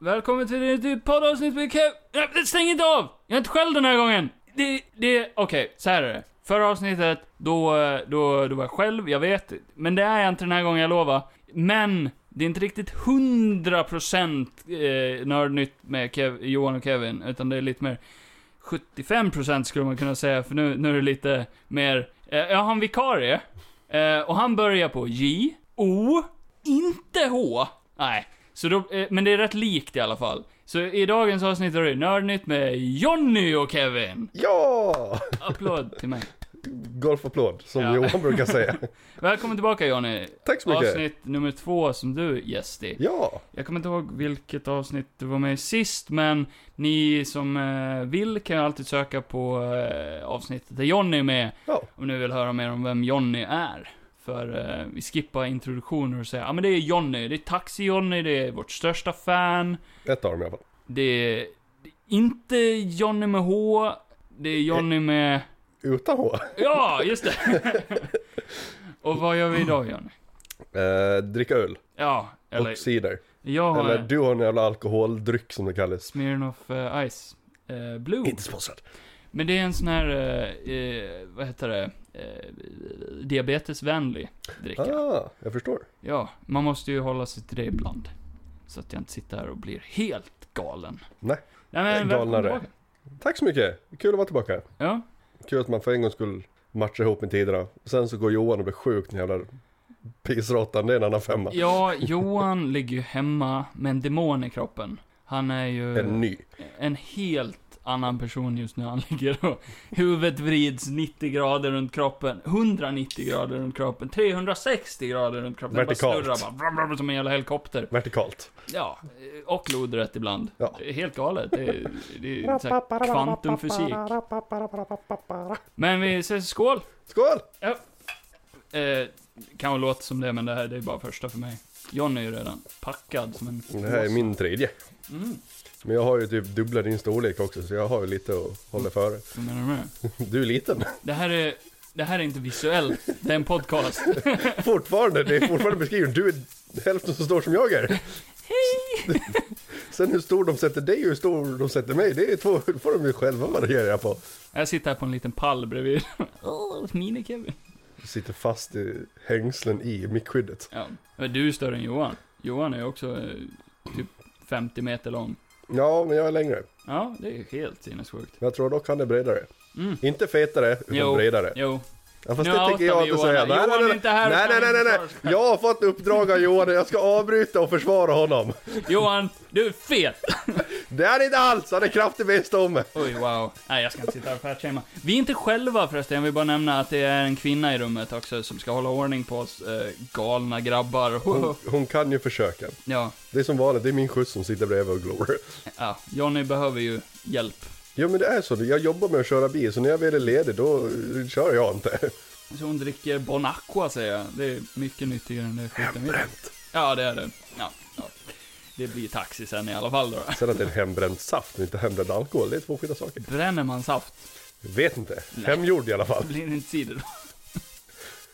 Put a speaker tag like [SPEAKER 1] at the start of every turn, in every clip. [SPEAKER 1] välkommen till ett nytt poddavsnitt med Kev... Ja, Stäng inte av! Jag är inte själv den här gången! Det, det, okej, så här är det. Förra avsnittet, då, eh, då, då var jag själv, jag vet. Men det är jag inte den här gången, jag lovar. Men, det är inte riktigt 100% eh, nördnytt med Kev, Johan och Kevin, utan det är lite mer 75% skulle man kunna säga, för nu, nu är det lite mer... Eh, jag har en vikarie. Eh, och han börjar på J, O, inte H. Nej. Så då, eh, men det är rätt likt i alla fall. Så i dagens avsnitt är det Nördnytt med Jonny och Kevin.
[SPEAKER 2] Ja!
[SPEAKER 1] Applåd till mig.
[SPEAKER 2] Golfapplåd, som
[SPEAKER 1] Ja.
[SPEAKER 2] Johan brukar säga.
[SPEAKER 1] Välkommen tillbaka Jonny.
[SPEAKER 2] Tack så mycket.
[SPEAKER 1] Avsnitt nummer två som du gäst i.
[SPEAKER 2] Ja,
[SPEAKER 1] Jag kommer inte ihåg vilket avsnitt du var med i sist, men ni som eh, vill kan ju alltid söka på eh, avsnittet där Jonny är med,
[SPEAKER 2] ja,
[SPEAKER 1] om ni vill höra mer om vem Jonny är. För eh, vi skippar introduktioner och säger ja men det är Jonny, det är Taxi-Jonny, det är vårt största fan,
[SPEAKER 2] ett av dem i alla fall.
[SPEAKER 1] det är det är inte Jonny med H, det är Jonny med...
[SPEAKER 2] Utan H.
[SPEAKER 1] Ja, just det! och vad gör vi idag Jonny?
[SPEAKER 2] Eh, dricka öl
[SPEAKER 1] Ja, eller...
[SPEAKER 2] och cider.
[SPEAKER 1] Jag har...
[SPEAKER 2] Eller du har en jävla alkoholdryck som det kallas.
[SPEAKER 1] Smirnoff eh, Ice eh, Blue.
[SPEAKER 2] Inte sponsrad.
[SPEAKER 1] Men det är en sån här, eh, eh, vad heter det, eh, diabetesvänlig dricka.
[SPEAKER 2] Ah, jag förstår.
[SPEAKER 1] Ja, man måste ju hålla sig till det ibland. Så att jag inte sitter här och blir helt galen.
[SPEAKER 2] Nej,
[SPEAKER 1] Nej men
[SPEAKER 2] galnare.
[SPEAKER 1] välkommen tillbaka.
[SPEAKER 2] Tack så mycket. Kul att vara tillbaka.
[SPEAKER 1] Ja,
[SPEAKER 2] Kul att man för en gångs skull matchar ihop med tiderna. Sen så går Johan och blir sjuk, den jävla pissråttan. Det är en annan femma.
[SPEAKER 1] ja, Johan ligger ju hemma med en demon i kroppen. Han är ju
[SPEAKER 2] En ny.
[SPEAKER 1] en helt annan person just nu. Han ligger och huvudet vrids 90 grader runt kroppen, 190 grader runt kroppen, 360 grader runt kroppen. Det Bara
[SPEAKER 2] Vertikalt.
[SPEAKER 1] snurrar bara, vram, vram, som en jävla helikopter.
[SPEAKER 2] Vertikalt.
[SPEAKER 1] Ja, och lodrätt ibland.
[SPEAKER 2] Ja.
[SPEAKER 1] Det är Helt galet. Det är, det är så här kvantumfysik. Men vi säger skål!
[SPEAKER 2] Skål!
[SPEAKER 1] Ja. Eh, kanske låter som det, men det här det är bara första för mig. John är ju redan packad som en
[SPEAKER 2] Det här är min tredje.
[SPEAKER 1] Mm.
[SPEAKER 2] Men jag har ju typ dubbla din storlek också, så jag har ju lite att hålla före.
[SPEAKER 1] Vad menar du med det?
[SPEAKER 2] Du är liten.
[SPEAKER 1] det? här är... Det här är inte visuellt, det är en podcast.
[SPEAKER 2] Fortfarande, det är fortfarande beskrivet. Du är hälften så stor som jag är. Hej! Sen hur stor de sätter dig och hur stor de sätter mig, det är två, det får de ju själva variera på.
[SPEAKER 1] Jag sitter här på en liten pall bredvid. Åh, mini-Kevin.
[SPEAKER 2] Du sitter fast i hängslen i mickskyddet.
[SPEAKER 1] Ja. Men du är större än Johan. Johan är ju också eh, typ 50 meter lång.
[SPEAKER 2] Ja, men jag är längre.
[SPEAKER 1] Ja, det är ju helt sinnessjukt.
[SPEAKER 2] Men jag tror dock han är bredare.
[SPEAKER 1] Mm.
[SPEAKER 2] Inte fetare, utan
[SPEAKER 1] Jo.
[SPEAKER 2] bredare.
[SPEAKER 1] Jo,
[SPEAKER 2] Ja, fast
[SPEAKER 1] Nu
[SPEAKER 2] det
[SPEAKER 1] outar
[SPEAKER 2] tänker jag
[SPEAKER 1] vi
[SPEAKER 2] inte
[SPEAKER 1] Johan
[SPEAKER 2] säga.
[SPEAKER 1] här. Johan är inte här och
[SPEAKER 2] nej,
[SPEAKER 1] kan
[SPEAKER 2] nej, nej, nej,
[SPEAKER 1] inte
[SPEAKER 2] nej. Jag har fått uppdrag av Johan och jag ska avbryta och försvara honom.
[SPEAKER 1] Johan, du är fet!
[SPEAKER 2] Det är inte alls, han är kraftig bäst om mig.
[SPEAKER 1] Oj, wow. Nej, jag ska inte sitta här och fatshamea. Vi är inte själva förresten, jag vill bara nämna att det är en kvinna i rummet också som ska hålla ordning på oss eh, galna grabbar.
[SPEAKER 2] Hon, hon kan ju försöka.
[SPEAKER 1] Ja,
[SPEAKER 2] Det är som vanligt, det är min skjuts som sitter bredvid och glor.
[SPEAKER 1] ja, Johnny behöver ju hjälp.
[SPEAKER 2] Ja men det är så, jag jobbar med att köra bil så när jag väl är ledig då eh, kör jag inte.
[SPEAKER 1] Så hon dricker Bon Aqua säger jag. Det är mycket nyttigare än det skiten vi
[SPEAKER 2] Hembränt.
[SPEAKER 1] Ja, det är det. Ja, ja. Det blir taxi sen i alla fall då.
[SPEAKER 2] Sen att det är hembränt saft men inte hembränd alkohol, det är två skilda saker.
[SPEAKER 1] Bränner man saft
[SPEAKER 2] Vet inte, hemgjord i alla fall.
[SPEAKER 1] blir det inte cider då.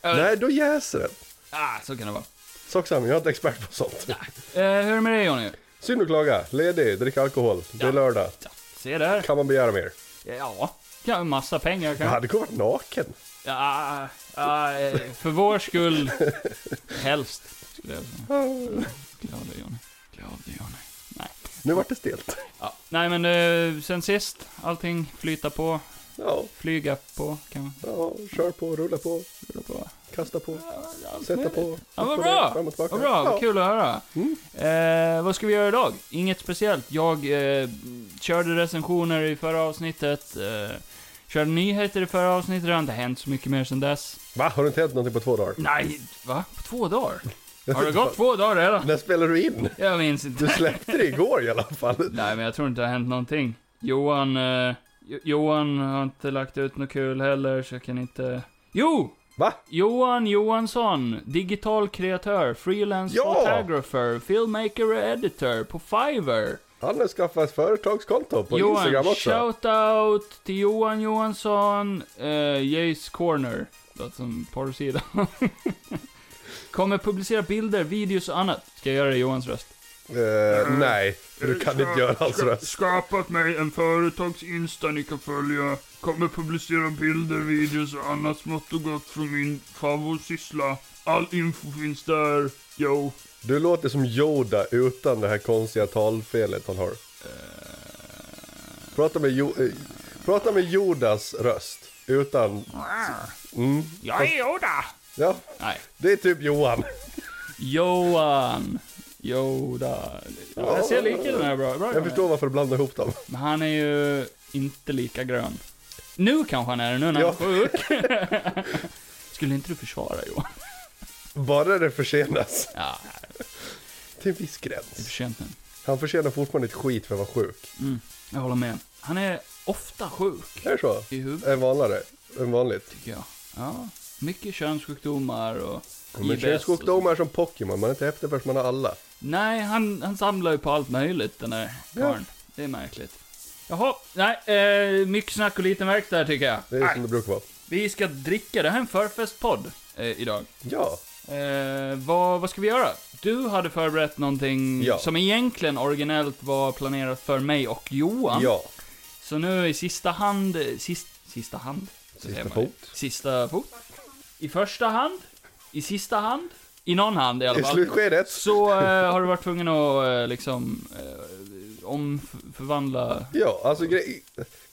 [SPEAKER 1] Ja.
[SPEAKER 2] Nej, då jäser den.
[SPEAKER 1] Ah, så kan det vara.
[SPEAKER 2] Sak samma, jag är inte expert på sånt.
[SPEAKER 1] Eh, hur är det med dig Johnny?
[SPEAKER 2] Synd att klaga, ledig, drick alkohol, det
[SPEAKER 1] Ja.
[SPEAKER 2] är lördag.
[SPEAKER 1] Ja, se där.
[SPEAKER 2] Kan man begära mer?
[SPEAKER 1] Ja, kan massa pengar
[SPEAKER 2] Jag
[SPEAKER 1] kanske.
[SPEAKER 2] hade kunnat vara naken.
[SPEAKER 1] Ja, ja, eh, för vår skull. Helst, skulle jag säga. Glad är Johnny. Glad är Johnny. Nej.
[SPEAKER 2] Nu vart det stelt.
[SPEAKER 1] Ja. Nej men eh, sen sist, allting flyter på,
[SPEAKER 2] Ja,
[SPEAKER 1] flyga på, kan man
[SPEAKER 2] ja, kör på, rulla på,
[SPEAKER 1] rulla på.
[SPEAKER 2] kasta på,
[SPEAKER 1] Allt
[SPEAKER 2] sätta
[SPEAKER 1] möjligt.
[SPEAKER 2] på.
[SPEAKER 1] Ja, vad
[SPEAKER 2] upp och
[SPEAKER 1] bra!
[SPEAKER 2] ner, Fram och tillbaka.
[SPEAKER 1] Vad bra, vad
[SPEAKER 2] Ja.
[SPEAKER 1] kul att höra.
[SPEAKER 2] Mm.
[SPEAKER 1] Eh, vad ska vi göra idag? Inget speciellt. Jag eh, körde recensioner i förra avsnittet, eh, körde nyheter i förra avsnittet, det har inte hänt så mycket mer sedan dess.
[SPEAKER 2] Va, har du inte hänt någonting på två dagar?
[SPEAKER 1] Nej, va? På två dagar? Har det gått två dagar redan?
[SPEAKER 2] När spelar du in?
[SPEAKER 1] Jag minns
[SPEAKER 2] Du
[SPEAKER 1] inte.
[SPEAKER 2] släppte det igår i alla fall.
[SPEAKER 1] Nej, men jag tror inte det har hänt någonting. Johan, eh, Jo- Johan har inte lagt ut något kul heller, så jag kan inte... Jo!
[SPEAKER 2] Va?
[SPEAKER 1] Johan Johansson, digital kreatör, freelance
[SPEAKER 2] Ja!
[SPEAKER 1] photographer, filmmaker och editor på Fiverr.
[SPEAKER 2] Han har skaffat ett företagskonto på Instagram
[SPEAKER 1] Johan,
[SPEAKER 2] också.
[SPEAKER 1] shoutout till Johan Johansson, uh, Jace Corner. Låter som porrsida. Kommer publicera bilder, videos och annat. Ska jag göra det i Johans röst?
[SPEAKER 2] Eh, nej, för du kan inte göra hans röst.
[SPEAKER 3] Skapat mig en företagsinsta ni kan följa. Kommer publicera bilder, videos och annat smått och gott från min favoritsyssla. All info finns där. Yo.
[SPEAKER 2] Du låter som Yoda utan det här konstiga talfelet han har. Prata med, jo- eh, prata med Yodas röst. Utan... Mm,
[SPEAKER 1] Jag är Yoda!
[SPEAKER 2] ja,
[SPEAKER 1] Nej.
[SPEAKER 2] det är typ Johan.
[SPEAKER 1] Johan. Yoda. Ja, jag ser likheterna bra. bra
[SPEAKER 2] Jag förstår varför du blandar ihop dem.
[SPEAKER 1] Men han är ju inte lika grön. Nu kanske han är det, nu när han
[SPEAKER 2] Ja.
[SPEAKER 1] är sjuk. Skulle inte du försvara Johan?
[SPEAKER 2] Bara det försenas.
[SPEAKER 1] Ja,
[SPEAKER 2] Till en viss
[SPEAKER 1] det är för
[SPEAKER 2] gräns.
[SPEAKER 1] sent nu.
[SPEAKER 2] Han förtjänar fortfarande ett skit för att vara sjuk.
[SPEAKER 1] Jag håller med. Han är ofta sjuk
[SPEAKER 2] Är det så?
[SPEAKER 1] i huvudet,
[SPEAKER 2] Än vanligare. Än vanligt.
[SPEAKER 1] tycker jag. Ja, mycket könssjukdomar och...
[SPEAKER 2] Men
[SPEAKER 1] IBS.
[SPEAKER 2] könssjukdomar är som Pokémon, man är inte efter förrän man har alla.
[SPEAKER 1] Nej, han, han samlar ju på allt möjligt, den där karln. Det är märkligt. Jaha, nej, eh, mycket snack och liten verk där tycker jag.
[SPEAKER 2] Det är som det brukar vara.
[SPEAKER 1] Vi ska dricka, det här är en förfestpodd eh, idag.
[SPEAKER 2] Ja,
[SPEAKER 1] Eh, vad, vad ska vi göra? Du hade förberett någonting
[SPEAKER 2] Ja.
[SPEAKER 1] som egentligen originellt var planerat för mig och Johan.
[SPEAKER 2] ja.
[SPEAKER 1] Så nu i sista hand, eh, sist, sista hand? Så
[SPEAKER 2] Sista
[SPEAKER 1] säger man ju.
[SPEAKER 2] fot.
[SPEAKER 1] Sista fot. I första hand, i sista hand, i någon hand i alla
[SPEAKER 2] I
[SPEAKER 1] fall.
[SPEAKER 2] slutskedet.
[SPEAKER 1] Så eh, har du varit tvungen att eh, liksom eh, omförvandla...
[SPEAKER 2] Ja, alltså, gre-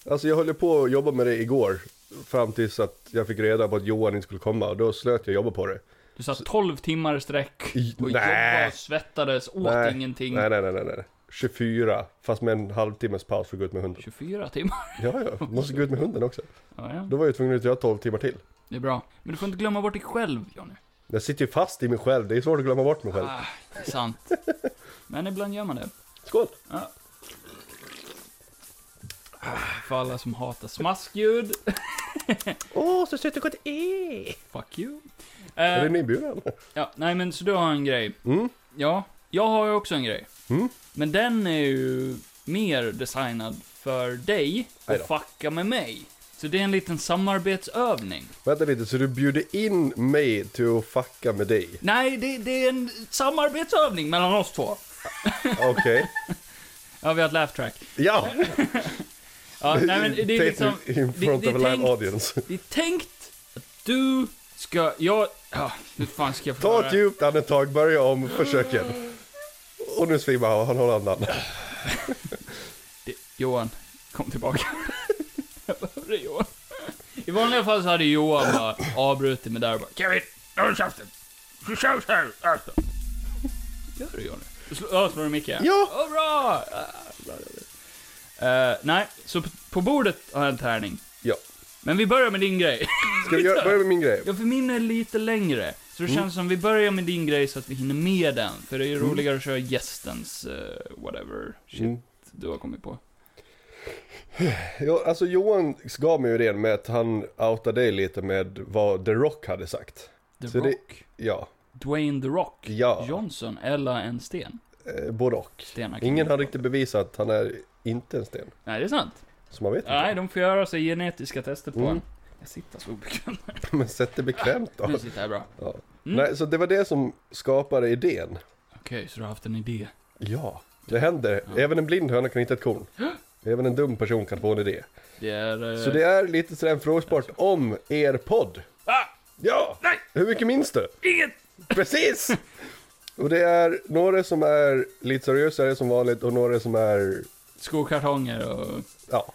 [SPEAKER 2] alltså jag höll ju på att jobba med det igår. Fram tills att jag fick reda på att Johan inte skulle komma och då slöt jag jobba på det.
[SPEAKER 1] Du satt 12 timmar i sträck
[SPEAKER 2] I-
[SPEAKER 1] och
[SPEAKER 2] nej.
[SPEAKER 1] jobbade och svettades, åt
[SPEAKER 2] Nej.
[SPEAKER 1] ingenting.
[SPEAKER 2] Nej, nej, nej, nej, nej. 24, fast med en halvtimmes paus för att gå ut med hunden.
[SPEAKER 1] 24 timmar.
[SPEAKER 2] Ja, ja, måste gå ut med hunden också.
[SPEAKER 1] Ja, ja.
[SPEAKER 2] Då var jag tvungen att göra 12 timmar till.
[SPEAKER 1] Det är bra. Men du får inte glömma bort dig själv, Johnny.
[SPEAKER 2] Jag sitter ju fast i mig själv, det är svårt att glömma bort mig själv.
[SPEAKER 1] Ah, det är sant. Men ibland gör man det.
[SPEAKER 2] Skål!
[SPEAKER 1] Ja. För alla som hatar smaskljud,
[SPEAKER 2] Åh, så sött och E- gott är!
[SPEAKER 1] fuck you.
[SPEAKER 2] Är det
[SPEAKER 1] Eh,
[SPEAKER 2] en inbjudan?
[SPEAKER 1] ja, nej men så du har en grej.
[SPEAKER 2] Mm.
[SPEAKER 1] Ja, jag har ju också en grej.
[SPEAKER 2] Mm.
[SPEAKER 1] Men den är ju mer designad för dig
[SPEAKER 2] Aj
[SPEAKER 1] och
[SPEAKER 2] då.
[SPEAKER 1] fucka med mig. Så det är en liten samarbetsövning.
[SPEAKER 2] Vänta lite, så du bjuder in mig till att fucka med dig?
[SPEAKER 1] Nej, det, det är en samarbetsövning mellan oss två.
[SPEAKER 2] Okej.
[SPEAKER 1] Ja, vi har ett laugh track.
[SPEAKER 2] Ja!
[SPEAKER 1] Ja, nej, men det är liksom...
[SPEAKER 2] In
[SPEAKER 1] det-
[SPEAKER 2] front
[SPEAKER 1] det är
[SPEAKER 2] of a live
[SPEAKER 1] tänkt-
[SPEAKER 2] audience.
[SPEAKER 1] Det är tänkt att du ska... Jag... Ja, hur fan ska jag
[SPEAKER 2] Ta
[SPEAKER 1] förklara
[SPEAKER 2] ett
[SPEAKER 1] det?
[SPEAKER 2] djupt andetag, börja om försöken. Och nu svimmar han, han håller andan.
[SPEAKER 1] det? Johan, kom tillbaka. jag behöver dig, Johan. I vanliga fall så hade Johan bara avbrutit med där och bara
[SPEAKER 3] Kevin, håll käften. Du kör så här. Alltså.
[SPEAKER 1] Gör äh." du Johnny? Slå, ja, slår du micken?
[SPEAKER 2] Ja.
[SPEAKER 1] Oh, bra! Ah, bra, bra, bra. Eh, nej, så p- på bordet har jag en tärning.
[SPEAKER 2] Ja.
[SPEAKER 1] Men vi börjar med din grej.
[SPEAKER 2] Ska vi göra, börja Mm. med min grej?
[SPEAKER 1] Ja, för min är lite längre. Så det känns som vi börjar med din grej så att vi hinner med den. För det är ju roligare att köra gästens eh, whatever shit
[SPEAKER 2] Mm.
[SPEAKER 1] du har kommit på.
[SPEAKER 2] Ja, alltså Johan gav mig ju det med att han outade dig lite med vad The Rock hade sagt.
[SPEAKER 1] The
[SPEAKER 2] Så det-
[SPEAKER 1] Rock.
[SPEAKER 2] Ja,
[SPEAKER 1] Dwayne The Rock.
[SPEAKER 2] ja,
[SPEAKER 1] Johnson eller en sten.
[SPEAKER 2] eh, både och.
[SPEAKER 1] Stenar kan
[SPEAKER 2] Ingen
[SPEAKER 1] man-
[SPEAKER 2] har riktigt bevisat att han är inte en sten.
[SPEAKER 1] Nej, det är sant.
[SPEAKER 2] Så man vet inte.
[SPEAKER 1] Nej, de får göra sig genetiska tester på
[SPEAKER 2] Mm.
[SPEAKER 1] en. Jag sitter så obekvämt.
[SPEAKER 2] Men sätt det bekvämt då.
[SPEAKER 1] Nu sitter jag bra.
[SPEAKER 2] Ja.
[SPEAKER 1] Mm.
[SPEAKER 2] Nej, så det var det som skapade idén.
[SPEAKER 1] Okej, så du har haft en idé.
[SPEAKER 2] Ja, det händer.
[SPEAKER 1] Ja.
[SPEAKER 2] Även en blind höna kan hitta ett korn. Även en dum person kan få en idé.
[SPEAKER 1] Det är... eh,
[SPEAKER 2] Så det är lite sådär en frågesport om er podd.
[SPEAKER 3] Ah,
[SPEAKER 2] Ja!
[SPEAKER 3] Nej!
[SPEAKER 2] Hur mycket minns du?
[SPEAKER 3] inget.
[SPEAKER 2] Precis! Och det är några som är lite seriösare som vanligt och några som är,
[SPEAKER 1] Skokartonger och...
[SPEAKER 2] ja.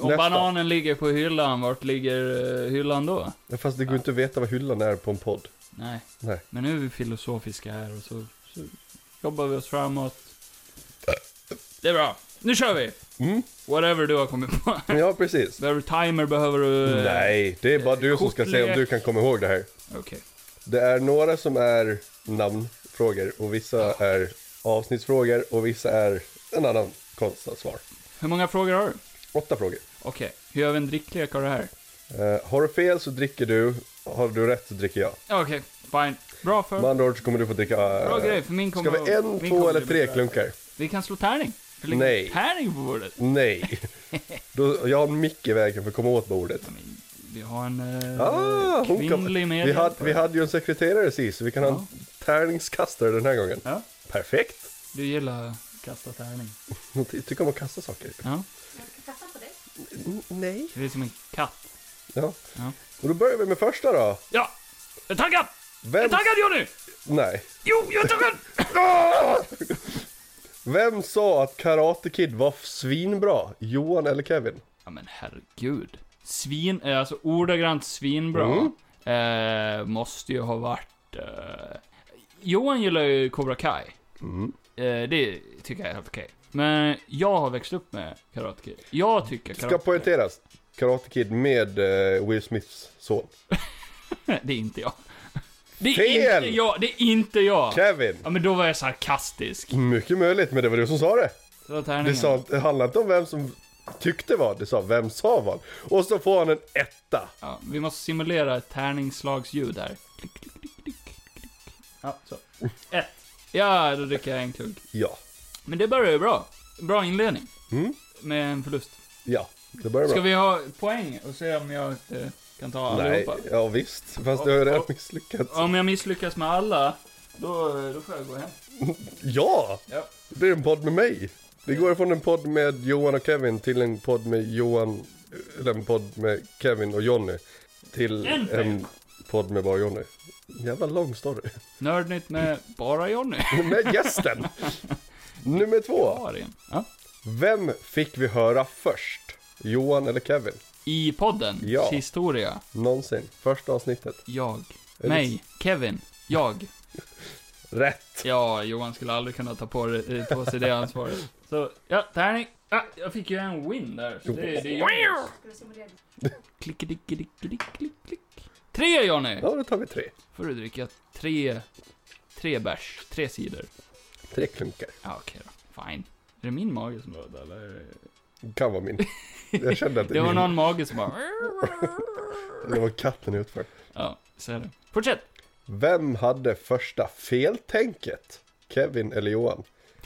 [SPEAKER 1] Om
[SPEAKER 2] Nästa.
[SPEAKER 1] bananen ligger på hyllan, vart ligger eh, hyllan då?
[SPEAKER 2] Fast det går inte att veta vad hyllan är på en podd.
[SPEAKER 1] Nej.
[SPEAKER 2] Nej.
[SPEAKER 1] Men nu är vi filosofiska här och så, så jobbar vi oss framåt. Det är bra. Nu kör vi!
[SPEAKER 2] Mm.
[SPEAKER 1] Whatever du har kommit på.
[SPEAKER 2] Ja, precis.
[SPEAKER 1] Behöver du timer? Behöver du... eh,
[SPEAKER 2] Nej, det är bara du som ska säga om du
[SPEAKER 1] kortlek.
[SPEAKER 2] kan komma ihåg det här.
[SPEAKER 1] Okej.
[SPEAKER 2] Det är några som är namnfrågor och vissa är avsnittsfrågor och vissa är en annan konst att svar.
[SPEAKER 1] Hur många frågor har du?
[SPEAKER 2] Åtta frågor.
[SPEAKER 1] Okej, hur gör vi en dricklek av det här?
[SPEAKER 2] Eh, har du fel så dricker du, har du rätt så dricker jag.
[SPEAKER 1] Okej, fine. Bra för...
[SPEAKER 2] Med andra ord så kommer du få dricka... eh,
[SPEAKER 1] Bra grej, för min
[SPEAKER 2] Ska
[SPEAKER 1] kommer...
[SPEAKER 2] vi en,
[SPEAKER 1] min
[SPEAKER 2] två
[SPEAKER 1] kommer
[SPEAKER 2] eller
[SPEAKER 1] bli
[SPEAKER 2] tre
[SPEAKER 1] bra.
[SPEAKER 2] klunkar?
[SPEAKER 1] Vi kan slå tärning. Det ligger
[SPEAKER 2] Nej.
[SPEAKER 1] en Tärning på bordet.
[SPEAKER 2] Nej. Då, jag har en mick i vägen för att komma åt bordet.
[SPEAKER 1] Ja, men Vi har en eh,
[SPEAKER 2] Ah, hon kan-
[SPEAKER 1] kvinnlig
[SPEAKER 2] Vi
[SPEAKER 1] medhjälpare.
[SPEAKER 2] hade, vi hade ju en sekreterare sist, så vi kan ha en tärningskastare den här gången.
[SPEAKER 1] Ja.
[SPEAKER 2] Perfekt.
[SPEAKER 1] Du gillar kasta tärning.
[SPEAKER 2] Jag ty- tycker om att kasta saker.
[SPEAKER 1] Ja.
[SPEAKER 4] Jag ska kasta på dig.
[SPEAKER 2] N- nej.
[SPEAKER 1] Det är som en katt.
[SPEAKER 2] Ja.
[SPEAKER 1] Ja.
[SPEAKER 2] Och då börjar vi med första då.
[SPEAKER 1] Ja! Jag är taggad! Jag är
[SPEAKER 2] Vem...
[SPEAKER 1] taggad Johnny!
[SPEAKER 2] Nej.
[SPEAKER 1] Jo, jag är taggad!
[SPEAKER 2] Vem sa att Karate Kid var svinbra? Johan eller Kevin?
[SPEAKER 1] Ja men herregud. Svin, eh, alltså ordagrant svinbra.
[SPEAKER 2] Mm.
[SPEAKER 1] Eh, måste ju ha varit... Eh, Johan gillar ju Cobra Kai.
[SPEAKER 2] Mm.
[SPEAKER 1] Eh, det tycker jag är helt okej. Men jag har växt upp med Karate Kid. Jag tycker
[SPEAKER 2] Ska
[SPEAKER 1] Karate Kid.
[SPEAKER 2] poängteras. Karate Kid med eh, Will Smiths son.
[SPEAKER 1] Det är inte jag. Det är
[SPEAKER 2] Fel!
[SPEAKER 1] inte jag, det är inte jag.
[SPEAKER 2] Kevin!
[SPEAKER 1] Ja men då var jag sarkastisk.
[SPEAKER 2] Mycket möjligt, men det var du som sa det.
[SPEAKER 1] Så
[SPEAKER 2] Det, Mm. sa, det handlade inte om vem som tyckte vad, det sa vem sa vad. Och så får han en etta.
[SPEAKER 1] Ja, vi måste simulera ett tärningsslagsljud här. Klick, klick, klick, klick, klick. Ja, så. Ett. Ja, då dricker jag en klunk.
[SPEAKER 2] Ja.
[SPEAKER 1] Men det börjar ju bra. Bra inledning.
[SPEAKER 2] Mm.
[SPEAKER 1] Med en förlust.
[SPEAKER 2] Ja, det börjar bra.
[SPEAKER 1] Ska vi ha poäng och se om jag eh, kan ta
[SPEAKER 2] Nej,
[SPEAKER 1] allihopa?
[SPEAKER 2] ja visst. Fast det har ju redan misslyckats.
[SPEAKER 1] Om jag misslyckas med alla, då, eh, då får jag gå hem.
[SPEAKER 2] Ja!
[SPEAKER 1] Ja.
[SPEAKER 2] Det blir en podd med mig. Det går från en podd med Johan och Kevin till en podd med Johan, eller en podd med Kevin och Jonny. Till
[SPEAKER 1] En
[SPEAKER 2] en podd med bara Jonny. Jävla lång story.
[SPEAKER 1] Nördnytt med bara Johnny.
[SPEAKER 2] med gästen! Nummer två.
[SPEAKER 1] Karin. Ja.
[SPEAKER 2] Vem fick vi höra först? Johan eller Kevin?
[SPEAKER 1] I podden,
[SPEAKER 2] Ja.
[SPEAKER 1] historia.
[SPEAKER 2] Någonsin. Första avsnittet.
[SPEAKER 1] Jag.
[SPEAKER 2] det-
[SPEAKER 1] Mig. Kevin. Jag.
[SPEAKER 2] Rätt!
[SPEAKER 1] Ja, Johan skulle aldrig kunna ta på, eh, på sig det ansvaret. Så, ja, tärning. Ja, jag fick ju en win där. Så det, det är Johnny.
[SPEAKER 4] Ska du simulera det?
[SPEAKER 1] Klick, klick, klick, klick, klick, klick. Tre Johnny!
[SPEAKER 2] Ja, då tar vi tre.
[SPEAKER 1] Får du dricka tre, tre bärs, tre cider.
[SPEAKER 2] Tre klunkar.
[SPEAKER 1] Ja, okej då. Fine. Är det min mage som blödde eller? är det-
[SPEAKER 2] Kan vara min. Jag kände att
[SPEAKER 1] Det var
[SPEAKER 2] min-
[SPEAKER 1] någon mage som bara...
[SPEAKER 2] det var katten utför.
[SPEAKER 1] Ja, så är det. Fortsätt!
[SPEAKER 2] Vem hade första feltänket? Kevin eller Johan?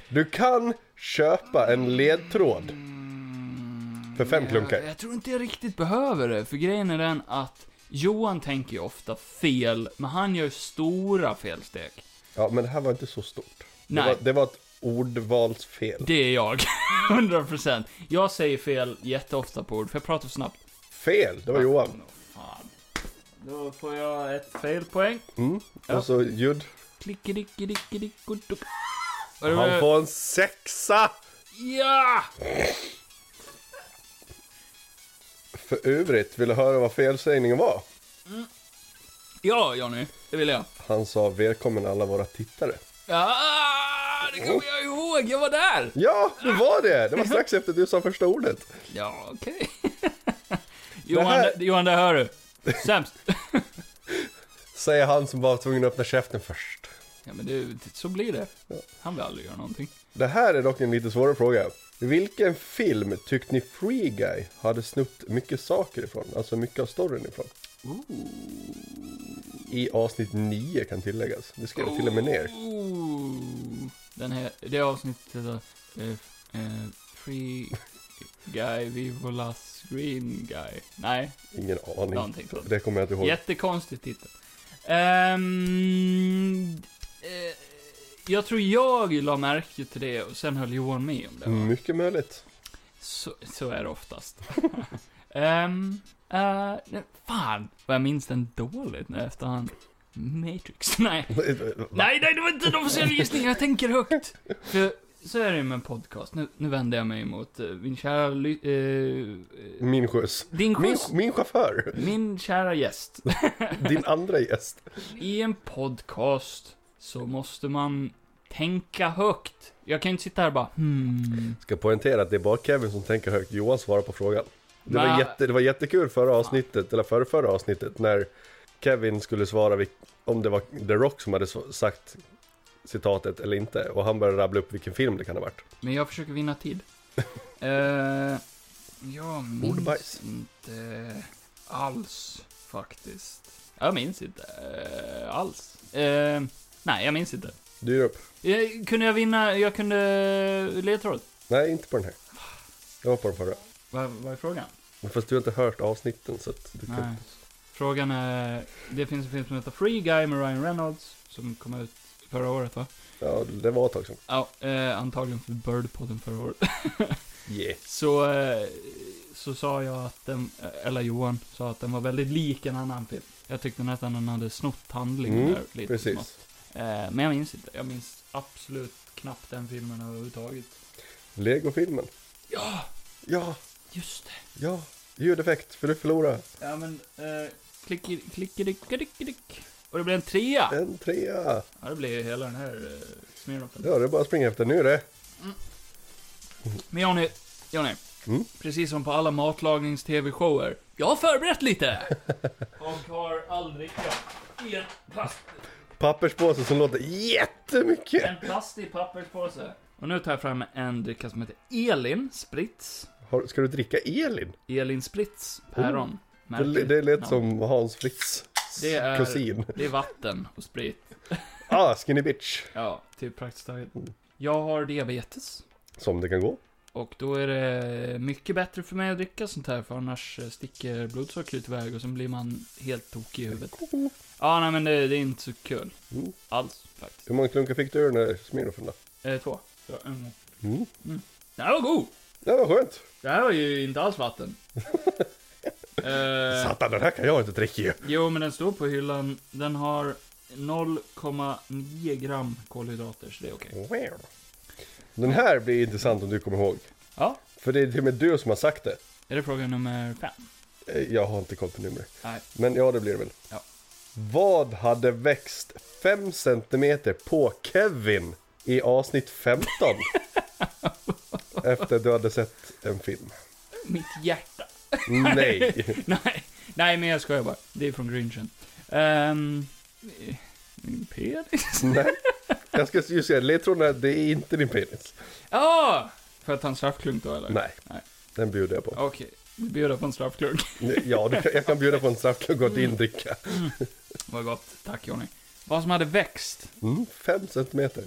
[SPEAKER 2] Du kan köpa en ledtråd. Mm, För fem
[SPEAKER 1] Jag,
[SPEAKER 2] klunkar.
[SPEAKER 1] jag tror inte jag riktigt behöver det, för grejen är den att Johan tänker ju ofta fel, men han gör stora felsteg.
[SPEAKER 2] Ja, men det här var inte så stort.
[SPEAKER 1] Nej.
[SPEAKER 2] Det, var, det var ett ordvalsfel.
[SPEAKER 1] Det är jag. 100%. Jag säger fel jätteofta på ord, för jag pratar för snabbt.
[SPEAKER 2] Fel, det var Johan.
[SPEAKER 1] Åh, fan. Då får jag ett felpoäng.
[SPEAKER 2] Mm.
[SPEAKER 1] Ja.
[SPEAKER 2] Och så ljud.
[SPEAKER 1] Klickedickedickedickedick. Eh.
[SPEAKER 2] Han får en sexa!
[SPEAKER 1] Ja!
[SPEAKER 2] För övrigt, vill du höra vad felsägningen var?
[SPEAKER 1] Ja, Johnny. Det vill jag.
[SPEAKER 2] Han sa välkommen alla våra tittare.
[SPEAKER 1] Ja, det kommer jag ihåg. Jag var där.
[SPEAKER 2] Ja, det var det! Det var strax efter att du sa första ordet.
[SPEAKER 1] Ja, okej. Johan,
[SPEAKER 2] här-
[SPEAKER 1] där- Johan, där hör du. Sämst.
[SPEAKER 2] Säger han som var tvungen att öppna käften först.
[SPEAKER 1] Ja, men det, så blir det. Han vill aldrig göra någonting.
[SPEAKER 2] Det här är dock en lite svårare fråga. Vilken film tyckte ni Free Guy hade snott mycket saker ifrån? Alltså mycket av storyn ifrån. I avsnitt 9 kan tilläggas. Det skrev jag till och med ner.
[SPEAKER 1] Ooh. Oh! Den här, det avsnittet heter eh, eh, Free Guy Vivo Last Green Guy. Nej,
[SPEAKER 2] Ingen aning.
[SPEAKER 1] Någonting sånt.
[SPEAKER 2] Det kommer jag inte ihåg.
[SPEAKER 1] jättekonstig titel. Ehm, eh, jag tror jag la märke till det och sen höll Johan med om det. va?
[SPEAKER 2] Mycket möjligt.
[SPEAKER 1] Så, så är det oftast. Ehm, eh, nej, fan, vad jag minns den dåligt nu efterhand. Matrix, nej. Nej, nej, det var inte en officiell gissning. Jag tänker högt. För så är det ju med en podcast. Nu, nu vänder jag mig mot eh, min kära... ly- eh, eh,
[SPEAKER 2] Min skjuts.
[SPEAKER 1] din
[SPEAKER 2] Min,
[SPEAKER 1] skjuts.
[SPEAKER 2] min chaufför.
[SPEAKER 1] Min kära gäst.
[SPEAKER 2] Din andra gäst.
[SPEAKER 1] I en podcast så måste man tänka högt. Jag kan inte sitta här och bara hmm.
[SPEAKER 2] Ska poängtera att det är bara Kevin som tänker högt. Johan svarar på frågan. Det var,
[SPEAKER 1] Nej.
[SPEAKER 2] jätte, det var jättekul förra avsnittet, eller förra, förra avsnittet, när Kevin skulle svara vil- om det var The Rock som hade s- sagt citatet eller inte. Och han började rabbla upp vilken film det kan ha varit.
[SPEAKER 1] Men jag försöker vinna tid. Eh, jag minns
[SPEAKER 2] Ordbajs.
[SPEAKER 1] inte alls, faktiskt. Jag minns inte eh, alls. Eh, nej, jag minns inte.
[SPEAKER 2] Dyr upp.
[SPEAKER 1] Eh, kunde jag vinna? Jag kunde ledtråd.
[SPEAKER 2] Nej, inte på den här. Jag var på den förra.
[SPEAKER 1] Vad, vad är frågan?
[SPEAKER 2] Men Fast du har inte hört avsnitten så att du
[SPEAKER 1] Nej.
[SPEAKER 2] kan...
[SPEAKER 1] Frågan är... Det finns en film som heter Free Guy med Ryan Reynolds, som kom ut förra året va?
[SPEAKER 2] Ja, det var ett tag sedan.
[SPEAKER 1] Ja, eh, antagligen för Birdpodden förra året.
[SPEAKER 2] Yeah.
[SPEAKER 1] Så, eh, så sa jag att den, eh, eller Johan, sa att den var väldigt lik en annan film. Jag tyckte nästan den hade snott handlingen
[SPEAKER 2] Mm,
[SPEAKER 1] där lite. smått.
[SPEAKER 2] Precis.
[SPEAKER 1] Eh, men jag minns inte. Jag minns absolut knappt den filmen överhuvudtaget.
[SPEAKER 2] Lego-filmen.
[SPEAKER 1] Ja,
[SPEAKER 2] Ja,
[SPEAKER 1] just det.
[SPEAKER 2] ja. Ljudeffekt, för du förlorar.
[SPEAKER 1] Ja men, eh, klick, klickedick, Och det blev en trea!
[SPEAKER 2] En trea.
[SPEAKER 1] Ja, det blev hela den här eh, Smirnoffen.
[SPEAKER 2] Ja, det är bara att springa efter nu det.
[SPEAKER 1] Men Johnny, Johnny.
[SPEAKER 2] Mm.
[SPEAKER 1] Precis som på alla matlagnings-tv-shower. Jag har förberett lite! Och har allrikar i en, plast,
[SPEAKER 2] Papperspåse som låter jättemycket.
[SPEAKER 1] en plastig papperspåse. Och nu tar jag fram en dricka som heter Elin Spritz.
[SPEAKER 2] Har, ska du dricka Elin?
[SPEAKER 1] Elin Spritz, päron.
[SPEAKER 2] Mm. Det,
[SPEAKER 1] Märkligt
[SPEAKER 2] det lät
[SPEAKER 1] namn.
[SPEAKER 2] som Hans Fritz
[SPEAKER 1] Det är-
[SPEAKER 2] kusin.
[SPEAKER 1] Det är vatten och sprit.
[SPEAKER 2] Ah, skinny bitch.
[SPEAKER 1] Ja, typ praktiskt taget.
[SPEAKER 2] Mm.
[SPEAKER 1] Jag har diabetes.
[SPEAKER 2] Som det kan gå.
[SPEAKER 1] Och då är det mycket bättre för mig att dricka sånt här, för annars eh, sticker blodsockret iväg och sen blir man helt tokig i huvudet. Ja, nej men det, det är inte så kul.
[SPEAKER 2] Mm.
[SPEAKER 1] Alls, faktiskt.
[SPEAKER 2] Hur många klunkar fick du ur den där Smirnoffen då?
[SPEAKER 1] Eh, två. Ja, en gång.
[SPEAKER 2] Mm.
[SPEAKER 1] Det här var god!
[SPEAKER 2] Det var skönt.
[SPEAKER 1] Det här var ju inte alls vatten. eh,
[SPEAKER 2] Satan, den här kan jag inte dricka ju.
[SPEAKER 1] jo, men den står på hyllan. Den har 0,9 gram kolhydrater, så det är okej.
[SPEAKER 2] Wow. Den här blir intressant om du kommer ihåg.
[SPEAKER 1] Ja,
[SPEAKER 2] För det är till och med du som har sagt det.
[SPEAKER 1] är det fråga nummer fem?
[SPEAKER 2] Eh, Jag har inte koll på numret.
[SPEAKER 1] Nej.
[SPEAKER 2] Men ja, det blir det väl.
[SPEAKER 1] Ja.
[SPEAKER 2] Vad hade växt 5 cm på Kevin i avsnitt 15? Efter du hade sett en film.
[SPEAKER 1] Mitt hjärta.
[SPEAKER 2] Nej.
[SPEAKER 1] Nej, nej men jag skojar bara. Det är från Grinchen. Ehm... eh, Min penis?
[SPEAKER 2] Nej. Jag ska ju säga, ledtrådarna, det är inte din penis.
[SPEAKER 1] Ja! För att han straffklunk då eller?
[SPEAKER 2] Nej.
[SPEAKER 1] Nej.
[SPEAKER 2] Den bjuder jag på.
[SPEAKER 1] Okej, vi bjuder på en straffklunk.
[SPEAKER 2] Ja, du kan, jag kan bjuda på en straffklunk och din dricka.
[SPEAKER 1] Vad gott. Tack Johnny. Vad som hade växt
[SPEAKER 2] Mm, fem centimeter.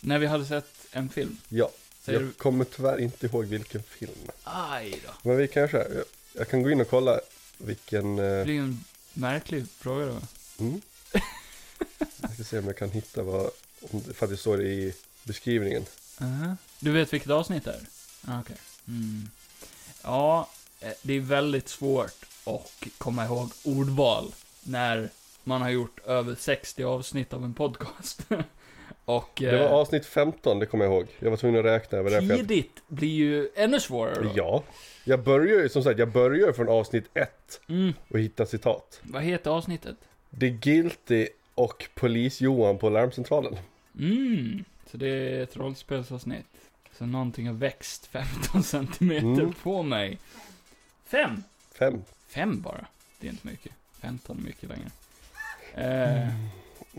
[SPEAKER 1] när vi hade sett en film.
[SPEAKER 2] Ja.
[SPEAKER 1] Säger du-
[SPEAKER 2] Jag kommer tyvärr inte ihåg vilken film.
[SPEAKER 1] Aj då.
[SPEAKER 2] Men vi kanske, jag, jag kan gå in och kolla vilken...
[SPEAKER 1] Det
[SPEAKER 2] Eh,
[SPEAKER 1] blir ju en märklig fråga då.
[SPEAKER 2] mm. Jag ska se om jag kan hitta vad, om det, för att det står i beskrivningen.
[SPEAKER 1] Aha. Du vet vilket avsnitt det är? Ah, Okej. Mm. Ja, eh, det är väldigt svårt att komma ihåg ordval när man har gjort över 60 avsnitt av en podcast. Och
[SPEAKER 2] Det var
[SPEAKER 1] eh,
[SPEAKER 2] avsnitt 15, det kommer jag ihåg. Jag var tvungen att räkna. Över det här, för jag,
[SPEAKER 1] tidigt blir ju ännu svårare då.
[SPEAKER 2] ja. Jag börjar ju, som sagt, jag börjar från avsnitt 1
[SPEAKER 1] Mm.
[SPEAKER 2] och hittar citat.
[SPEAKER 1] Vad heter avsnittet?
[SPEAKER 2] The Guilty och Polis-Johan på larmcentralen.
[SPEAKER 1] Mm. Så det är ett rollspelsavsnitt. Så någonting har växt 15 centimeter
[SPEAKER 2] Mm.
[SPEAKER 1] på mig. Fem.
[SPEAKER 2] Fem.
[SPEAKER 1] Fem bara. Det är inte mycket. 15 är mycket längre. Eh,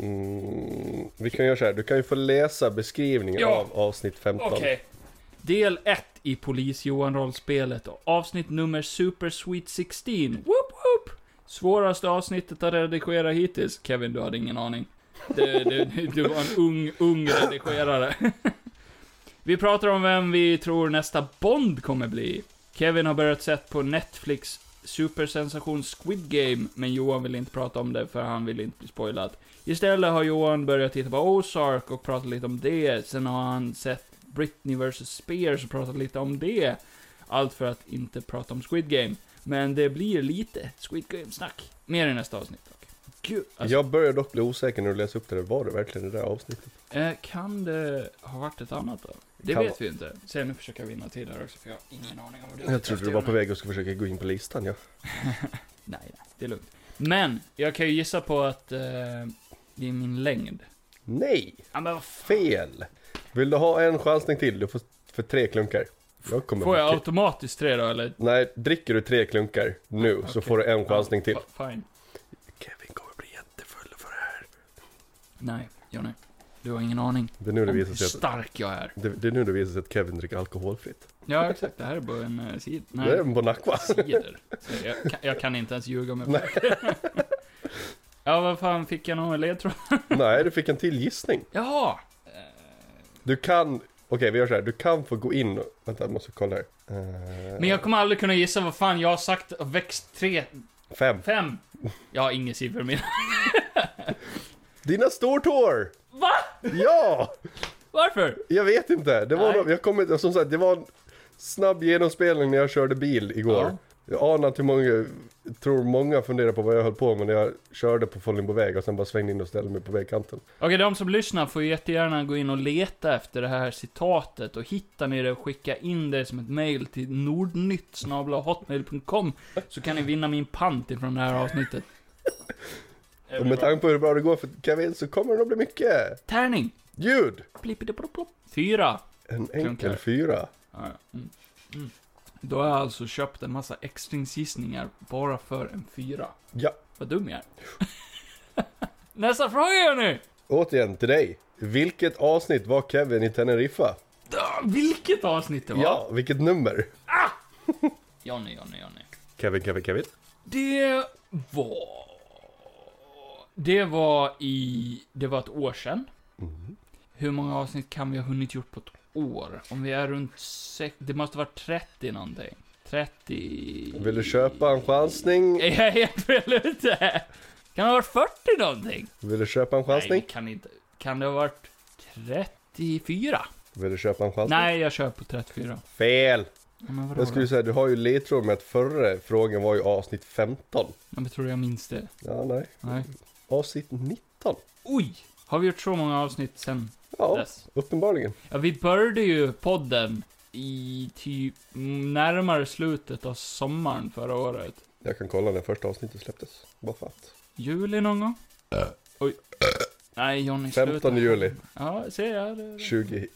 [SPEAKER 2] Mm, vi kan göra så här, du kan ju få läsa beskrivningen
[SPEAKER 1] Ja.
[SPEAKER 2] av avsnitt 15.
[SPEAKER 1] Okej. Del 1 i Polis-Johan-rollspelet och avsnitt nummer Super Sweet 16. Whoop, whoop. Svåraste avsnittet att redigera hittills. Kevin, du hade ingen aning. Du, du, du var en ung, ung redigerare. Vi pratar om vem vi tror nästa Bond kommer bli. Kevin har börjat sett på Netflix supersensation Squid Game, men Johan vill inte prata om det för han vill inte bli spoilad. Istället har Johan börjat titta på Ozark och pratat lite om det, sen har han sett Britney vs. Spears och pratat lite om det. Allt för att inte prata om Squid Game. Men det blir lite Squid Game-snack. Mer i nästa avsnitt dock. Gud, alltså,
[SPEAKER 2] Jag börjar dock bli osäker när du läser upp det där. Var det verkligen det där avsnittet?
[SPEAKER 1] eh, Kan det ha varit ett annat då? Det
[SPEAKER 2] Kan
[SPEAKER 1] vet vi inte. Se, nu försöker jag vinna tid här också, för jag har ingen aning om vad du
[SPEAKER 2] Jag trodde du var på väg och skulle försöka gå in på listan, ja.
[SPEAKER 1] Nej, nej, det är lugnt. Men, jag kan ju gissa på att eh, det är min längd.
[SPEAKER 2] Nej!
[SPEAKER 1] Ja, men vad fan.
[SPEAKER 2] Fel! Vill du ha en chansning till? Du får för tre klunkar. Jag kommer
[SPEAKER 1] Får jag
[SPEAKER 2] ihåg-
[SPEAKER 1] automatiskt tre då, eller?
[SPEAKER 2] Nej, dricker du tre klunkar nu så
[SPEAKER 1] Okej.
[SPEAKER 2] får du en chansning till.
[SPEAKER 1] Ja, Fine.
[SPEAKER 2] Kevin kommer bli jättefull för det här.
[SPEAKER 1] Nej, Johnny. Du har ingen aning
[SPEAKER 2] Det är nu det
[SPEAKER 1] om hur
[SPEAKER 2] visar sig att,
[SPEAKER 1] stark jag är.
[SPEAKER 2] det, det är nu det visar sig att Kevin dricker alkoholfritt.
[SPEAKER 1] Ja, exakt. Det här är bara en uh, cider.
[SPEAKER 2] Det är
[SPEAKER 1] Nej,
[SPEAKER 2] en Bonacqua.
[SPEAKER 1] cider. Så Jag, kan- jag kan inte ens ljuga om det. ja, vad fan fick jag någon ledtråd?
[SPEAKER 2] Nej, du fick en till gissning.
[SPEAKER 1] Jaha! Eh,
[SPEAKER 2] Du kan... Okej, vi gör så här. Du kan få gå in och... Vänta, jag måste kolla här. Eh,
[SPEAKER 1] Men jag kommer aldrig kunna gissa vad fan jag har sagt och växt tre,
[SPEAKER 2] Fem.
[SPEAKER 1] fem. Jag har ingen siffra mer.
[SPEAKER 2] Dina stortår!
[SPEAKER 1] Va?
[SPEAKER 2] Ja!
[SPEAKER 1] Varför?
[SPEAKER 2] Jag vet inte. Det var
[SPEAKER 1] Nej.
[SPEAKER 2] någon, jag kom inte, som sagt, det var en snabb genomspelning när jag körde bil igår.
[SPEAKER 1] Ja.
[SPEAKER 2] Jag anar inte hur många, tror många funderar på vad jag höll på med när jag körde på Follingboväg och sen bara svängde in och ställde mig på vägkanten.
[SPEAKER 1] Okej, de som lyssnar får ju jättegärna gå in och leta efter det här citatet och hittar ni det och skicka in det som ett mail till nordnytt.hotmail.com så kan ni vinna min pant ifrån det här avsnittet.
[SPEAKER 2] Och med tanke på hur bra det går för Kevin så kommer det nog bli mycket
[SPEAKER 1] Tärning!
[SPEAKER 2] ljud.
[SPEAKER 1] Plippidiplopplopp. Fyra.
[SPEAKER 2] En enkel
[SPEAKER 1] Funkar.
[SPEAKER 2] fyra.
[SPEAKER 1] Ja, ja. Mm. Mm. Då har jag alltså köpt en massa extringsgissningar bara för en fyra.
[SPEAKER 2] Ja,
[SPEAKER 1] Vad dum jag är. Nästa fråga hörni!
[SPEAKER 2] återigen till dig. Vilket avsnitt var Kevin i Teneriffa?
[SPEAKER 1] Ah, Vilket avsnitt det var!
[SPEAKER 2] Ja, vilket nummer?
[SPEAKER 1] Johnny, Johnny, Johnny.
[SPEAKER 2] Kevin, Kevin, Kevin.
[SPEAKER 1] Det var... Det var i... Det var ett år sedan.
[SPEAKER 2] Mm.
[SPEAKER 1] Hur många avsnitt kan vi ha hunnit gjort på ett år? Om vi är runt sex... Det måste vara 30 någonting. 30...
[SPEAKER 2] Vill du köpa en chansning?
[SPEAKER 1] Är jag helt fel ute? Kan det ha varit 40 någonting?
[SPEAKER 2] Vill du köpa en
[SPEAKER 1] Nej,
[SPEAKER 2] chansning?
[SPEAKER 1] det kan inte... Kan det ha varit 34?
[SPEAKER 2] Vill du köpa en chansning?
[SPEAKER 1] Nej, jag kör på 34.
[SPEAKER 2] Fel!
[SPEAKER 1] Ja, Men vadå
[SPEAKER 2] Jag skulle
[SPEAKER 1] då?
[SPEAKER 2] säga, du har ju ledtråd med att förra frågan var ju avsnitt 15.
[SPEAKER 1] Ja, men tror du jag minns det?
[SPEAKER 2] Ja, nej.
[SPEAKER 1] Nej.
[SPEAKER 2] Avsnitt 19.
[SPEAKER 1] Oj! Har vi gjort så många avsnitt sen
[SPEAKER 2] Ja,
[SPEAKER 1] dess?
[SPEAKER 2] uppenbarligen.
[SPEAKER 1] Ja, vi började ju podden i typ närmare slutet av sommaren förra året.
[SPEAKER 2] Jag kan kolla när första avsnittet släpptes. Bara för att.
[SPEAKER 1] Juli någon gång? Oj. Nej, Johnny,
[SPEAKER 2] 15
[SPEAKER 1] sluta.
[SPEAKER 2] juli
[SPEAKER 1] Ja, ser jag. det-
[SPEAKER 2] 2021.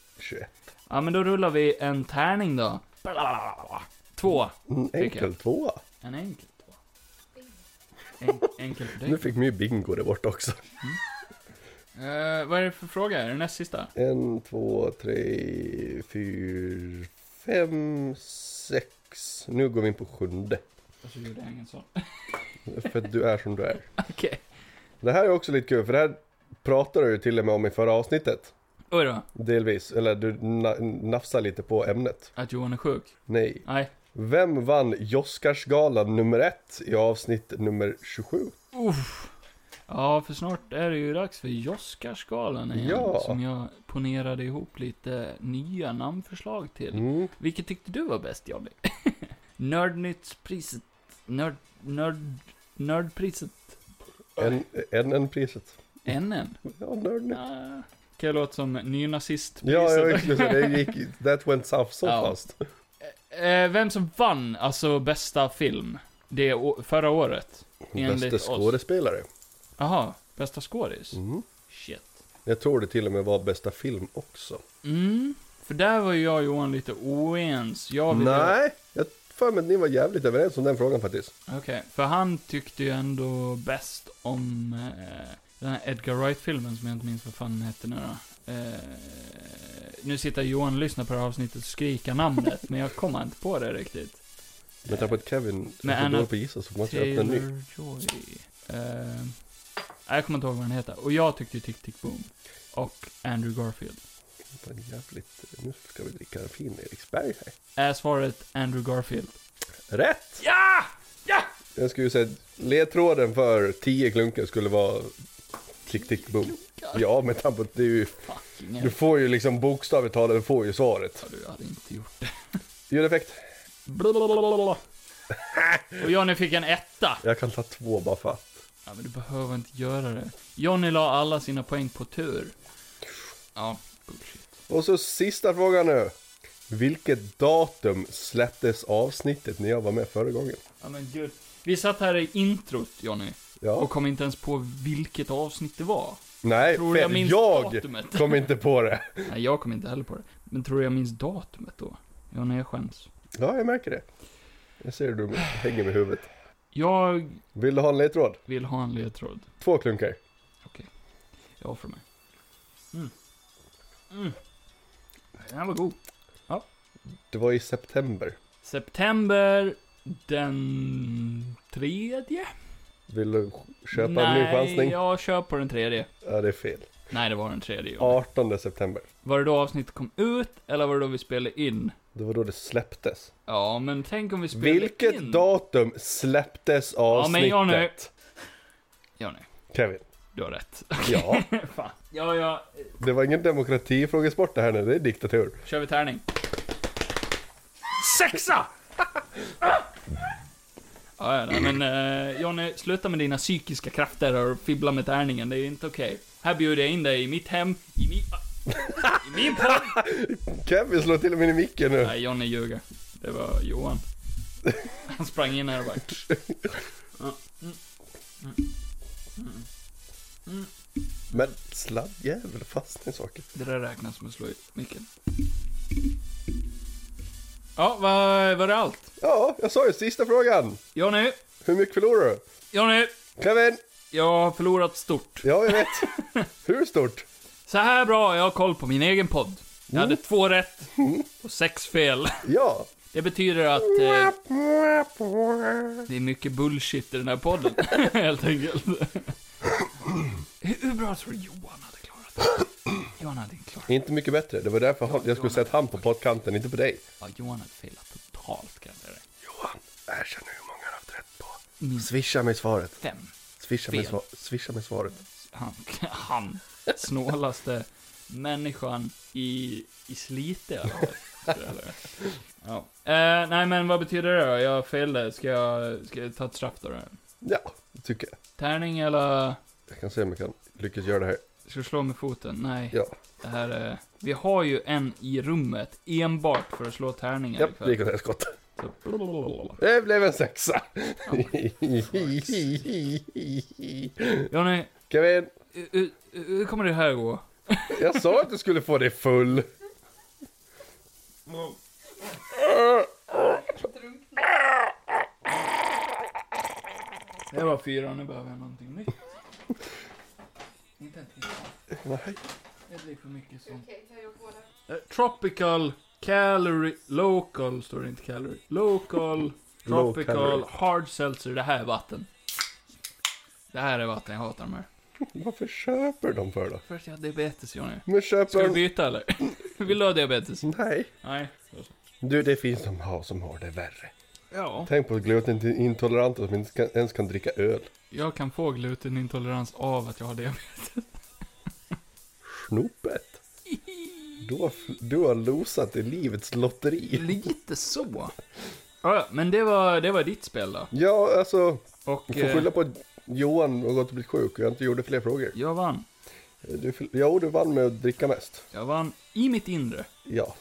[SPEAKER 1] Ja, men då rullar vi en tärning då. Blablabla. Två.
[SPEAKER 2] En enkel Mm, tvåa.
[SPEAKER 1] En enkel två. En, enkel för dig.
[SPEAKER 2] Nu fick man ju bingo där borta också.
[SPEAKER 1] Eh, vad är det för fråga? Är det näst sista?
[SPEAKER 2] En, två, tre, fyra, fem, sex. Nu går vi in på sjunde.
[SPEAKER 1] Och så Alltså, gjorde jag ingen sån.
[SPEAKER 2] För att du är som du är.
[SPEAKER 1] Okej.
[SPEAKER 2] Det här är också lite kul, för det här pratade du ju till och med om i förra avsnittet.
[SPEAKER 1] Oj då.
[SPEAKER 2] Delvis, eller du na- nafsar lite på ämnet.
[SPEAKER 1] Att Johan är sjuk?
[SPEAKER 2] Nej.
[SPEAKER 1] Nej.
[SPEAKER 2] Vem vann Joskarsgalan nummer ett i avsnitt nummer 27?
[SPEAKER 1] Uff. Ja, för snart är det ju dags för Oscarsgalan igen.
[SPEAKER 2] Ja.
[SPEAKER 1] Som jag ponerade ihop lite nya namnförslag till.
[SPEAKER 2] Mm.
[SPEAKER 1] Vilket tyckte du var bäst, Johnny? Nördnyttspriset. Nörd... Nörd... Nördpriset.
[SPEAKER 2] En, en, en priset.
[SPEAKER 1] NN.
[SPEAKER 2] Ja, nördigt.
[SPEAKER 1] Ja. Kan jag låta som nynazistpriset?
[SPEAKER 2] Mm. Ja, jag skulle säga det gick, that went south so
[SPEAKER 1] Ja.
[SPEAKER 2] fast.
[SPEAKER 1] Eh, Vem som vann, alltså bästa film, det å- förra året? Enligt
[SPEAKER 2] Bästa
[SPEAKER 1] oss.
[SPEAKER 2] skådespelare.
[SPEAKER 1] Jaha, bästa skådis?
[SPEAKER 2] Mm.
[SPEAKER 1] Shit.
[SPEAKER 2] Jag tror det till och med var bästa film också.
[SPEAKER 1] Mm, för där var ju jag och Johan lite oens. Jag ville...
[SPEAKER 2] Nej, jag för mig att ni var jävligt överens om den frågan faktiskt.
[SPEAKER 1] Okej, för han tyckte ju ändå bäst om eh, den här Edgar Wright-filmen som jag inte minns vad fan den hette nu då. Eh, nu sitter Johan och lyssnar på det här avsnittet och skriker namnet, men jag kommer inte på det riktigt.
[SPEAKER 2] Med tanke på att Kevin
[SPEAKER 1] Men
[SPEAKER 2] är så
[SPEAKER 1] Anna
[SPEAKER 2] dålig på att gissa så måste jag öppna en ny.
[SPEAKER 1] Taylor-Joy. Eh, nej, jag kommer inte ihåg vad den heter. Och jag tyckte ju Tick Tick Boom. Och Andrew Garfield.
[SPEAKER 2] Fan, Jävligt. Nu ska vi dricka en fin Eriksberg här.
[SPEAKER 1] Är svaret Andrew Garfield?
[SPEAKER 2] Rätt!
[SPEAKER 1] Ja!
[SPEAKER 2] Jag skulle säga att ledtråden för 10 klunkor skulle vara tick tick boom. Ja, men tanke på att det är ju,
[SPEAKER 1] Fucking
[SPEAKER 2] du får ju liksom bokstavligt talat, du får ju svaret.
[SPEAKER 1] Ja, du hade inte gjort
[SPEAKER 2] Ljudeffekt.
[SPEAKER 1] Blablabla. Och Johnny fick en etta.
[SPEAKER 2] Jag kan ta två bara för att.
[SPEAKER 1] Ja, men du behöver inte göra det. Johnny la alla sina poäng på tur. Ja, bullshit.
[SPEAKER 2] Och så sista frågan nu. Vilket datum släpptes avsnittet när jag var med förra gången?
[SPEAKER 1] Ja, men gud. Vi satt här i introt, Johnny,
[SPEAKER 2] Ja.
[SPEAKER 1] och kom inte ens på vilket avsnitt det var.
[SPEAKER 2] Nej,
[SPEAKER 1] Tror du jag
[SPEAKER 2] fel.
[SPEAKER 1] minns
[SPEAKER 2] Jag
[SPEAKER 1] datumet?
[SPEAKER 2] kom inte på det.
[SPEAKER 1] Nej, jag kom inte heller på det. Men tror du jag minns datumet då? Johnny, jag skäms.
[SPEAKER 2] Ja, jag märker det. Jag ser hur du hänger med huvudet.
[SPEAKER 1] Jag
[SPEAKER 2] Vill du ha en ledtråd?
[SPEAKER 1] vill ha en ledtråd.
[SPEAKER 2] Två klunkar.
[SPEAKER 1] Jag offrar mig. Mm. Mm. Den här var god.
[SPEAKER 2] Det var i september.
[SPEAKER 1] September den tredje?
[SPEAKER 2] Vill du köpa en ny
[SPEAKER 1] Nej,
[SPEAKER 2] chansning?
[SPEAKER 1] jag kör på den tredje.
[SPEAKER 2] Ja, det är fel.
[SPEAKER 1] Nej, det var den tredje. Johnny.
[SPEAKER 2] 18 september.
[SPEAKER 1] Var det då avsnittet kom ut, eller var det då vi spelade in?
[SPEAKER 2] Det var då det släpptes.
[SPEAKER 1] Ja, men tänk om vi spelade
[SPEAKER 2] Vilket
[SPEAKER 1] in.
[SPEAKER 2] datum släpptes
[SPEAKER 1] men
[SPEAKER 2] avsnittet?
[SPEAKER 1] jag nu. Ja, nej.
[SPEAKER 2] Kevin.
[SPEAKER 1] Du har rätt.
[SPEAKER 2] Ja,
[SPEAKER 1] Fan. Ja, ja.
[SPEAKER 2] det var ingen demokratifrågesport det här nu, det är diktatur.
[SPEAKER 1] Kör vi tärning. Sexa! ja, ja, nej, men eh, Johnny, sluta med dina psykiska krafter och fibbla med tärningen. Det är inte okej. Här bjuder jag in dig i mitt hem, i min... I min podd!
[SPEAKER 2] Kevin slår till och med i micken nu.
[SPEAKER 1] Nej, Johnny ljuger. Det var Johan. Han sprang in här och bara... Ja. Mm.
[SPEAKER 2] Men sladdjävel, fastnar i saker.
[SPEAKER 1] Det där räknas som att slå i micken. Ja, var, var det allt?
[SPEAKER 2] Ja, jag sa ju sista frågan.
[SPEAKER 1] Johnny,
[SPEAKER 2] Hur mycket förlorar du?
[SPEAKER 1] Johnny,
[SPEAKER 2] Kevin!
[SPEAKER 1] jag har förlorat stort.
[SPEAKER 2] Ja, jag vet. Hur stort?
[SPEAKER 1] Så här bra jag har koll på min egen podd. Jag hade två rätt och sex fel.
[SPEAKER 2] Ja.
[SPEAKER 1] Det betyder att
[SPEAKER 2] Mm.
[SPEAKER 1] eh, det är mycket bullshit i den här podden, helt enkelt. Hur hur bra tror du Johan hade klarat det? Johan hade inte klarat det.
[SPEAKER 2] Inte mycket bättre. Det var därför han, jag skulle sett han på poddkanten, inte på dig.
[SPEAKER 1] Ja, Johan hade failat totalt, kan jag säga dig.
[SPEAKER 2] Johan, erkänn hur många han haft rätt på. Swisha mig svaret.
[SPEAKER 1] Fem.
[SPEAKER 2] Swisha mig,
[SPEAKER 1] Fel.
[SPEAKER 2] sva- swisha mig svaret.
[SPEAKER 1] han, han snålaste människan i, i Slite i alla fall, skulle jag säga. ja. eh, Nej men vad betyder det då? Jag felade. Ska jag, ska jag ta ett straff då? då?
[SPEAKER 2] Ja, det tycker jag.
[SPEAKER 1] Tärning eller?
[SPEAKER 2] Jag kan se om jag kan lyckas göra det här.
[SPEAKER 1] Ska jag slå med foten? Nej.
[SPEAKER 2] Ja,
[SPEAKER 1] Det här är... Vi har ju en i rummet enbart för att slå tärningar
[SPEAKER 2] Japp, det
[SPEAKER 1] ikväll.
[SPEAKER 2] gick åt helskotta.
[SPEAKER 1] Så, blablabla.
[SPEAKER 2] Det blev en sexa.
[SPEAKER 1] Johnny,
[SPEAKER 2] Kevin,
[SPEAKER 1] hur- hur- hur kommer det här gå?
[SPEAKER 2] jag sa att du skulle få dig full.
[SPEAKER 1] Det var fyra, nu behöver jag någonting nytt. Inte en till.
[SPEAKER 2] Nej.
[SPEAKER 1] Det blir för mycket sånt.
[SPEAKER 4] Okej, tar jag båda?
[SPEAKER 1] Eh, Tropical Calorie Local står det inte calorie. Local
[SPEAKER 2] Low
[SPEAKER 1] Tropical
[SPEAKER 2] calorie.
[SPEAKER 1] Hard Seltzer. Det här är vatten. Det här är vatten, jag hatar de här.
[SPEAKER 2] Varför köper de för då?
[SPEAKER 1] För att jag har diabetes Johnny.
[SPEAKER 2] Men
[SPEAKER 1] Ska
[SPEAKER 2] köper
[SPEAKER 1] du
[SPEAKER 2] de...
[SPEAKER 1] byta eller? Vill du ha diabetes?
[SPEAKER 2] Nej.
[SPEAKER 1] Nej.
[SPEAKER 2] Du, det finns de har som har det värre.
[SPEAKER 1] Ja.
[SPEAKER 2] Tänk på glutenintoleranta som inte kan, ens kan dricka öl.
[SPEAKER 1] Jag kan få glutenintolerans av att jag har diabetes.
[SPEAKER 2] Snopet. Du har, du har losat i livets lotteri.
[SPEAKER 1] Lite så. Ja, ja, men det var, det var ditt spel då.
[SPEAKER 2] Ja, alltså.
[SPEAKER 1] Och
[SPEAKER 2] Du får
[SPEAKER 1] eh,
[SPEAKER 2] skylla på att Johan har gått och blivit sjuk och jag inte gjorde fler frågor.
[SPEAKER 1] jag vann.
[SPEAKER 2] Du, förl- jo, du vann med att dricka mest.
[SPEAKER 1] Jag vann i mitt inre. Ah,
[SPEAKER 2] Ja.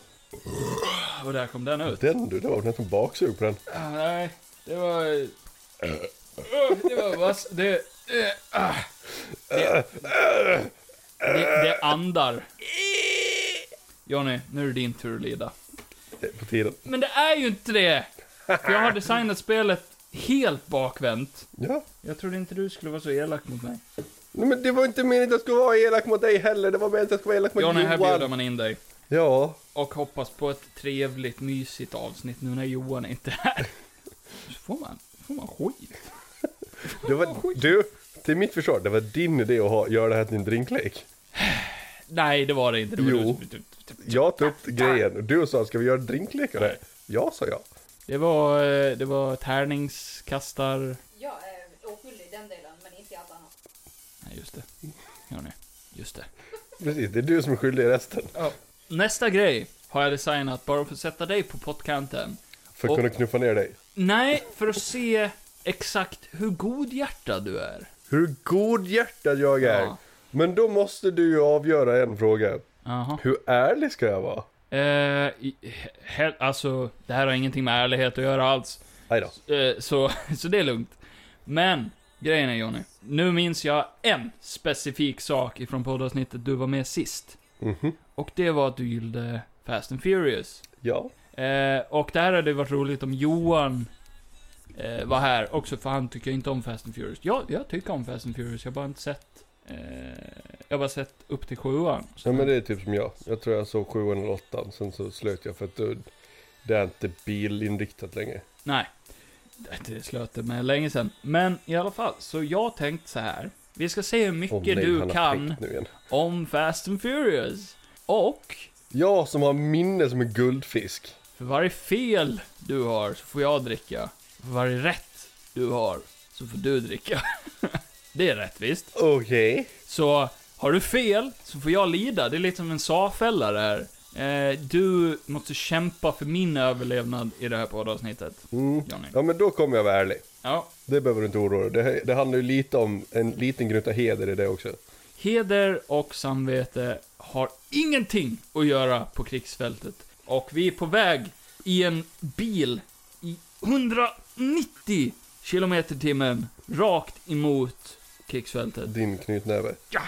[SPEAKER 1] Och där kom den ut.
[SPEAKER 2] Den du, det var nästan baksug på den.
[SPEAKER 1] Ah, nej, det var... Öh, Det var vass... Det... eh, ah. Det, det, det andar. Johnny, nu är det din tur att lida.
[SPEAKER 2] Eh, På tiden.
[SPEAKER 1] Men det är ju inte det! För jag har designat spelet helt bakvänt.
[SPEAKER 2] Ja.
[SPEAKER 1] Jag trodde inte du skulle vara så elak mot mig.
[SPEAKER 2] Nej, men det var inte meningen att jag skulle vara elak mot dig heller. Det var meningen att jag skulle vara elak mot
[SPEAKER 1] Johnny, här bjuder
[SPEAKER 2] Johan.
[SPEAKER 1] man in dig.
[SPEAKER 2] Ja.
[SPEAKER 1] Och hoppas på ett trevligt, mysigt avsnitt nu när Johan inte är här. Så får man, får man skit.
[SPEAKER 2] Det var, du, till mitt försvar, det var din idé att ha, göra det här till en drinklek.
[SPEAKER 1] Nej, det var det inte. Det var
[SPEAKER 2] Jo.
[SPEAKER 1] Du,
[SPEAKER 2] Jag tog upp grejen och du sa, ska vi göra en drinklek av det här? Ja, sa jag.
[SPEAKER 1] Det var, eh, det var tärningskastar...
[SPEAKER 4] Jag är oskyldig i den delen, men inte i allt annat.
[SPEAKER 1] Nej, just det. Ja, nej. Just det.
[SPEAKER 2] Precis, det är du som är skyldig i resten.
[SPEAKER 1] Nästa grej har jag designat bara för att sätta dig på pottkanten.
[SPEAKER 2] För att
[SPEAKER 1] Och-
[SPEAKER 2] kunna knuffa ner dig.
[SPEAKER 1] Nej, för att se exakt hur godhjärtad du är.
[SPEAKER 2] Hur godhjärtad jag är.
[SPEAKER 1] Ja.
[SPEAKER 2] Men då måste du ju avgöra en fråga.
[SPEAKER 1] Jaha.
[SPEAKER 2] Hur ärlig ska jag vara?
[SPEAKER 1] Eh, i- he- alltså, det här har ingenting med ärlighet att göra alls.
[SPEAKER 2] Nej då.
[SPEAKER 1] Eh, så, så det är lugnt. Men, grejen är Johnny. Nu minns jag en specifik sak ifrån poddavsnittet du var med sist.
[SPEAKER 2] Mhm.
[SPEAKER 1] Och det var att du gillade Fast and Furious.
[SPEAKER 2] Ja.
[SPEAKER 1] Eh, och där hade det varit roligt om Johan eh, var här också, för han tycker inte om Fast and Furious. Jag, jag tycker om Fast and Furious, jag har bara inte sett... Eh, jag har bara sett upp till sjuan. Så-
[SPEAKER 2] ja, men det är typ som jag. Jag tror jag såg sjuan eller åttan, sen så slöt jag för att då- det är inte bilinriktat längre.
[SPEAKER 1] Nej. Det- Det slöt det med länge sedan. Men i alla fall, så jag tänkt så här. Vi ska se hur mycket
[SPEAKER 2] Åh, nej, han
[SPEAKER 1] du
[SPEAKER 2] har
[SPEAKER 1] kan
[SPEAKER 2] tänkt Nu igen.
[SPEAKER 1] om Fast and Furious. Och,
[SPEAKER 2] Jag som har minne som en guldfisk.
[SPEAKER 1] för varje fel du har så får jag dricka. För varje rätt du har så får du dricka. Det är rättvist.
[SPEAKER 2] Okej.
[SPEAKER 1] Så har du fel så får jag lida. Det är lite som en sa-fälla det här. Eh, du måste kämpa för min överlevnad i det här poddavsnittet.
[SPEAKER 2] Mm.
[SPEAKER 1] Johnny.
[SPEAKER 2] Ja men då kommer jag vara ärlig.
[SPEAKER 1] Ja.
[SPEAKER 2] Det behöver du inte oroa dig. Det, det handlar ju lite om en liten gnutta heder i det också.
[SPEAKER 1] Heder och samvete har ingenting att göra på krigsfältet. Och vi är på väg i en bil i 190 kilometer timmen rakt emot krigsfältet.
[SPEAKER 2] Din knytnäve.
[SPEAKER 1] Jag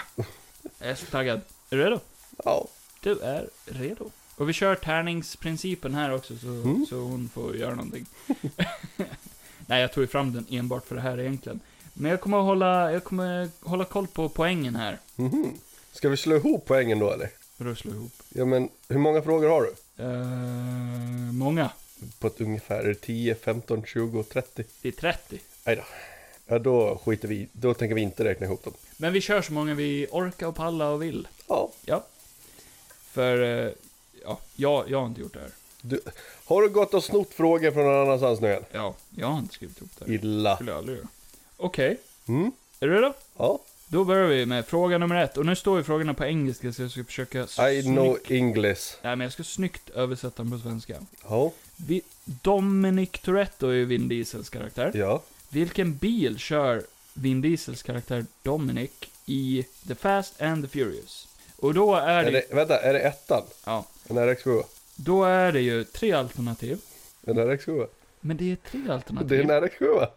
[SPEAKER 1] är så taggad. Är du redo?
[SPEAKER 2] Ja.
[SPEAKER 1] Du är redo. Och vi kör tärningsprincipen här också, så,
[SPEAKER 2] Mm.
[SPEAKER 1] så hon får göra någonting. Nej, jag tog ju fram den enbart för det här egentligen. Men jag kommer att hålla, jag kommer hålla koll på poängen här.
[SPEAKER 2] Mhm. Ska vi slå ihop poängen då eller?
[SPEAKER 1] För att slå ihop.
[SPEAKER 2] Ja men hur många frågor har du?
[SPEAKER 1] Eh, många.
[SPEAKER 2] På ett ungefär är det 10, 15, 20, 30?
[SPEAKER 1] Det är 30.
[SPEAKER 2] Nej då. Ja då skiter vi i- Då tänker vi inte räkna ihop dem.
[SPEAKER 1] Men vi kör så många vi orkar och pallar och vill.
[SPEAKER 2] Ja.
[SPEAKER 1] Ja. För, eh, ja, jag, jag har inte gjort det här.
[SPEAKER 2] Du, har du gått och snott frågor från någon annanstans nu än?
[SPEAKER 1] Ja, jag har inte skrivit ihop det här.
[SPEAKER 2] Illa.
[SPEAKER 1] skulle jag aldrig göra. Okej,
[SPEAKER 2] Mm.
[SPEAKER 1] är du redo?
[SPEAKER 2] Ja.
[SPEAKER 1] Då börjar vi med fråga nummer ett. Och nu står ju frågorna på engelska så jag ska försöka
[SPEAKER 2] I know English.
[SPEAKER 1] Nej men jag ska snyggt översätta dem på svenska.
[SPEAKER 2] Ja.
[SPEAKER 1] Vi... Dominic Toretto är ju Vin Diesels karaktär.
[SPEAKER 2] Ja.
[SPEAKER 1] Vilken bil kör Vin Diesels karaktär Dominic i The Fast and the Furious? Och då är det...
[SPEAKER 2] Är det, vänta, är det ettan?
[SPEAKER 1] Ja.
[SPEAKER 2] En RX7?
[SPEAKER 1] Då är det ju tre alternativ.
[SPEAKER 2] En RX7?
[SPEAKER 1] Men det är tre alternativ.
[SPEAKER 2] Det är en RX7?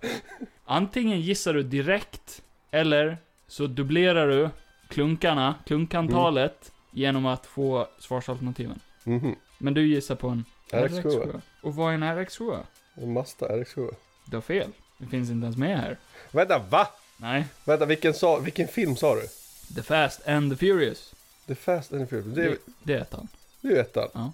[SPEAKER 1] Antingen gissar du direkt, eller så dubblerar du klunkarna, klunkantalet,
[SPEAKER 2] Mm.
[SPEAKER 1] genom att få svarsalternativen.
[SPEAKER 2] Mhm.
[SPEAKER 1] Men du gissar på en
[SPEAKER 2] RX7.
[SPEAKER 1] Och vad är en RX7?
[SPEAKER 2] En Mazda RX7.
[SPEAKER 1] Du har fel. Det finns inte ens med här.
[SPEAKER 2] Vänta, va?
[SPEAKER 1] Nej.
[SPEAKER 2] Vänta, vilken, sa, vilken film sa du?
[SPEAKER 1] The Fast and the Furious.
[SPEAKER 2] The Fast and the Furious. Det,
[SPEAKER 1] Det,
[SPEAKER 2] är-
[SPEAKER 1] det är ettan.
[SPEAKER 2] det är ju ettan.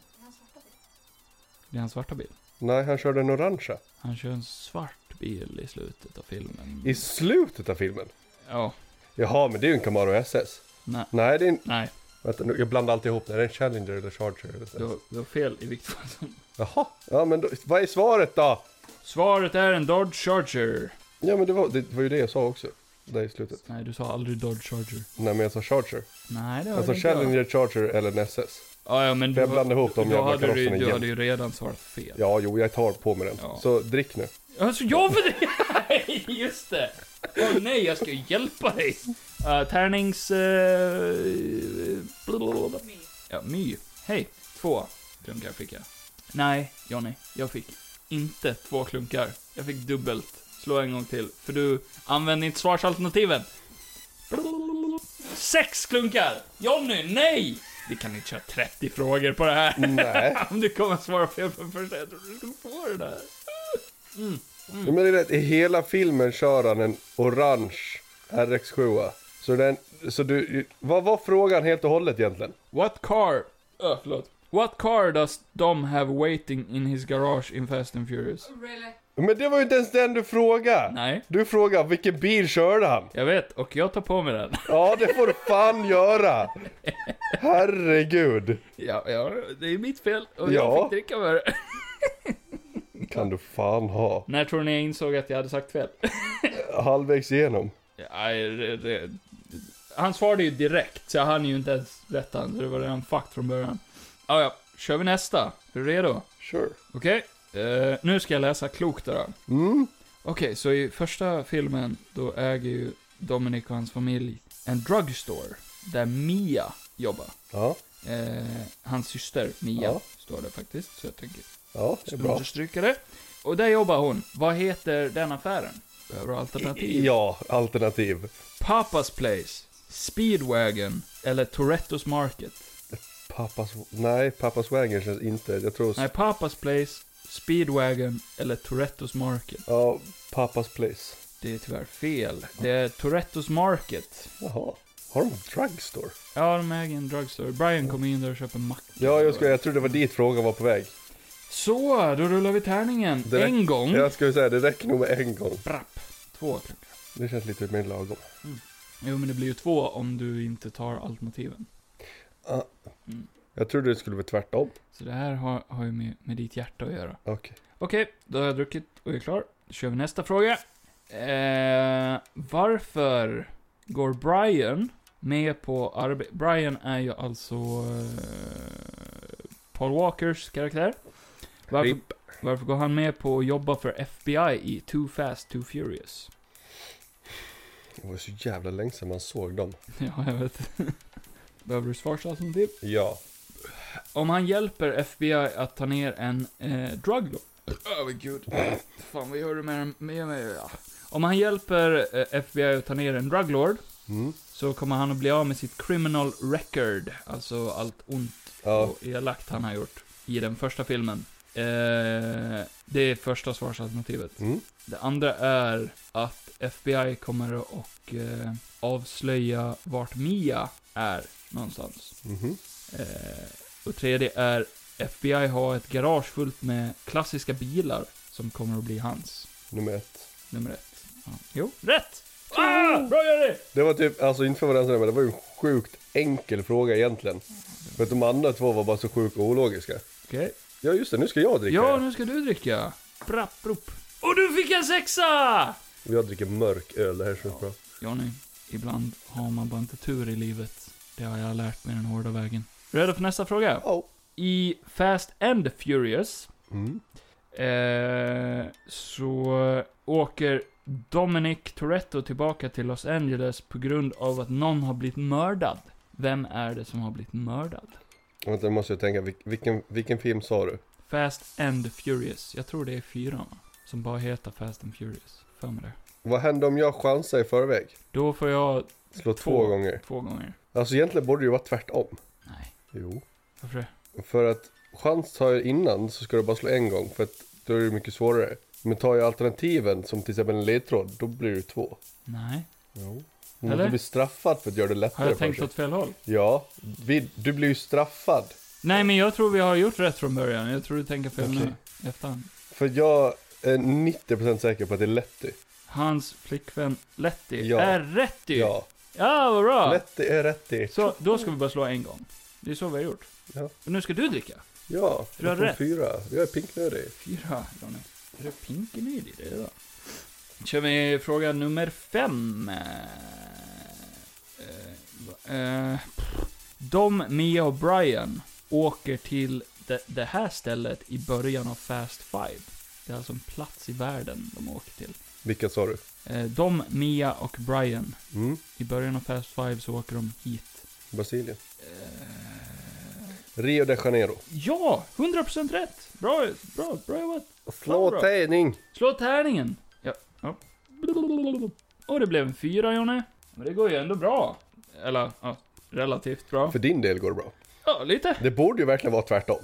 [SPEAKER 1] Det är hans svarta bil.
[SPEAKER 2] Nej, han körde en orangea.
[SPEAKER 1] Han kör en svart bil i slutet av filmen.
[SPEAKER 2] I slutet av filmen?
[SPEAKER 1] Ja.
[SPEAKER 2] Jaha, men det är ju en Camaro SS.
[SPEAKER 1] Nej.
[SPEAKER 2] Nej, det är en...
[SPEAKER 1] Nej,
[SPEAKER 2] Vänta, nu, jag blandar alltid ihop det. Är det en Challenger eller Charger? Eller
[SPEAKER 1] du
[SPEAKER 2] så?
[SPEAKER 1] har, du har fel i vilket fall som-
[SPEAKER 2] Jaha, ja men då, vad är svaret då?
[SPEAKER 1] Svaret är en Dodge Charger.
[SPEAKER 2] Ja men det var, det var ju det jag sa också. Där i slutet.
[SPEAKER 1] Nej, du sa aldrig Dodge Charger.
[SPEAKER 2] Nej men jag sa Charger.
[SPEAKER 1] Nej, det hörde
[SPEAKER 2] Alltså
[SPEAKER 1] inte jag.
[SPEAKER 2] Challenger, Charger eller en SS.
[SPEAKER 1] Ja, ja, men du,
[SPEAKER 2] För jag blandade ihop de
[SPEAKER 1] då
[SPEAKER 2] jävla
[SPEAKER 1] hade du,
[SPEAKER 2] karosserna
[SPEAKER 1] du
[SPEAKER 2] igen.
[SPEAKER 1] hade ju redan svarat fel.
[SPEAKER 2] Ja, jo, jag tar på mig den.
[SPEAKER 1] Ja.
[SPEAKER 2] Så drick nu.
[SPEAKER 1] Alltså, jag för det! Just det! Åh nej, jag ska ju hjälpa dig! Uh, tärnings... Uh, blablabla.
[SPEAKER 4] My.
[SPEAKER 1] ja, my. Hej. Två klunkar fick jag. Nej, Johnny. Jag fick inte två klunkar. Jag fick dubbelt. Slå en gång till, för du använde inte svarsalternativen. Blablabla. Sex klunkar! Johnny, nej! Vi kan inte köra 30 frågor på det här.
[SPEAKER 2] Nej.
[SPEAKER 1] Om du kommer att svara fel på den första, jag trodde du skulle få det där.
[SPEAKER 2] Ja, men det är rätt. I hela filmen kör han en orange RX7. Så, den, så du, vad var frågan helt och hållet egentligen?
[SPEAKER 1] What car... Öh, förlåt. What car does Dom have waiting in his garage in Fast and Furious?
[SPEAKER 4] Really?
[SPEAKER 2] Men det var ju inte ens den du frågade!
[SPEAKER 1] Nej.
[SPEAKER 2] Du frågade vilken bil körde han?
[SPEAKER 1] Jag vet, och jag tar på mig den.
[SPEAKER 2] Ja, det får du fan göra! Herregud!
[SPEAKER 1] ja, ja, det är mitt fel. Och jag
[SPEAKER 2] Ja.
[SPEAKER 1] fick dricka med det.
[SPEAKER 2] Kan du fan ha.
[SPEAKER 1] När tror ni jag insåg att jag hade sagt fel?
[SPEAKER 2] Halvvägs igenom.
[SPEAKER 1] Nej, det, det... Han svarade ju direkt, så jag hann ju inte ens rätta han, så det var redan fucked från början. Ah, ja, kör vi nästa. Är du redo?
[SPEAKER 2] Sure.
[SPEAKER 1] Okej, eh, nu ska jag läsa klokt då. då.
[SPEAKER 2] Mm.
[SPEAKER 1] Okej, så i första filmen då äger ju Dominic och hans familj en drugstore där Mia jobbar.
[SPEAKER 2] Ja,
[SPEAKER 1] Eh, hans syster Mia
[SPEAKER 2] Ja.
[SPEAKER 1] står det faktiskt, så jag tänker
[SPEAKER 2] ja, det är
[SPEAKER 1] jag
[SPEAKER 2] bra.
[SPEAKER 1] måste stryka det. Och där jobbar hon. Vad heter den affären? Behöver du alternativ?
[SPEAKER 2] Ja, alternativ.
[SPEAKER 1] Papas Place, Speedwagon eller Torettos Market?
[SPEAKER 2] Pappas... Nej, pappas wagon känns inte... Jag tror...
[SPEAKER 1] Nej, Papas Place, Speedwagon eller Torettos Market.
[SPEAKER 2] Ja, pappas place.
[SPEAKER 1] Det är tyvärr fel. Det är Torettos Market.
[SPEAKER 2] Jaha. Har de drugstore?
[SPEAKER 1] Ja, de äger en drugstore. Brian kommer in där och köper en macka.
[SPEAKER 2] Ja, jag, ska, jag trodde det var dit frågan var på väg.
[SPEAKER 1] Så, då rullar vi tärningen.
[SPEAKER 2] Det räck-
[SPEAKER 1] en gång.
[SPEAKER 2] Jag skulle säga, det räcker nog med en gång.
[SPEAKER 1] Brapp. Två klunkar.
[SPEAKER 2] Det känns lite mer lagom.
[SPEAKER 1] Jo, men det blir ju två om du inte tar alternativen.
[SPEAKER 2] Jag trodde det skulle vara tvärtom.
[SPEAKER 1] Så det här har, har ju med, med ditt hjärta att göra.
[SPEAKER 2] Okej.
[SPEAKER 1] Okej, då har jag druckit och är klar. Då kör vi nästa fråga. Eh, varför går Brian med på arbete? Brian är ju alltså eh, Paul Walkers karaktär. Varför,
[SPEAKER 2] RIP.
[SPEAKER 1] varför går han med på att jobba för FBI i Too Fast, Too Furious?
[SPEAKER 2] Det var ju så jävla länge sedan man såg dem.
[SPEAKER 1] Ja, jag vet. Behöver du svarsalternativ?
[SPEAKER 2] Ja.
[SPEAKER 1] Om han hjälper FBI att ta ner en eh, drug lord. Åh, oh, gud. Fan, vad gör du med, den- med mig? Ja. Om han hjälper eh, FBI att ta ner en drug lord,
[SPEAKER 2] Mm.
[SPEAKER 1] så kommer han att bli av med sitt criminal record. Alltså allt ont
[SPEAKER 2] Ja.
[SPEAKER 1] och elakt han har gjort i den första filmen. Eh, det är första svarsalternativet.
[SPEAKER 2] Mm.
[SPEAKER 1] Det andra är att FBI kommer att och, eh, avslöja vart Mia är någonstans.
[SPEAKER 2] Mhm.
[SPEAKER 1] Eh, och tredje är FBI har ett garage fullt med klassiska bilar som kommer att bli hans.
[SPEAKER 2] Nummer ett.
[SPEAKER 1] Nummer ett. Ja. Jo, rätt! Ah, bra Jerry!
[SPEAKER 2] Det var typ, alltså inte för att vara ensam, men det var ju en sjukt enkel fråga egentligen. För att de andra två var bara så sjukt ologiska.
[SPEAKER 1] Okej.
[SPEAKER 2] Ja just det, nu ska jag dricka.
[SPEAKER 1] Ja, nu ska du dricka. Brapp, brop. Och du fick en sexa!
[SPEAKER 2] Jag dricker mörk öl, det här känns bra.
[SPEAKER 1] Johnny, ibland har man bara inte tur i livet. Det har jag lärt mig den hårda vägen. Redo för nästa fråga?
[SPEAKER 2] Ja.
[SPEAKER 1] I Fast and Furious
[SPEAKER 2] Mm.
[SPEAKER 1] Eh, så åker Dominic Toretto tillbaka till Los Angeles på grund av att någon har blivit mördad. Vem är det som har blivit mördad?
[SPEAKER 2] Vänta, nu måste jag tänka, vil- vilken, vilken film sa du?
[SPEAKER 1] Fast and Furious. Jag tror det är fyran, va? Som bara heter Fast and Furious. För mig det.
[SPEAKER 2] Vad händer om jag chansar i förväg?
[SPEAKER 1] Då får jag
[SPEAKER 2] Slå två,
[SPEAKER 1] Två.
[SPEAKER 2] gånger.
[SPEAKER 1] två gånger.
[SPEAKER 2] Alltså egentligen borde det ju vara tvärtom.
[SPEAKER 1] Nej,
[SPEAKER 2] Jo.
[SPEAKER 1] varför det?
[SPEAKER 2] För att chans tar jag innan så ska du bara slå en gång för att då är det mycket svårare. Men tar jag alternativen som till exempel en ledtråd, då blir det två.
[SPEAKER 1] Nej.
[SPEAKER 2] Jo. Du
[SPEAKER 1] Eller?
[SPEAKER 2] måste bli straffad för att göra det lättare
[SPEAKER 1] Har jag
[SPEAKER 2] för
[SPEAKER 1] tänkt
[SPEAKER 2] sig.
[SPEAKER 1] åt fel håll?
[SPEAKER 2] Ja, vi, du blir ju straffad.
[SPEAKER 1] Nej, men jag tror vi har gjort rätt från början. Jag tror du tänker fel nu. I efterhand.
[SPEAKER 2] För jag är 90% säker på att det är Letty.
[SPEAKER 1] Hans flickvän Letty
[SPEAKER 2] Ja.
[SPEAKER 1] är rätt ju!
[SPEAKER 2] Ja,
[SPEAKER 1] ja vad bra!
[SPEAKER 2] Letty är Letty.
[SPEAKER 1] Så då ska vi bara slå en gång. Det är så vi har gjort.
[SPEAKER 2] Ja.
[SPEAKER 1] Och nu ska du dricka.
[SPEAKER 2] Ja,
[SPEAKER 1] Du har
[SPEAKER 2] jag får
[SPEAKER 1] rätt.
[SPEAKER 2] fyra. Jag är pinknödig.
[SPEAKER 1] Fyra, Johnny. Är det pinken i dig, det då? kör vi fråga nummer fem. Eh, eh, de, Mia och Brian åker till det, det här stället i början av Fast Five. Det är alltså en plats i världen de åker till.
[SPEAKER 2] Vilka sa du?
[SPEAKER 1] Eh, de, Mia och Brian.
[SPEAKER 2] Mm,
[SPEAKER 1] I början av Fast Five så åker de hit.
[SPEAKER 2] Brasilien.
[SPEAKER 1] Eh,
[SPEAKER 2] Rio de Janeiro.
[SPEAKER 1] Ja! 100% rätt! Bra, bra, bra jobbat!
[SPEAKER 2] Slå
[SPEAKER 1] bra.
[SPEAKER 2] tärning!
[SPEAKER 1] Slå tärningen! Ja. ja. Och det blev en fyra, Jonne. Men det går ju ändå bra. Eller, ja, relativt bra.
[SPEAKER 2] För din del går det bra.
[SPEAKER 1] Ja, lite.
[SPEAKER 2] Det borde ju verkligen vara tvärtom.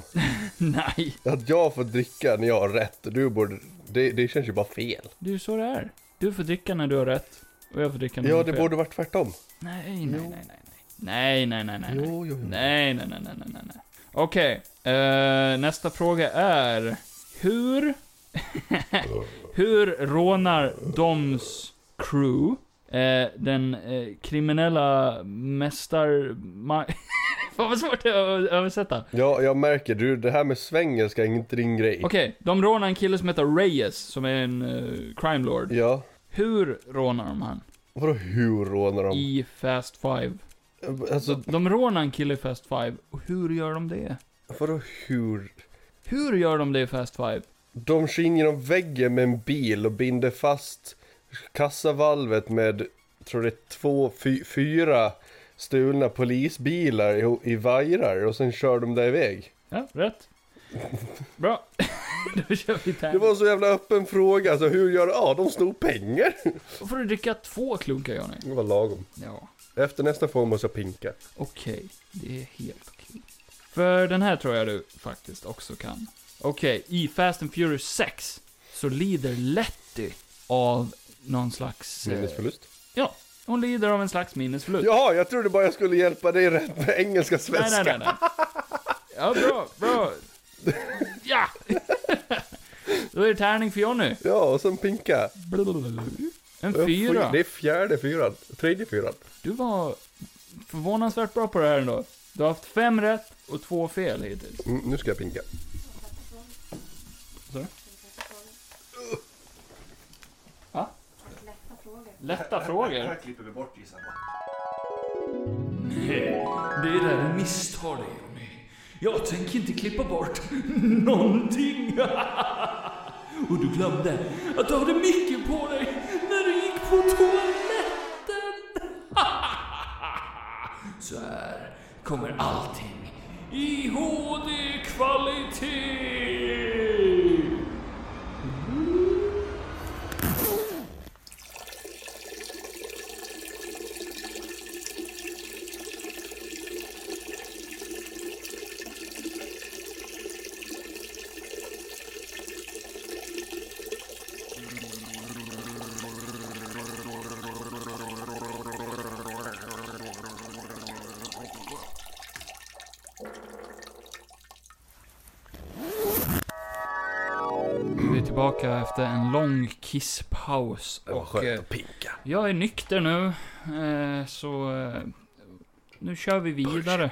[SPEAKER 1] Nej,
[SPEAKER 2] Att jag får dricka när jag har rätt och du borde... Det, det känns ju bara fel.
[SPEAKER 1] det är ju så det är. Du får dricka när du har rätt. Och jag får dricka när
[SPEAKER 2] Ja,
[SPEAKER 1] du
[SPEAKER 2] det
[SPEAKER 1] fel.
[SPEAKER 2] borde varit tvärtom.
[SPEAKER 1] Nej, nej, nej, nej, nej. Nej, nej, nej, nej. nej.
[SPEAKER 2] Jo, jo, jo.
[SPEAKER 1] Nej, nej, nej, nej, nej, nej, nej. Okej, eh, nästa fråga är... Hur... hur rånar Doms crew eh, den eh, kriminella mästar... Ma- Fan vad svårt det är att översätta.
[SPEAKER 2] Ja, jag märker. Du, det här med svengelska är inte din grej.
[SPEAKER 1] Okej, de rånar en kille som heter Reyes, som är en eh, crime lord.
[SPEAKER 2] Ja.
[SPEAKER 1] Hur rånar de han?
[SPEAKER 2] Vadå hur rånar de?
[SPEAKER 1] I Fast Five.
[SPEAKER 2] Alltså,
[SPEAKER 1] De rånar en kille i Fast Five, och hur gör de det?
[SPEAKER 2] vadå hur?
[SPEAKER 1] Hur gör de det i Fast Five?
[SPEAKER 2] De kör in genom väggen med en bil och binder fast kassavalvet med, tror det är två, fy, fyra stulna polisbilar i, i vajrar och sen kör de där iväg.
[SPEAKER 1] Ja, rätt. Bra. Då kör vi
[SPEAKER 2] Det
[SPEAKER 1] tärning.
[SPEAKER 2] var en så jävla öppen fråga, alltså hur gör de? Ja, de snor pengar.
[SPEAKER 1] Då får du dricka två klunkar, Johnny.
[SPEAKER 2] Det var lagom.
[SPEAKER 1] Ja,
[SPEAKER 2] Efter nästa form måste jag pinka.
[SPEAKER 1] okej. Det är helt okej. För den här tror jag du faktiskt också kan. Okej, i Fast and Furious 6 så lider Letty av någon slags... eh,
[SPEAKER 2] Minnesförlust.
[SPEAKER 1] Ja, hon lider av en slags minnesförlust.
[SPEAKER 2] Jaha, jag trodde bara jag skulle hjälpa dig rätt med engelska
[SPEAKER 1] nej, nej, nej,
[SPEAKER 2] svenska.
[SPEAKER 1] nej. Ja, bra, bra. Ja! Då är det tärning för Johnny.
[SPEAKER 2] Ja, och sen pinka.
[SPEAKER 1] En
[SPEAKER 2] Jag får-
[SPEAKER 1] fyra.
[SPEAKER 2] Det är fjärde fyran. Tredje fyran.
[SPEAKER 1] Du var förvånansvärt bra på det här ändå. Du har haft fem rätt och två fel hittills.
[SPEAKER 2] Mm, nu ska jag pinka.
[SPEAKER 1] Vad sa du? Lätta frågor.
[SPEAKER 5] Här klipper vi bort gissar jag.
[SPEAKER 1] Nej, det där misstar dig Jonny. Jag tänker inte klippa bort någonting. Och du glömde att du hade micken på dig när du gick på toaletten. Så här kommer allting i HD-kvalitet. Vi är tillbaka efter en lång kisspaus.
[SPEAKER 2] Det var
[SPEAKER 1] och, eh,
[SPEAKER 2] skönt att pinka.
[SPEAKER 1] Jag är nykter nu, eh, så eh, nu kör vi vidare.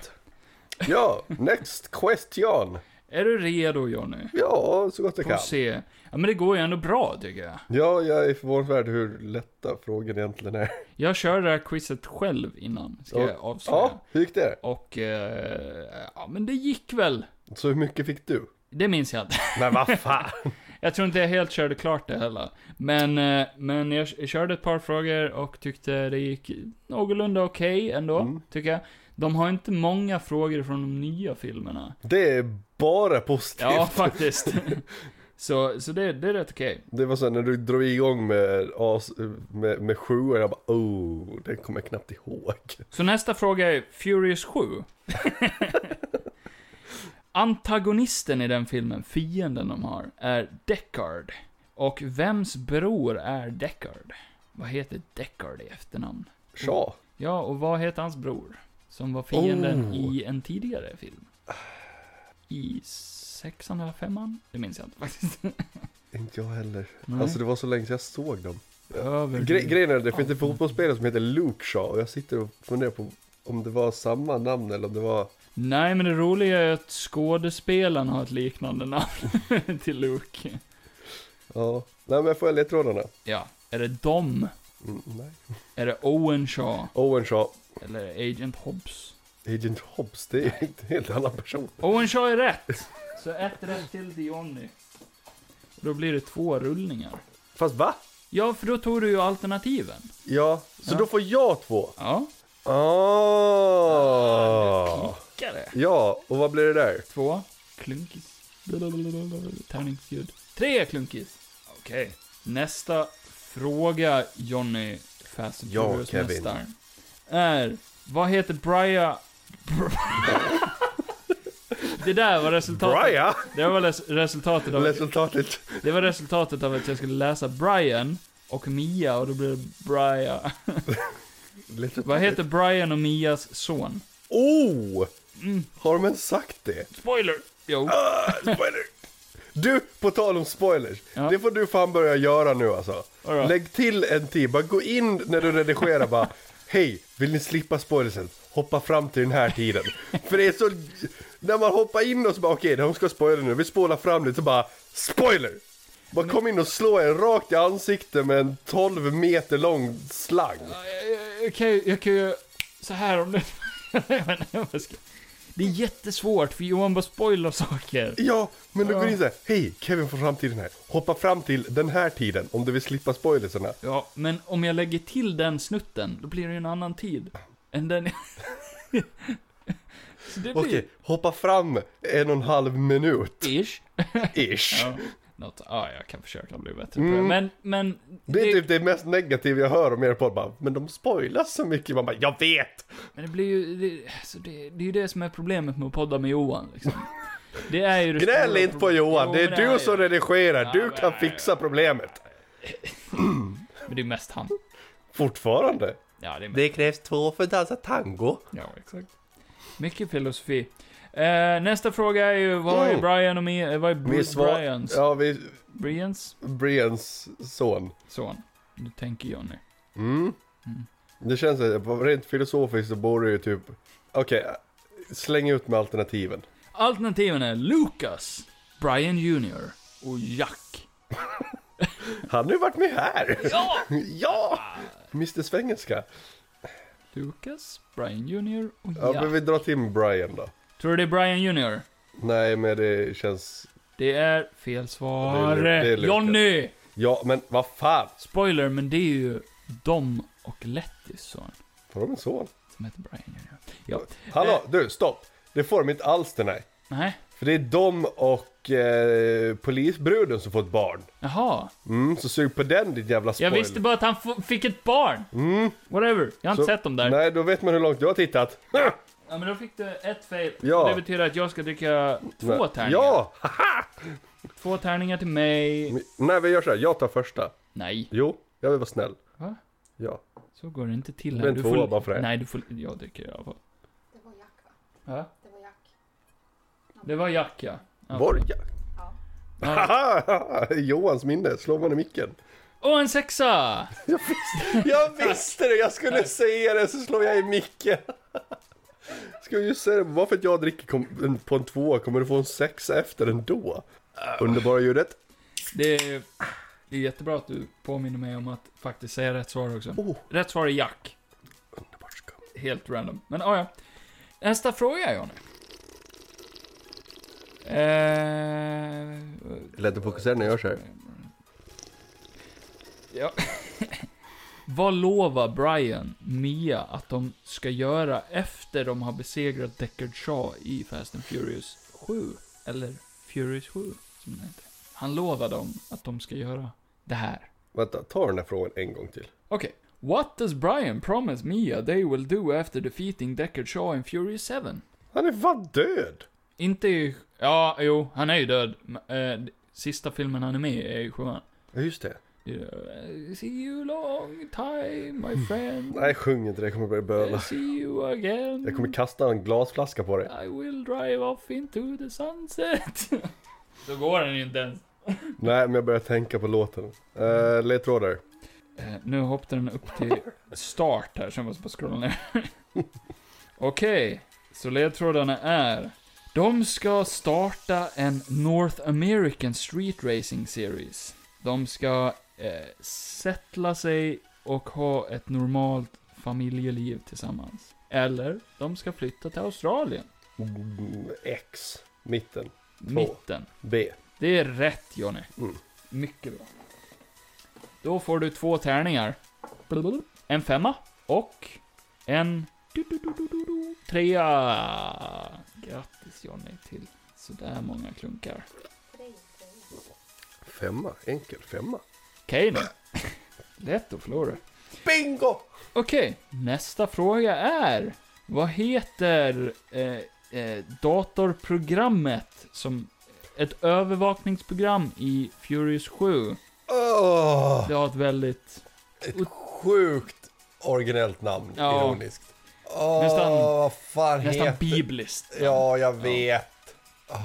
[SPEAKER 2] Ja, next question.
[SPEAKER 1] Är du redo Jonny?
[SPEAKER 2] Ja, så gott jag
[SPEAKER 1] Får
[SPEAKER 2] kan.
[SPEAKER 1] se. Ja men det går ju ändå bra tycker jag.
[SPEAKER 2] Ja, jag är förvånansvärd hur lätta frågan egentligen är.
[SPEAKER 1] Jag körde det här quizet själv innan, ska
[SPEAKER 2] Ja.
[SPEAKER 1] jag avslöja.
[SPEAKER 2] Ja, hur gick det?
[SPEAKER 1] Och, eh, ja men det gick väl.
[SPEAKER 2] Så hur mycket fick du?
[SPEAKER 1] Det minns jag inte.
[SPEAKER 2] Men vad fan.
[SPEAKER 1] Jag tror inte jag helt körde klart det heller. Men, eh, men jag k- körde ett par frågor och tyckte det gick någorlunda okej ändå,
[SPEAKER 2] Mm.
[SPEAKER 1] tycker jag. De har inte många frågor från de nya filmerna.
[SPEAKER 2] Det är bara positivt.
[SPEAKER 1] Ja, faktiskt. Typ. Så, så det, det är rätt okej.
[SPEAKER 2] Det var så här, när du drog igång med, as- med, med sjuan, jag bara oh, den kommer jag knappt ihåg.
[SPEAKER 1] Så nästa fråga är Furious 7. Antagonisten i den filmen, fienden de har, är Deckard. Och vems bror är Deckard? Vad heter Deckard i efternamn?
[SPEAKER 2] Tja.
[SPEAKER 1] Ja, och vad heter hans bror? Som var fienden
[SPEAKER 2] Oh.
[SPEAKER 1] i en tidigare film. I sexan eller femman? Det minns jag inte faktiskt.
[SPEAKER 2] Inte jag heller.
[SPEAKER 1] Nej.
[SPEAKER 2] Alltså det var så länge sedan jag såg dem.
[SPEAKER 1] Behöver
[SPEAKER 2] Gre-
[SPEAKER 1] du-
[SPEAKER 2] grejen är att det finns en fotbollsspelare som heter Luke Shaw och jag sitter och funderar på om det var samma namn eller om det var...
[SPEAKER 1] Nej, men det roliga är att skådespelaren har ett liknande namn till Luke.
[SPEAKER 2] Ja. Nej men jag får jag ledtrådarna?
[SPEAKER 1] Ja, är det dom?
[SPEAKER 2] Mm, nej.
[SPEAKER 1] Är det Owen Shaw?
[SPEAKER 2] Owen Shaw.
[SPEAKER 1] Eller Agent Hobbs?
[SPEAKER 2] Agent Hobbs, det är en helt annan person.
[SPEAKER 1] Owen Shaw är rätt! Så ett rätt till till Johnny. Då blir det två rullningar.
[SPEAKER 2] Fast va?
[SPEAKER 1] Ja, för då tog du ju alternativen.
[SPEAKER 2] Ja, så
[SPEAKER 1] Ja.
[SPEAKER 2] då får jag två.
[SPEAKER 1] Ja,
[SPEAKER 2] Ah.
[SPEAKER 1] klickade.
[SPEAKER 2] Ja, och vad blir det där?
[SPEAKER 1] Två klunkis. Blablabla. Tärningsljud. Tre klunkis. Okej. Nästa fråga, Johnny Fast and
[SPEAKER 2] Ja,
[SPEAKER 1] Furious
[SPEAKER 2] Kevin.
[SPEAKER 1] mästaren, Är, vad heter Brian... Det där var resultatet.
[SPEAKER 2] Brian!
[SPEAKER 1] Det var res- resultatet av...
[SPEAKER 2] Resultatet.
[SPEAKER 1] Det var resultatet av att jag skulle läsa Brian och Mia och då blev det Brian. Vad heter Brian och Mias son?
[SPEAKER 2] Oh!
[SPEAKER 1] Mm.
[SPEAKER 2] Har de ens sagt det?
[SPEAKER 1] Spoiler! Jo.
[SPEAKER 2] Ah, spoiler! Du, på tal om spoilers.
[SPEAKER 1] Ja.
[SPEAKER 2] Det får du fan börja göra nu alltså.
[SPEAKER 1] All right.
[SPEAKER 2] Lägg till en till, bara gå in när du redigerar bara. Hej, vill ni slippa spoilersen? Hoppa fram till den här tiden. För det är så... När man hoppar in och så bara okej, de ska spoila nu. Vi spolar fram lite så bara spoiler! Bara kom in och slå en rakt i ansiktet med en 12 meter lång slang.
[SPEAKER 1] Jag- Jag kan ju, jag kan ju, så här om det... Jag vet inte vad jag ska- det är jättesvårt för Johan bara spoilar saker.
[SPEAKER 2] Ja, men du
[SPEAKER 1] Ja.
[SPEAKER 2] går in såhär, hej Kevin från framtiden här. Hoppa fram till den här tiden om du vill slippa spoilerserna.
[SPEAKER 1] Ja, men om jag lägger till den snutten, då blir det ju en annan tid. Än den... så det blir...
[SPEAKER 2] Okej, hoppa fram en och en halv minut,
[SPEAKER 1] Ish.
[SPEAKER 2] ish.
[SPEAKER 1] Ja. Något, ja, jag kan försöka bli bättre på det.
[SPEAKER 2] Mm.
[SPEAKER 1] Men, men...
[SPEAKER 2] Det är typ det mest negativa jag hör om er podd, bara, men de spoilar så mycket. Man bara, jag vet!
[SPEAKER 1] Men det blir ju, det, alltså det, det är ju det som är problemet med att podda med Johan liksom. Det är ju det
[SPEAKER 2] Gnäll
[SPEAKER 1] stora
[SPEAKER 2] inte på
[SPEAKER 1] problemet.
[SPEAKER 2] Johan,
[SPEAKER 1] Jo,
[SPEAKER 2] det är
[SPEAKER 1] men
[SPEAKER 2] du som
[SPEAKER 1] ju-
[SPEAKER 2] redigerar,
[SPEAKER 1] Ja,
[SPEAKER 2] du
[SPEAKER 1] men-
[SPEAKER 2] kan fixa problemet.
[SPEAKER 1] Men det är mest han.
[SPEAKER 2] Fortfarande.
[SPEAKER 1] Ja, det är mest
[SPEAKER 2] krävs två för att dansa tango.
[SPEAKER 1] Ja, exakt. Mycket filosofi. Eh, nästa fråga är ju, vad är
[SPEAKER 2] Mm.
[SPEAKER 1] Brian och Mia, eh, vad är
[SPEAKER 2] Vi
[SPEAKER 1] Br-
[SPEAKER 2] svar...
[SPEAKER 1] Brians,
[SPEAKER 2] Ja, vi...
[SPEAKER 1] Brians
[SPEAKER 2] Brians son.
[SPEAKER 1] son? Nu tänker jag nu.
[SPEAKER 2] Mm.
[SPEAKER 1] Mm.
[SPEAKER 2] Det känns att på- rent filosofiskt så borde ju typ, okej, släng ut med alternativen.
[SPEAKER 1] Alternativen är Lucas, Brian Jr och Jack.
[SPEAKER 2] Han har ju varit med här!
[SPEAKER 1] Ja!
[SPEAKER 2] ja! Mr Svengelska.
[SPEAKER 1] Lucas, Brian Jr och
[SPEAKER 2] Ja,
[SPEAKER 1] jag.
[SPEAKER 2] men vi drar till med Brian då.
[SPEAKER 1] Tror du det är Brian Jr?
[SPEAKER 2] Nej, men det känns...
[SPEAKER 1] Det är fel svar.
[SPEAKER 2] Det är Lu- det är Lucas.
[SPEAKER 1] Johnny!
[SPEAKER 2] Ja, men vad fan!
[SPEAKER 1] Spoiler, men det är ju Dom och Lettys son
[SPEAKER 2] Får de en son?
[SPEAKER 1] som heter Brian Jr. Ja.
[SPEAKER 2] Hallå,
[SPEAKER 1] Eh.
[SPEAKER 2] du stopp! Det får de inte alls den här.
[SPEAKER 1] Nej,
[SPEAKER 2] För det är de och eh, polisbruden som får ett barn.
[SPEAKER 1] jaha.
[SPEAKER 2] Mm, så sug på den ditt jävla
[SPEAKER 1] Jag
[SPEAKER 2] spoiler.
[SPEAKER 1] visste bara att han f- fick ett barn.
[SPEAKER 2] Mm,
[SPEAKER 1] Whatever. Jag har inte
[SPEAKER 2] så-
[SPEAKER 1] sett dem där.
[SPEAKER 2] Nej, då vet man hur långt jag har tittat.
[SPEAKER 1] Ja, men då fick du ett fail.
[SPEAKER 2] Ja.
[SPEAKER 1] Och Det betyder att jag ska dricka två tärningar.
[SPEAKER 2] Ja!
[SPEAKER 1] Två tärningar till mig.
[SPEAKER 2] Nej, vi gör så här. Jag tar första.
[SPEAKER 1] Nej,
[SPEAKER 2] Jo, jag vill vara snäll.
[SPEAKER 1] Va?
[SPEAKER 2] Ja.
[SPEAKER 1] så går det inte till
[SPEAKER 2] Det är
[SPEAKER 1] här.
[SPEAKER 2] en tvåa bara för det.
[SPEAKER 1] Nej, du får... Jag dricker i alla fall.
[SPEAKER 4] Det var Jack va?
[SPEAKER 1] Ja.
[SPEAKER 4] Det var Jack.
[SPEAKER 1] Det var Jack, ja. Ja.
[SPEAKER 2] Borja.
[SPEAKER 4] Ja.
[SPEAKER 2] Haha! Johans minne. Slår man i micken.
[SPEAKER 1] Och en sexa!
[SPEAKER 2] Jag visste det! Jag skulle säga det så slår jag i micken. Ska ju säga det, bara för att jag dricker kom, en- på en tvåa kommer du få en sexa efter ändå. Underbara ljudet.
[SPEAKER 1] Det är, det är jättebra att du påminner mig om att faktiskt säga rätt svar också.
[SPEAKER 2] Oh.
[SPEAKER 1] Rätt svar är Jack.
[SPEAKER 2] Underbart skum.
[SPEAKER 1] Helt random. Men ah, ja. Nästa fråga, Johnny. Eh,
[SPEAKER 2] Lätt att fokusera när jag gör så här.
[SPEAKER 1] ja. Vad lovar Brian Mia att de ska göra efter de har besegrat Deckard Shaw i Fast and Furious 7? Eller Furious 7, som den heter. Han lovar dem att de ska göra det här.
[SPEAKER 2] Vänta, ta den här frågan en gång till.
[SPEAKER 1] Okay. What does Brian promise Mia they will do after defeating Deckard Shaw in Fury 7?
[SPEAKER 2] Han är fan död!
[SPEAKER 1] Inte i... Ja, jo, han är ju död. M- eh, d- sista filmen han är med i är ju sjuan.
[SPEAKER 2] Ja, just det.
[SPEAKER 1] Eh, See you long time, my friend.
[SPEAKER 2] Nej, sjung inte det. Jag kommer börja
[SPEAKER 1] Eh,
[SPEAKER 2] böla.
[SPEAKER 1] See you again.
[SPEAKER 2] Jag kommer kasta en glasflaska på dig.
[SPEAKER 1] I will drive off into the sunset. Så går den ju inte ens.
[SPEAKER 2] Nej, men jag börjar tänka på låten. Uh, ledtrådar.
[SPEAKER 1] Eh, nu hoppade den upp till start här, sen måste jag bara scrolla ner. Okej, så ledtrådarna är... De ska starta en North American Street Racing Series. De ska eh, sättla sig och ha ett normalt familjeliv tillsammans. Eller, de ska flytta till Australien.
[SPEAKER 2] Mm, X. Mitten.
[SPEAKER 1] Mitten.
[SPEAKER 2] B.
[SPEAKER 1] Det är rätt, Johnny.
[SPEAKER 2] Mm.
[SPEAKER 1] Mycket bra. Då får du två tärningar. Blablabla. En femma och en du- du- du- du- du- du- trea. Grattis Johnny till sådär många klunkar.
[SPEAKER 4] Grej, grej.
[SPEAKER 2] Femma. Enkel femma.
[SPEAKER 1] Okej nu. Lätt att förlora.
[SPEAKER 2] Bingo!
[SPEAKER 1] Okej, nästa fråga är. Vad heter eh, eh, datorprogrammet som ett övervakningsprogram i Furious 7?
[SPEAKER 2] Åh!
[SPEAKER 1] Det har ett väldigt
[SPEAKER 2] ett sjukt originellt namn.
[SPEAKER 1] Ja.
[SPEAKER 2] Ironiskt. Åh,
[SPEAKER 1] Nästan-
[SPEAKER 2] vad fan
[SPEAKER 1] Nästan
[SPEAKER 2] heter...
[SPEAKER 1] bibliskt.
[SPEAKER 2] Ja, jag vet.
[SPEAKER 1] Ja,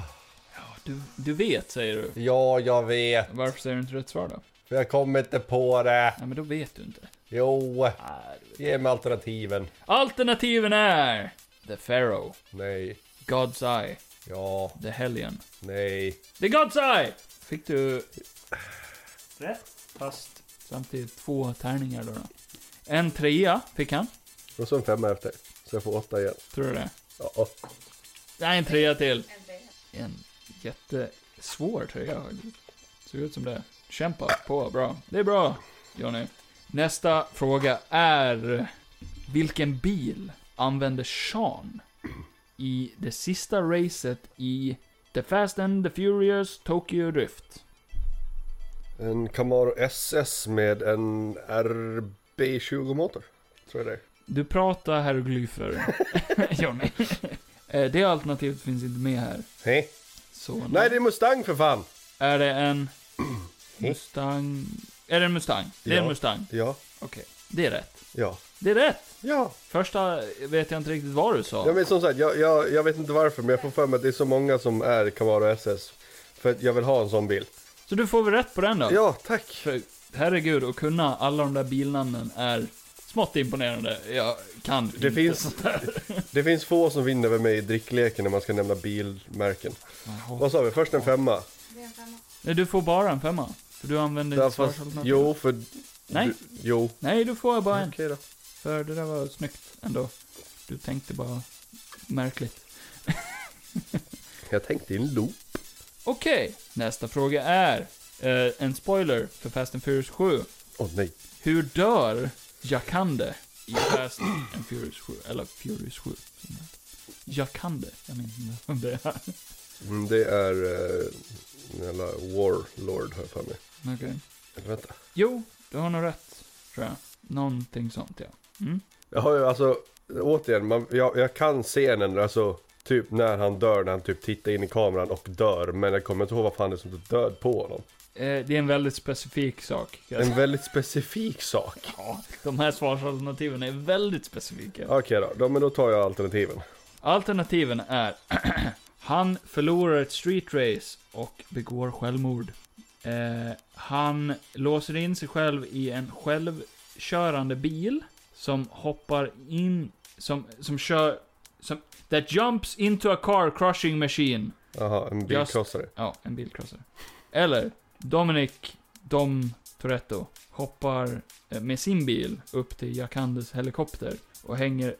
[SPEAKER 1] Du, du vet, säger du.
[SPEAKER 2] Ja, jag vet.
[SPEAKER 1] Varför säger du inte rätt svar då?
[SPEAKER 2] För jag kommer inte på det.
[SPEAKER 1] Nej, men då vet du inte.
[SPEAKER 2] Jo,
[SPEAKER 1] Nej, du vet.
[SPEAKER 2] ge mig alternativen.
[SPEAKER 1] Alternativen är The Pharaoh,
[SPEAKER 2] Nej.
[SPEAKER 1] God's Eye,
[SPEAKER 2] Ja.
[SPEAKER 1] The Hellion.
[SPEAKER 2] Nej.
[SPEAKER 1] The God's Eye! Fick du rätt, fast samtidigt två tärningar då. då. En trea fick han,
[SPEAKER 2] Och så en femma efter. Så jag får åtta igen.
[SPEAKER 1] tror du det?
[SPEAKER 2] Ja.
[SPEAKER 1] Nej, en trea till.
[SPEAKER 4] En grej.
[SPEAKER 1] En jättesvår trea. Ser ut som det. Kämpa på, bra. Det är bra, Johnny. Nästa fråga är... Vilken bil använde Sean i det sista racet i The Fast and the Furious Tokyo Drift?
[SPEAKER 2] En Camaro SS med en RB20-motor. Tror jag det är.
[SPEAKER 1] Du pratar hieroglyfer, Johnny. Eh, det alternativet finns inte med här.
[SPEAKER 2] Hej.
[SPEAKER 1] Så nu
[SPEAKER 2] Nej, det är Mustang för fan!
[SPEAKER 1] är det en Mustang... Är det en Mustang? Det är en
[SPEAKER 2] Ja.
[SPEAKER 1] Mustang.
[SPEAKER 2] Ja,
[SPEAKER 1] Okej, det är rätt.
[SPEAKER 2] ja,
[SPEAKER 1] Det är rätt!
[SPEAKER 2] ja.
[SPEAKER 1] Första vet jag inte riktigt vad du sa.
[SPEAKER 2] Ja men som sagt, jag, jag, jag vet inte varför men jag får för mig att det är så många som är Camaro SS. För att jag vill ha en sån bil.
[SPEAKER 1] Så du får väl rätt på den då?
[SPEAKER 2] Ja, tack!
[SPEAKER 1] För, herregud, att kunna alla de där bilnamnen är smått imponerande. Jag kan
[SPEAKER 2] Det finns, det finns få som vinner över mig i drickleken när man ska nämna bilmärken. Vad sa vi? Först en femma.
[SPEAKER 4] Det är en femma.
[SPEAKER 1] Nej, du får bara en femma. För du använder
[SPEAKER 2] Ja,
[SPEAKER 1] inte
[SPEAKER 2] fast,
[SPEAKER 1] svarsalternativet.
[SPEAKER 2] jo, för
[SPEAKER 1] Nej,
[SPEAKER 2] Du, jo.
[SPEAKER 1] nej du får bara
[SPEAKER 2] Okej
[SPEAKER 1] en.
[SPEAKER 2] då.
[SPEAKER 1] För det där var snyggt ändå. Du tänkte bara märkligt.
[SPEAKER 2] Jag tänkte i en loop.
[SPEAKER 1] Okej, nästa fråga är eh, en spoiler för Fast and Furious 7.
[SPEAKER 2] Åh nej.
[SPEAKER 1] Hur dör Jakande i Fast and Furious 7? Eller Furious 7. som det heter. Jakande, jag minns inte vem det är.
[SPEAKER 2] Mm, det är... Uh, jävla Warlord har jag för mig.
[SPEAKER 1] Okej.
[SPEAKER 2] Eller vänta.
[SPEAKER 1] Jo, du har nog rätt, tror jag. Någonting sånt, ja. Mm.
[SPEAKER 2] Jag har ju alltså... Återigen, man, jag, jag kan scenen, alltså typ när han dör, när han typ tittar in i kameran och dör. Men jag kommer inte ihåg vad fan det är som är död på honom.
[SPEAKER 1] Eh, det är en väldigt specifik sak. kan jag
[SPEAKER 2] En väldigt specifik sak.
[SPEAKER 1] Ja, de här svarsalternativen är väldigt specifika.
[SPEAKER 2] Okej då, då, men då tar jag alternativen.
[SPEAKER 1] Alternativen är Han förlorar ett street race och begår självmord. Eh, han låser in sig själv i en självkörande bil som hoppar in, som, som kör, som, that jumps into a car crushing machine.
[SPEAKER 2] Jaha, en bilkrossare.
[SPEAKER 1] Ja, en bilkrossare. Eller Dominic Dom Toretto hoppar eh, med sin bil upp till Jakandes helikopter och hänger,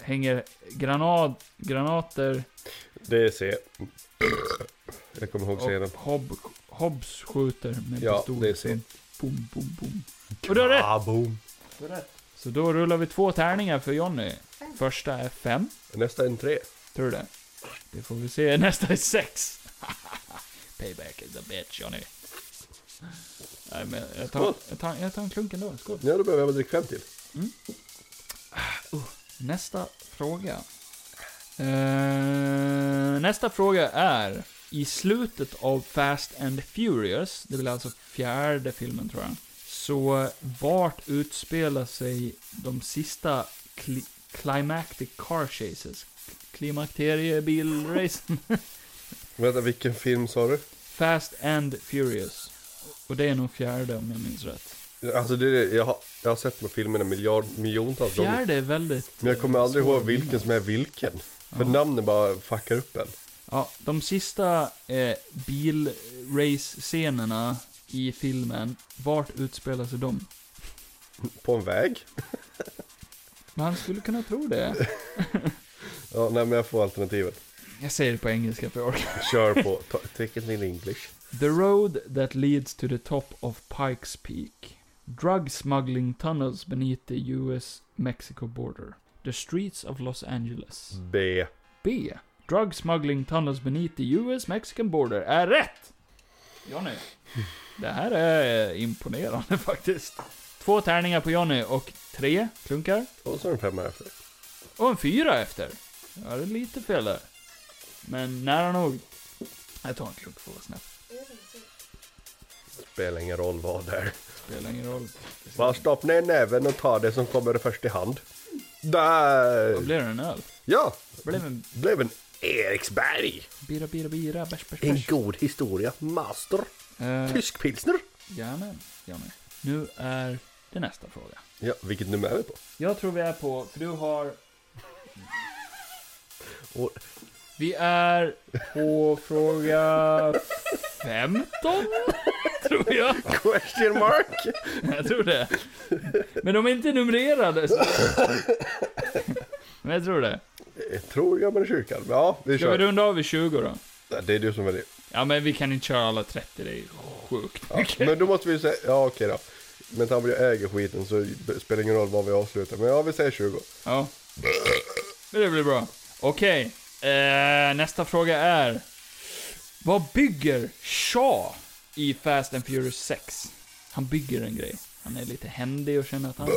[SPEAKER 1] hänger granat, granater
[SPEAKER 2] Det är C. Jag kommer ihåg scenen.
[SPEAKER 1] och Hob, Hobbs skjuter med
[SPEAKER 2] Ja,
[SPEAKER 1] pistol.
[SPEAKER 2] det är C.
[SPEAKER 1] Boom, boom, boom. Och du har rätt!
[SPEAKER 2] Ah, boom.
[SPEAKER 1] Så då rullar vi två tärningar för Jonny. Första är fem.
[SPEAKER 2] Nästa är en tre.
[SPEAKER 1] Tror du det? Det får vi se. Nästa är sex. Payback is a bitch, Johnny. Nej, men jag tar,
[SPEAKER 2] Skål.
[SPEAKER 1] jag tar, jag tar en klunk ändå. Skål.
[SPEAKER 2] Ja, då behöver jag bara dricka fem till.
[SPEAKER 1] Nästa fråga. Eh, nästa fråga är. I slutet av Fast and Furious, det blir alltså fjärde filmen tror jag, så vart utspelar sig de sista cli- climactic car chases? Klimakteriebilracen?
[SPEAKER 2] Vänta, vilken film sa du?
[SPEAKER 1] Fast and Furious. Och det är nog fjärde om jag minns rätt.
[SPEAKER 2] Alltså, det är, jag, har, jag har sett de filmerna miljard, miljontals gånger.
[SPEAKER 1] Fjärde är väldigt...
[SPEAKER 2] Men jag kommer
[SPEAKER 1] eh,
[SPEAKER 2] aldrig
[SPEAKER 1] svår
[SPEAKER 2] ihåg
[SPEAKER 1] att
[SPEAKER 2] vilken
[SPEAKER 1] minnas.
[SPEAKER 2] som är vilken. För
[SPEAKER 1] Ja.
[SPEAKER 2] namnen bara fuckar upp en.
[SPEAKER 1] Ja, de sista eh, bilrace-scenerna i filmen, vart utspelar sig de?
[SPEAKER 2] På en väg?
[SPEAKER 1] Man skulle kunna tro det.
[SPEAKER 2] Ja, nej men jag får alternativet.
[SPEAKER 1] Jag säger det på engelska för jag orkar.
[SPEAKER 2] Kör på. Ta, take it in English.
[SPEAKER 1] The road that leads to the top of Pikes Peak. Drug smuggling tunnels beneath the US-Mexico border. The streets of Los Angeles.
[SPEAKER 2] B.
[SPEAKER 1] B. Drug smuggling tunnels beneath the US Mexican border är rätt! Johnny. Det här är imponerande faktiskt. Två tärningar på Johnny och tre klunkar.
[SPEAKER 2] Och så är det en femma efter.
[SPEAKER 1] Och en fyra efter. Ja, det är lite fel där. Men nära nog. Jag tar en klunk för att vara snäll.
[SPEAKER 2] Spelar ingen roll vad det är.
[SPEAKER 1] Spelar ingen roll.
[SPEAKER 2] Bara stoppa ner näven och ta det som kommer först i hand.
[SPEAKER 1] Vad
[SPEAKER 2] Där!
[SPEAKER 1] blev det en öl?
[SPEAKER 2] Ja,
[SPEAKER 1] Blev en
[SPEAKER 2] blev en Eriksberg.
[SPEAKER 1] bira, bira, bira, bärs, bärs,
[SPEAKER 2] En
[SPEAKER 1] bärs.
[SPEAKER 2] god historia, master.
[SPEAKER 1] Eh,
[SPEAKER 2] Tysk pilsner.
[SPEAKER 1] Jajamän, Johnny. Nu är det nästa fråga.
[SPEAKER 2] Ja, vilket nummer är vi på?
[SPEAKER 1] Jag tror vi är på, för du har
[SPEAKER 2] Och,
[SPEAKER 1] Vi är på fråga 15, tror jag.
[SPEAKER 2] question mark?
[SPEAKER 1] Jag tror det. Men de är inte numrerade. Så. Men jag tror det.
[SPEAKER 2] Jag tror jag men i kyrkan. Ja, vi
[SPEAKER 1] Ska vi
[SPEAKER 2] kör.
[SPEAKER 1] runda av vid 20 då?
[SPEAKER 2] Nej, Det är du som väljer.
[SPEAKER 1] Ja, men vi kan inte köra alla 30, det är sjukt.
[SPEAKER 2] Ja, men då måste vi säga, ja okej då. Men tar vi jag äger skiten så spelar det ingen roll vad vi avslutar. Men ja, vi säger 20.
[SPEAKER 1] Ja. Men det blir bra. Okej, eh, nästa fråga är. Vad bygger Shaw i Fast and Furious 6? Han bygger en grej. Han är lite händig och känner att han,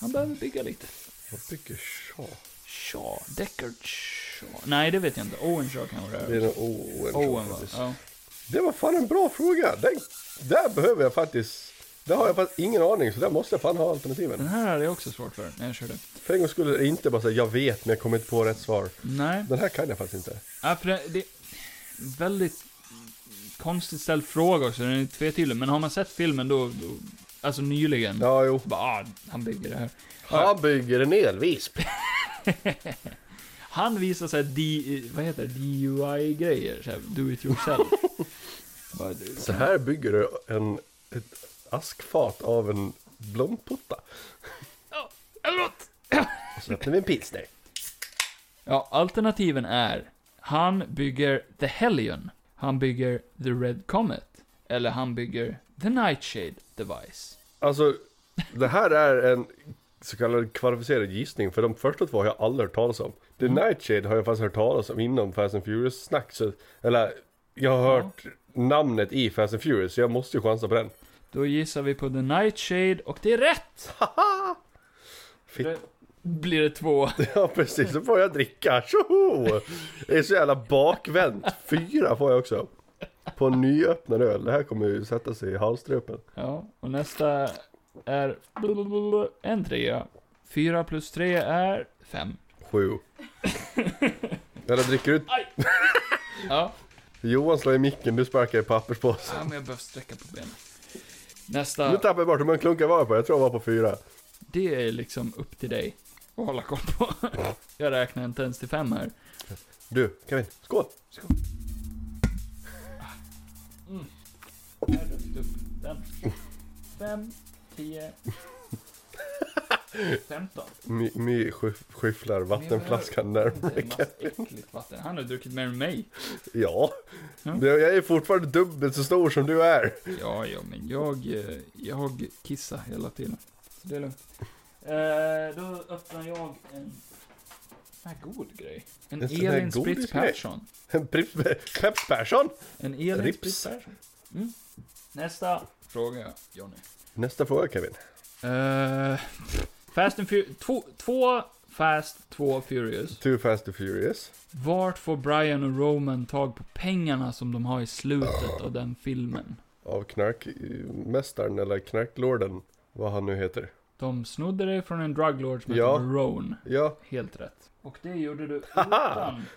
[SPEAKER 1] han behöver bygga lite.
[SPEAKER 2] Vad tycker Shaw?
[SPEAKER 1] Shaw? Deckard Shaw? Nej, det vet jag inte. Owen Shaw kan vara
[SPEAKER 2] Det är
[SPEAKER 1] det.
[SPEAKER 2] nog Owen. Shaw,
[SPEAKER 1] Owen va?
[SPEAKER 2] precis.
[SPEAKER 1] Ja.
[SPEAKER 2] Det var fan en bra fråga. Den, där behöver jag faktiskt... Där har jag faktiskt ingen aning så där måste jag fan ha
[SPEAKER 1] Den
[SPEAKER 2] alternativen.
[SPEAKER 1] här hade jag också svårt för när jag körde.
[SPEAKER 2] För en gång skulle det inte bara säga jag vet men jag kommer inte på rätt svar.
[SPEAKER 1] Nej,
[SPEAKER 2] Den här kan jag faktiskt inte.
[SPEAKER 1] ja, för det, det är en väldigt konstigt ställd fråga också. Den är tvetydlig. Men har man sett filmen då, då alltså nyligen,
[SPEAKER 2] Ja, jo.
[SPEAKER 1] bara, ah, han bygger det här.
[SPEAKER 2] Han bygger en elvisp.
[SPEAKER 1] Han visar såhär, di, vad heter det, DUI-grejer. Såhär, do it yourself. Bara, det-
[SPEAKER 2] Så här bygger du en, ett askfat av en blondputta.
[SPEAKER 1] Förlåt!
[SPEAKER 2] Och så öppnar vi en pilsner.
[SPEAKER 1] Ja, alternativen är han bygger The Hellion, han bygger The Red Comet, eller han bygger The Nightshade Device.
[SPEAKER 2] Alltså, det här är en så kallad kvalificerad gissning. För de första två har jag aldrig hört talas om. The Nightshade har jag faktiskt hört talas om inom Fast and Furious-snack. så- Eller, jag har hört namnet i Fast and Furious, så jag måste ju chansa på den.
[SPEAKER 1] Då gissar vi på The Nightshade och det är rätt!
[SPEAKER 2] Fitt.
[SPEAKER 1] Blir det två.
[SPEAKER 2] Ja precis, så får jag dricka. Tjoho! Det är så jävla bakvänt. Fyra får jag också. På en nyöppnad öl. Det här kommer ju sätta sig i halsstrupen.
[SPEAKER 1] Ja, och nästa är en trea. Fyra plus tre är fem.
[SPEAKER 2] Sju. Eller dricker du...
[SPEAKER 1] Ja,
[SPEAKER 2] Johan slår i micken, du sparkar i papperspåsen.
[SPEAKER 1] men jag behöver sträcka på benen.
[SPEAKER 2] Nu
[SPEAKER 1] Nästa,
[SPEAKER 2] tappar jag bort hur många klunkar var jag på. Jag tror jag var på fyra.
[SPEAKER 1] det är liksom upp till dig att hålla koll på. Jag räknar inte ens till fem här.
[SPEAKER 2] Du, Kevin, skål!
[SPEAKER 1] Där dök det upp den. Fem, tio, femton.
[SPEAKER 2] My, my skyf- skyfflar vattenflaskan
[SPEAKER 1] Det
[SPEAKER 2] närmare
[SPEAKER 1] är en massa äckligt vatten. Han har druckit mer än mig.
[SPEAKER 2] Ja.
[SPEAKER 1] Ja.
[SPEAKER 2] Jag jag är fortfarande dubbelt så stor som du är.
[SPEAKER 1] Ja, ja, men jag, eh, jag kissar hela tiden. Så det är lugnt. Eh, då öppnar jag en sån här god grej. En
[SPEAKER 2] En sån här
[SPEAKER 1] Elin
[SPEAKER 2] god
[SPEAKER 1] Spritz
[SPEAKER 2] grej?
[SPEAKER 1] Persson.
[SPEAKER 2] Pripp- Peps Persson!
[SPEAKER 1] En Elin
[SPEAKER 2] Rips.
[SPEAKER 1] Spritz Persson. Mm. Nästa fråga, Johnny.
[SPEAKER 2] Nästa fråga Kevin.
[SPEAKER 1] Eh, fast and Furious. Två, två Fast, två Furious.
[SPEAKER 2] Too fast to furious.
[SPEAKER 1] Vart får Brian och Roman tag på pengarna som de har i slutet av den filmen?
[SPEAKER 2] Av knarkmästaren eller knarklorden. Vad han nu heter.
[SPEAKER 1] De snodde det från en druglord som
[SPEAKER 2] Ja.
[SPEAKER 1] heter Marone.
[SPEAKER 2] Ja.
[SPEAKER 1] Helt rätt. Och det gjorde du utan...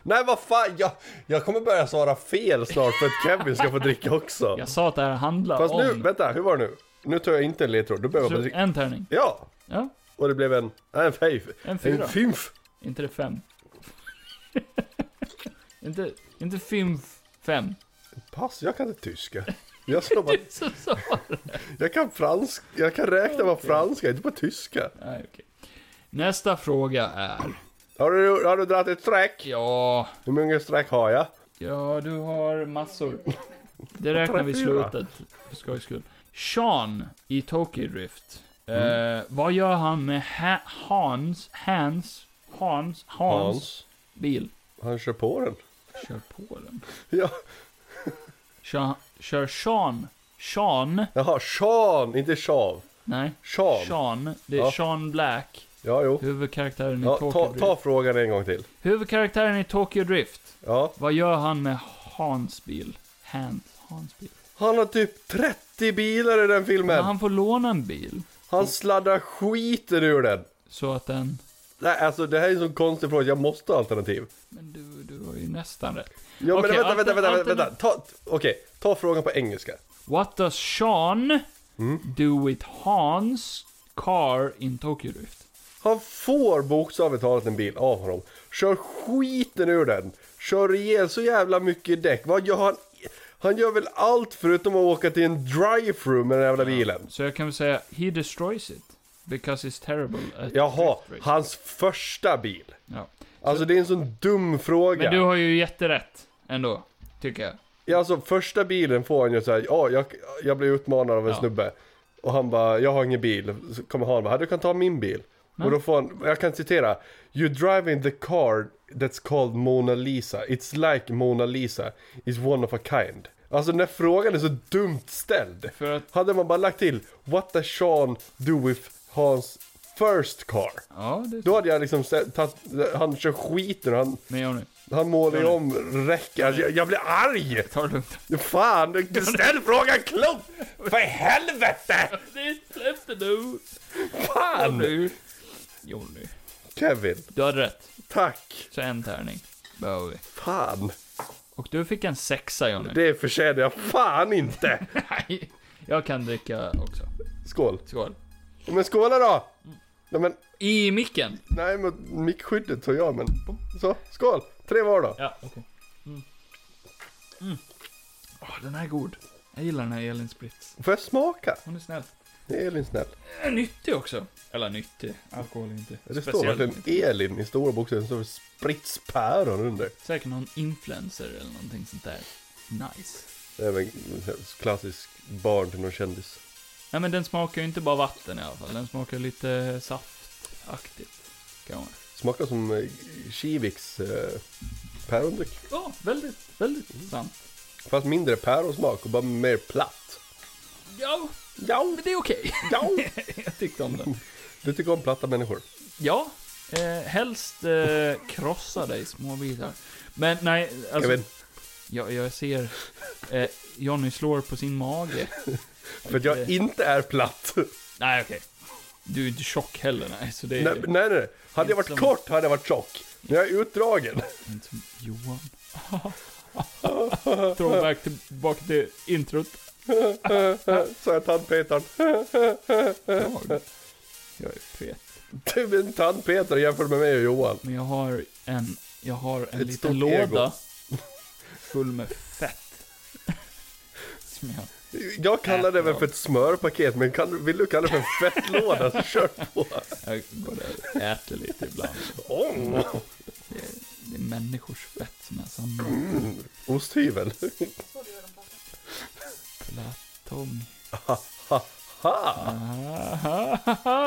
[SPEAKER 2] Nej vad fan, jag, jag kommer börja svara fel snart för att Kevin ska få dricka också.
[SPEAKER 1] Jag sa att det här handlar
[SPEAKER 2] Fast
[SPEAKER 1] om...
[SPEAKER 2] nu, vänta, hur var det nu? Nu tar jag inte en ledtråd, då behöver jag bara
[SPEAKER 1] Så,
[SPEAKER 2] dricka.
[SPEAKER 1] en tärning.
[SPEAKER 2] Ja!
[SPEAKER 1] Ja,
[SPEAKER 2] Och det blev en, nej, en fejf.
[SPEAKER 1] en fyra.
[SPEAKER 2] En fymf.
[SPEAKER 1] inte det fem. inte, inte fem, fem.
[SPEAKER 2] Pass, jag kan inte tyska. Jag, slår bara,
[SPEAKER 1] Så, så.
[SPEAKER 2] jag kan fransk, jag kan räkna på franska, inte på tyska.
[SPEAKER 1] Nej, okej. Nästa fråga är...
[SPEAKER 2] Har du, har du dragit ett streck?
[SPEAKER 1] Ja,
[SPEAKER 2] Hur många streck har jag?
[SPEAKER 1] Ja, du har massor. Det räknar vi i
[SPEAKER 2] Trettiofyra.
[SPEAKER 1] slutet, för skojs skull. Sean i Tokyo Drift. Eh,
[SPEAKER 2] Mm.
[SPEAKER 1] vad gör han med ha- Hans, Hans, Hans, Hans,
[SPEAKER 2] Hans.
[SPEAKER 1] bil?
[SPEAKER 2] Han kör på den.
[SPEAKER 1] Kör på den.
[SPEAKER 2] Ja.
[SPEAKER 1] Kör, kör Sean, Sean,
[SPEAKER 2] Jaha, Sean, inte Shav.
[SPEAKER 1] nej,
[SPEAKER 2] Sean.
[SPEAKER 1] Sean, det är
[SPEAKER 2] Ja.
[SPEAKER 1] Sean Black,
[SPEAKER 2] Ja, jo.
[SPEAKER 1] huvudkaraktären i
[SPEAKER 2] Ja,
[SPEAKER 1] Tokyo
[SPEAKER 2] ta,
[SPEAKER 1] Drift.
[SPEAKER 2] ta frågan en gång till.
[SPEAKER 1] Huvudkaraktären i Tokyo Drift.
[SPEAKER 2] Ja.
[SPEAKER 1] Vad gör han med Hans bil? Hans, Hans bil.
[SPEAKER 2] Han har typ 30 bilar i den
[SPEAKER 1] Men
[SPEAKER 2] filmen. Han,
[SPEAKER 1] han får låna en bil,
[SPEAKER 2] sladdar skiten ur den.
[SPEAKER 1] så att den
[SPEAKER 2] Nej, alltså det här är en sån konstig fråga. Jag måste ha alternativ.
[SPEAKER 1] Men du, du var ju nästan rätt.
[SPEAKER 2] Ja,
[SPEAKER 1] Okej,
[SPEAKER 2] men
[SPEAKER 1] alter-
[SPEAKER 2] vänta, vänta, vänta, vänta.
[SPEAKER 1] alternativ-
[SPEAKER 2] vänta. Ta, okej, ta frågan på engelska.
[SPEAKER 1] What does Sean
[SPEAKER 2] Mm.
[SPEAKER 1] do with Hans car in Tokyo Drift?
[SPEAKER 2] Han får bokstavligt talat en bil av honom. Kör skiten ur den. Kör ihjäl så jävla mycket däck. Vad gör han? Han gör väl allt förutom att åka till en drive-through med den jävla bilen.
[SPEAKER 1] Så jag kan väl säga, he destroys it. Because it's terrible at
[SPEAKER 2] Jaha,
[SPEAKER 1] drift race.
[SPEAKER 2] hans första bil.
[SPEAKER 1] Ja.
[SPEAKER 2] Alltså det är en sån dum fråga.
[SPEAKER 1] Men du har ju jätterätt ändå, tycker jag.
[SPEAKER 2] Ja, alltså första bilen får han ju såhär, ja, jag, jag blir utmanad av en
[SPEAKER 1] Ja.
[SPEAKER 2] snubbe. Och han bara, jag har ingen bil. Så kommer han bara, "Ja, du kan ta min bil. Och då får han, jag kan citera. You driving the car that's called Mona Lisa. It's like Mona Lisa. It's one of a kind. Alltså den här frågan är så dumt ställd.
[SPEAKER 1] För att,
[SPEAKER 2] Hade man bara lagt till, what does Sean do with Hans first car?
[SPEAKER 1] ja, det
[SPEAKER 2] Då hade jag liksom sett- tagit, han kör skiten och han,
[SPEAKER 1] Men Johnny,
[SPEAKER 2] han målar ju om räcket. Alltså, jag, jag blir arg!
[SPEAKER 1] ta det lugnt.
[SPEAKER 2] Fan, du- ställ frågan klok! För helvete!
[SPEAKER 1] Det släppte du!
[SPEAKER 2] Fan!
[SPEAKER 1] Nu. Johnny,
[SPEAKER 2] Kevin,
[SPEAKER 1] du hade rätt.
[SPEAKER 2] tack!
[SPEAKER 1] Så en tärning behöver vi.
[SPEAKER 2] Fan!
[SPEAKER 1] Och du fick en sexa Johnny.
[SPEAKER 2] Det förtjänar jag fan inte!
[SPEAKER 1] Nej, jag kan dricka också.
[SPEAKER 2] Skål!
[SPEAKER 1] Skål.
[SPEAKER 2] Men skåla då! Nej men,
[SPEAKER 1] I micken!
[SPEAKER 2] nej men mickskyddet tar jag men. Så, skål! Tre var då.
[SPEAKER 1] Ja, okej. Mm. Mm. Åh, den här är god. Jag gillar den här Elin Spritz.
[SPEAKER 2] Får jag smaka?
[SPEAKER 1] Hon är snäll.
[SPEAKER 2] Elin snäll.
[SPEAKER 1] Är nyttig också. Eller nyttig. Alkohol är inte
[SPEAKER 2] Det står verkligen Elin i stora bokstäver. Det står Spritz Päron under.
[SPEAKER 1] Säkert någon influencer eller någonting sånt där. Nice.
[SPEAKER 2] Det är väl en klassisk barn till någon kändis.
[SPEAKER 1] Nej men den smakar ju inte bara vatten i alla fall. Den smakar lite saftaktigt. Kan man.
[SPEAKER 2] Smakar som eh, Kiviks eh, pärondryck.
[SPEAKER 1] Ja, väldigt, väldigt sant.
[SPEAKER 2] Fast mindre päronsmak och bara mer platt.
[SPEAKER 1] Ja,
[SPEAKER 2] Ja,
[SPEAKER 1] men det är okej.
[SPEAKER 2] ja.
[SPEAKER 1] Jag tyckte om den.
[SPEAKER 2] Du tycker om platta människor.
[SPEAKER 1] Ja, eh, helst eh, krossa dig i små bitar. Men nej, alltså.
[SPEAKER 2] jag vet,
[SPEAKER 1] Jag, jag ser eh, Johnny slår på sin mage. Eh,
[SPEAKER 2] för att jag inte är platt.
[SPEAKER 1] Nej, okej. Du är inte tjock heller, nej. Så det är
[SPEAKER 2] Nej, nej, nej. Hade jag varit
[SPEAKER 1] Som-
[SPEAKER 2] kort hade jag varit tjock. Nu är jag utdragen.
[SPEAKER 1] inte som Johan. Throwback till- tillbaka till introt.
[SPEAKER 2] Så är tandpetaren.
[SPEAKER 1] Jag, jag är fet.
[SPEAKER 2] Du är en tandpetare jämfört med mig och Johan.
[SPEAKER 1] Men jag har en, jag har en
[SPEAKER 2] Ett
[SPEAKER 1] liten
[SPEAKER 2] stort
[SPEAKER 1] låda
[SPEAKER 2] ego.
[SPEAKER 1] full med fett. Som jag,
[SPEAKER 2] Jag kallar det väl för ett smörpaket, men kan, vill du kalla det för en fettlåda så kör på.
[SPEAKER 1] jag går där och äter lite ibland.
[SPEAKER 2] Oh,
[SPEAKER 1] Det är, det är människors fett som är samma.
[SPEAKER 2] osthyvel.
[SPEAKER 4] Så du gör de pratar.
[SPEAKER 1] Platong.
[SPEAKER 2] Ha!
[SPEAKER 1] Aha.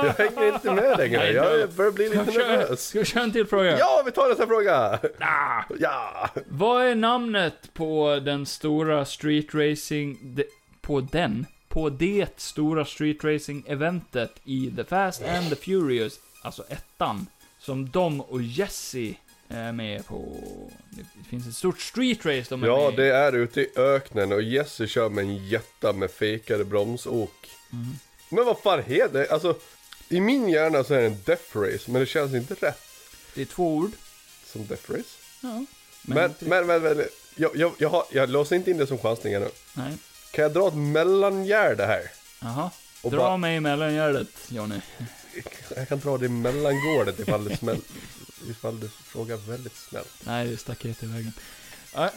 [SPEAKER 2] Jag hänger inte med längre. Jag börjar bli lite
[SPEAKER 1] Jag kör,
[SPEAKER 2] nervös.
[SPEAKER 1] ska jag köra en till fråga?
[SPEAKER 2] Ja, vi tar nästa fråga!
[SPEAKER 1] Ah.
[SPEAKER 2] Ja!
[SPEAKER 1] Vad är namnet på den stora street racing... De, på den? På det stora street racing eventet i The Fast and the Furious, alltså ettan, som de och Jesse är med på. Det finns ett stort street race de är
[SPEAKER 2] Ja,
[SPEAKER 1] med i.
[SPEAKER 2] det är ute i öknen och Jesse kör med en jätta med fejkade bromsok. Men vad fan heter det? Alltså, i min hjärna så är det en death race, men det känns inte rätt
[SPEAKER 1] Det är två ord.
[SPEAKER 2] som death race.
[SPEAKER 1] Ja.
[SPEAKER 2] Men,
[SPEAKER 1] inte-
[SPEAKER 2] men, men, men jag, jag, jag, har, jag låser inte in det som chansning ännu.
[SPEAKER 1] Nej.
[SPEAKER 2] Kan jag dra ett mellangärde här?
[SPEAKER 1] Jaha.
[SPEAKER 2] Och
[SPEAKER 1] Dra
[SPEAKER 2] bara-
[SPEAKER 1] mig i mellangärdet, Johnny.
[SPEAKER 2] Jag kan dra det i mellangården ifall det smäll... ifall du frågar väldigt snällt.
[SPEAKER 1] Nej, det är staket i vägen.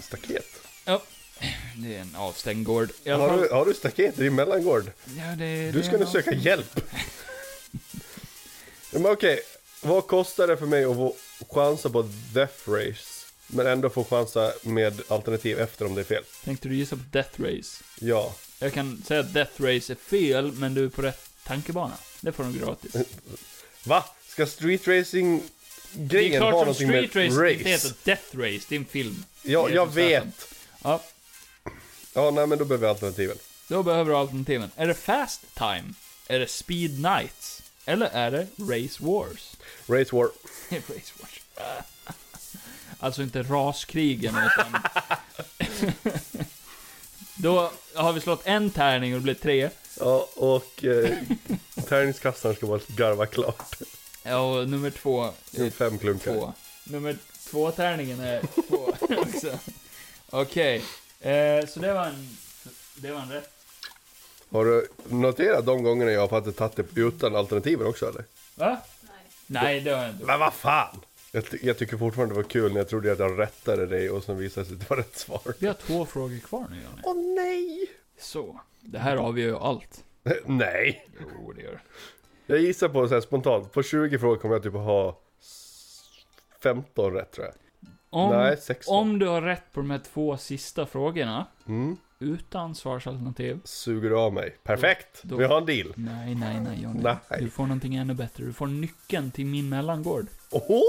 [SPEAKER 2] Staket?
[SPEAKER 1] Ja. Det är en avstängd gård. I alla
[SPEAKER 2] Har
[SPEAKER 1] fall.
[SPEAKER 2] du, har du staket i din mellangård?
[SPEAKER 1] Ja, det,
[SPEAKER 2] Du
[SPEAKER 1] det
[SPEAKER 2] ska
[SPEAKER 1] är
[SPEAKER 2] nu
[SPEAKER 1] en
[SPEAKER 2] söka hjälp. Ja, Men okej, vad kostar det för mig att få chansa på Death Race? Men ändå få chansa med alternativ efter om det är fel.
[SPEAKER 1] Tänkte du gissa på Death Race?
[SPEAKER 2] Ja,
[SPEAKER 1] Jag kan säga att Death Race är fel, men du är på rätt tankebana. Det får de gratis.
[SPEAKER 2] va? Ska street racing
[SPEAKER 1] Det är
[SPEAKER 2] grejen ha
[SPEAKER 1] klart som
[SPEAKER 2] någonting med
[SPEAKER 1] Street Race,
[SPEAKER 2] race?
[SPEAKER 1] inte heter Death Race, det är en film.
[SPEAKER 2] Ja,
[SPEAKER 1] Det är
[SPEAKER 2] jag
[SPEAKER 1] som Statham.
[SPEAKER 2] vet.
[SPEAKER 1] Ja,
[SPEAKER 2] Ja, nej men då behöver jag alternativen.
[SPEAKER 1] då behöver du alternativen. Är det Fast Time? Är det Speed Nights? Eller är det Race Wars?
[SPEAKER 2] Race War.
[SPEAKER 1] race Wars. alltså inte raskrigen, utan... då har vi slått en tärning och det blir tre.
[SPEAKER 2] Ja, och eh, tärningskastaren ska bara garva klart.
[SPEAKER 1] Ja, och nummer två
[SPEAKER 2] Det är Fem klunkar.
[SPEAKER 1] två. Nummer två tärningen är två också. Okej, eh, så det var en... Det var en rätt.
[SPEAKER 2] Har du noterat de gångerna jag har fattat tagit det utan alternativen också eller?
[SPEAKER 1] Va?
[SPEAKER 4] Nej.
[SPEAKER 1] Nej, det var jag inte.
[SPEAKER 2] Men vad fan! Jag, ty- jag tycker fortfarande det var kul när jag trodde att jag rättade dig och sen visade det sig att det var rätt svar.
[SPEAKER 1] Vi har två frågor kvar nu, Johnny.
[SPEAKER 2] Åh nej!
[SPEAKER 1] Så, det här avgör ju allt.
[SPEAKER 2] nej!
[SPEAKER 1] Jo, det gör det.
[SPEAKER 2] Jag gissar på så här spontant, på 20 frågor kommer jag typ att ha s- 15 rätt tror jag.
[SPEAKER 1] Om,
[SPEAKER 2] nej, 16.
[SPEAKER 1] om du har rätt på de här två sista frågorna,
[SPEAKER 2] Mm.
[SPEAKER 1] utan svarsalternativ.
[SPEAKER 2] Suger du av mig? Perfekt!
[SPEAKER 1] Då-
[SPEAKER 2] Vi har en deal!
[SPEAKER 1] Nej, nej, nej, Johnny.
[SPEAKER 2] Nej.
[SPEAKER 1] Du får någonting ännu bättre. Du får nyckeln till min mellangård.
[SPEAKER 2] Åhå!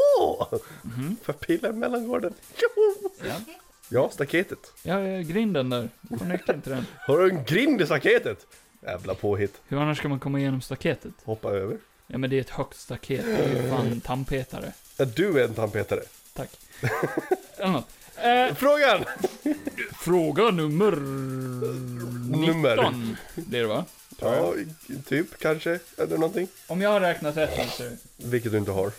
[SPEAKER 2] För pilla i mellangården. Tjoho!
[SPEAKER 1] Mhm. Ja,
[SPEAKER 2] Ja, staketet.
[SPEAKER 1] ja, ja grinden där. Du får nyckeln till den.
[SPEAKER 2] Har du en grind i staketet? Jävla påhitt.
[SPEAKER 1] Hur annars ska man komma igenom staketet?
[SPEAKER 2] Hoppa över.
[SPEAKER 1] Ja men det är ett högt staket, det är ju fan tandpetare.
[SPEAKER 2] Ja, du är en tandpetare.
[SPEAKER 1] Tack. Eller något. eh,
[SPEAKER 2] Frågan!
[SPEAKER 1] fråga nummer...
[SPEAKER 2] Nummer.
[SPEAKER 1] 19. Det är det va?
[SPEAKER 2] Ja, typ kanske. Eller någonting.
[SPEAKER 1] Om jag har räknat rätt nu så... är det-
[SPEAKER 2] Vilket du inte har.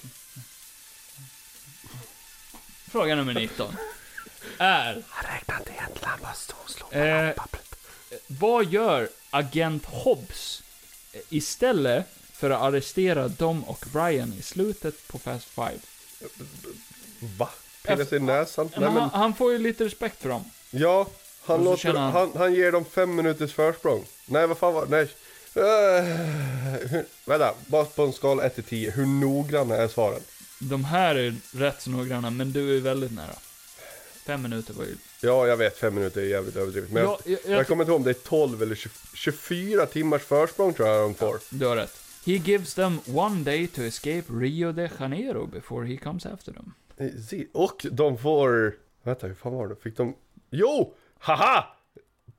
[SPEAKER 1] Fråga nummer 19. Är...
[SPEAKER 2] Räknat egentligen bara storslå.
[SPEAKER 1] Eh, vad gör Agent Hobbs eh, istället för att arrestera dem och Brian i slutet på Fast Five?
[SPEAKER 2] Va? Pilla sig i näsan? Nej men,
[SPEAKER 1] han, han får ju lite respekt för dem.
[SPEAKER 2] ja.
[SPEAKER 1] Och
[SPEAKER 2] Han,
[SPEAKER 1] så
[SPEAKER 2] låter,
[SPEAKER 1] känner han-
[SPEAKER 2] han, han ger dem fem minuters försprång. Nej vad fan var Nej. Uh, vänta, bara på en skala 1 till 10, hur noggranna är svaren?
[SPEAKER 1] De här är rätt så noggranna, men du är väldigt nära. Fem minuter var ju...
[SPEAKER 2] Ja, jag vet, fem minuter är jävligt överdrivet. Men jag,
[SPEAKER 1] Ja, jag-
[SPEAKER 2] jag,
[SPEAKER 1] jag-
[SPEAKER 2] kommer inte ihåg om det är 12 eller 20, 24 timmars försprång tror jag de får.
[SPEAKER 1] Du har rätt. He gives them one day to escape Rio de Janeiro before he comes after them.
[SPEAKER 2] Eh, se- Och de får... Vänta, hur fan var det? Fick de... Jo! Haha!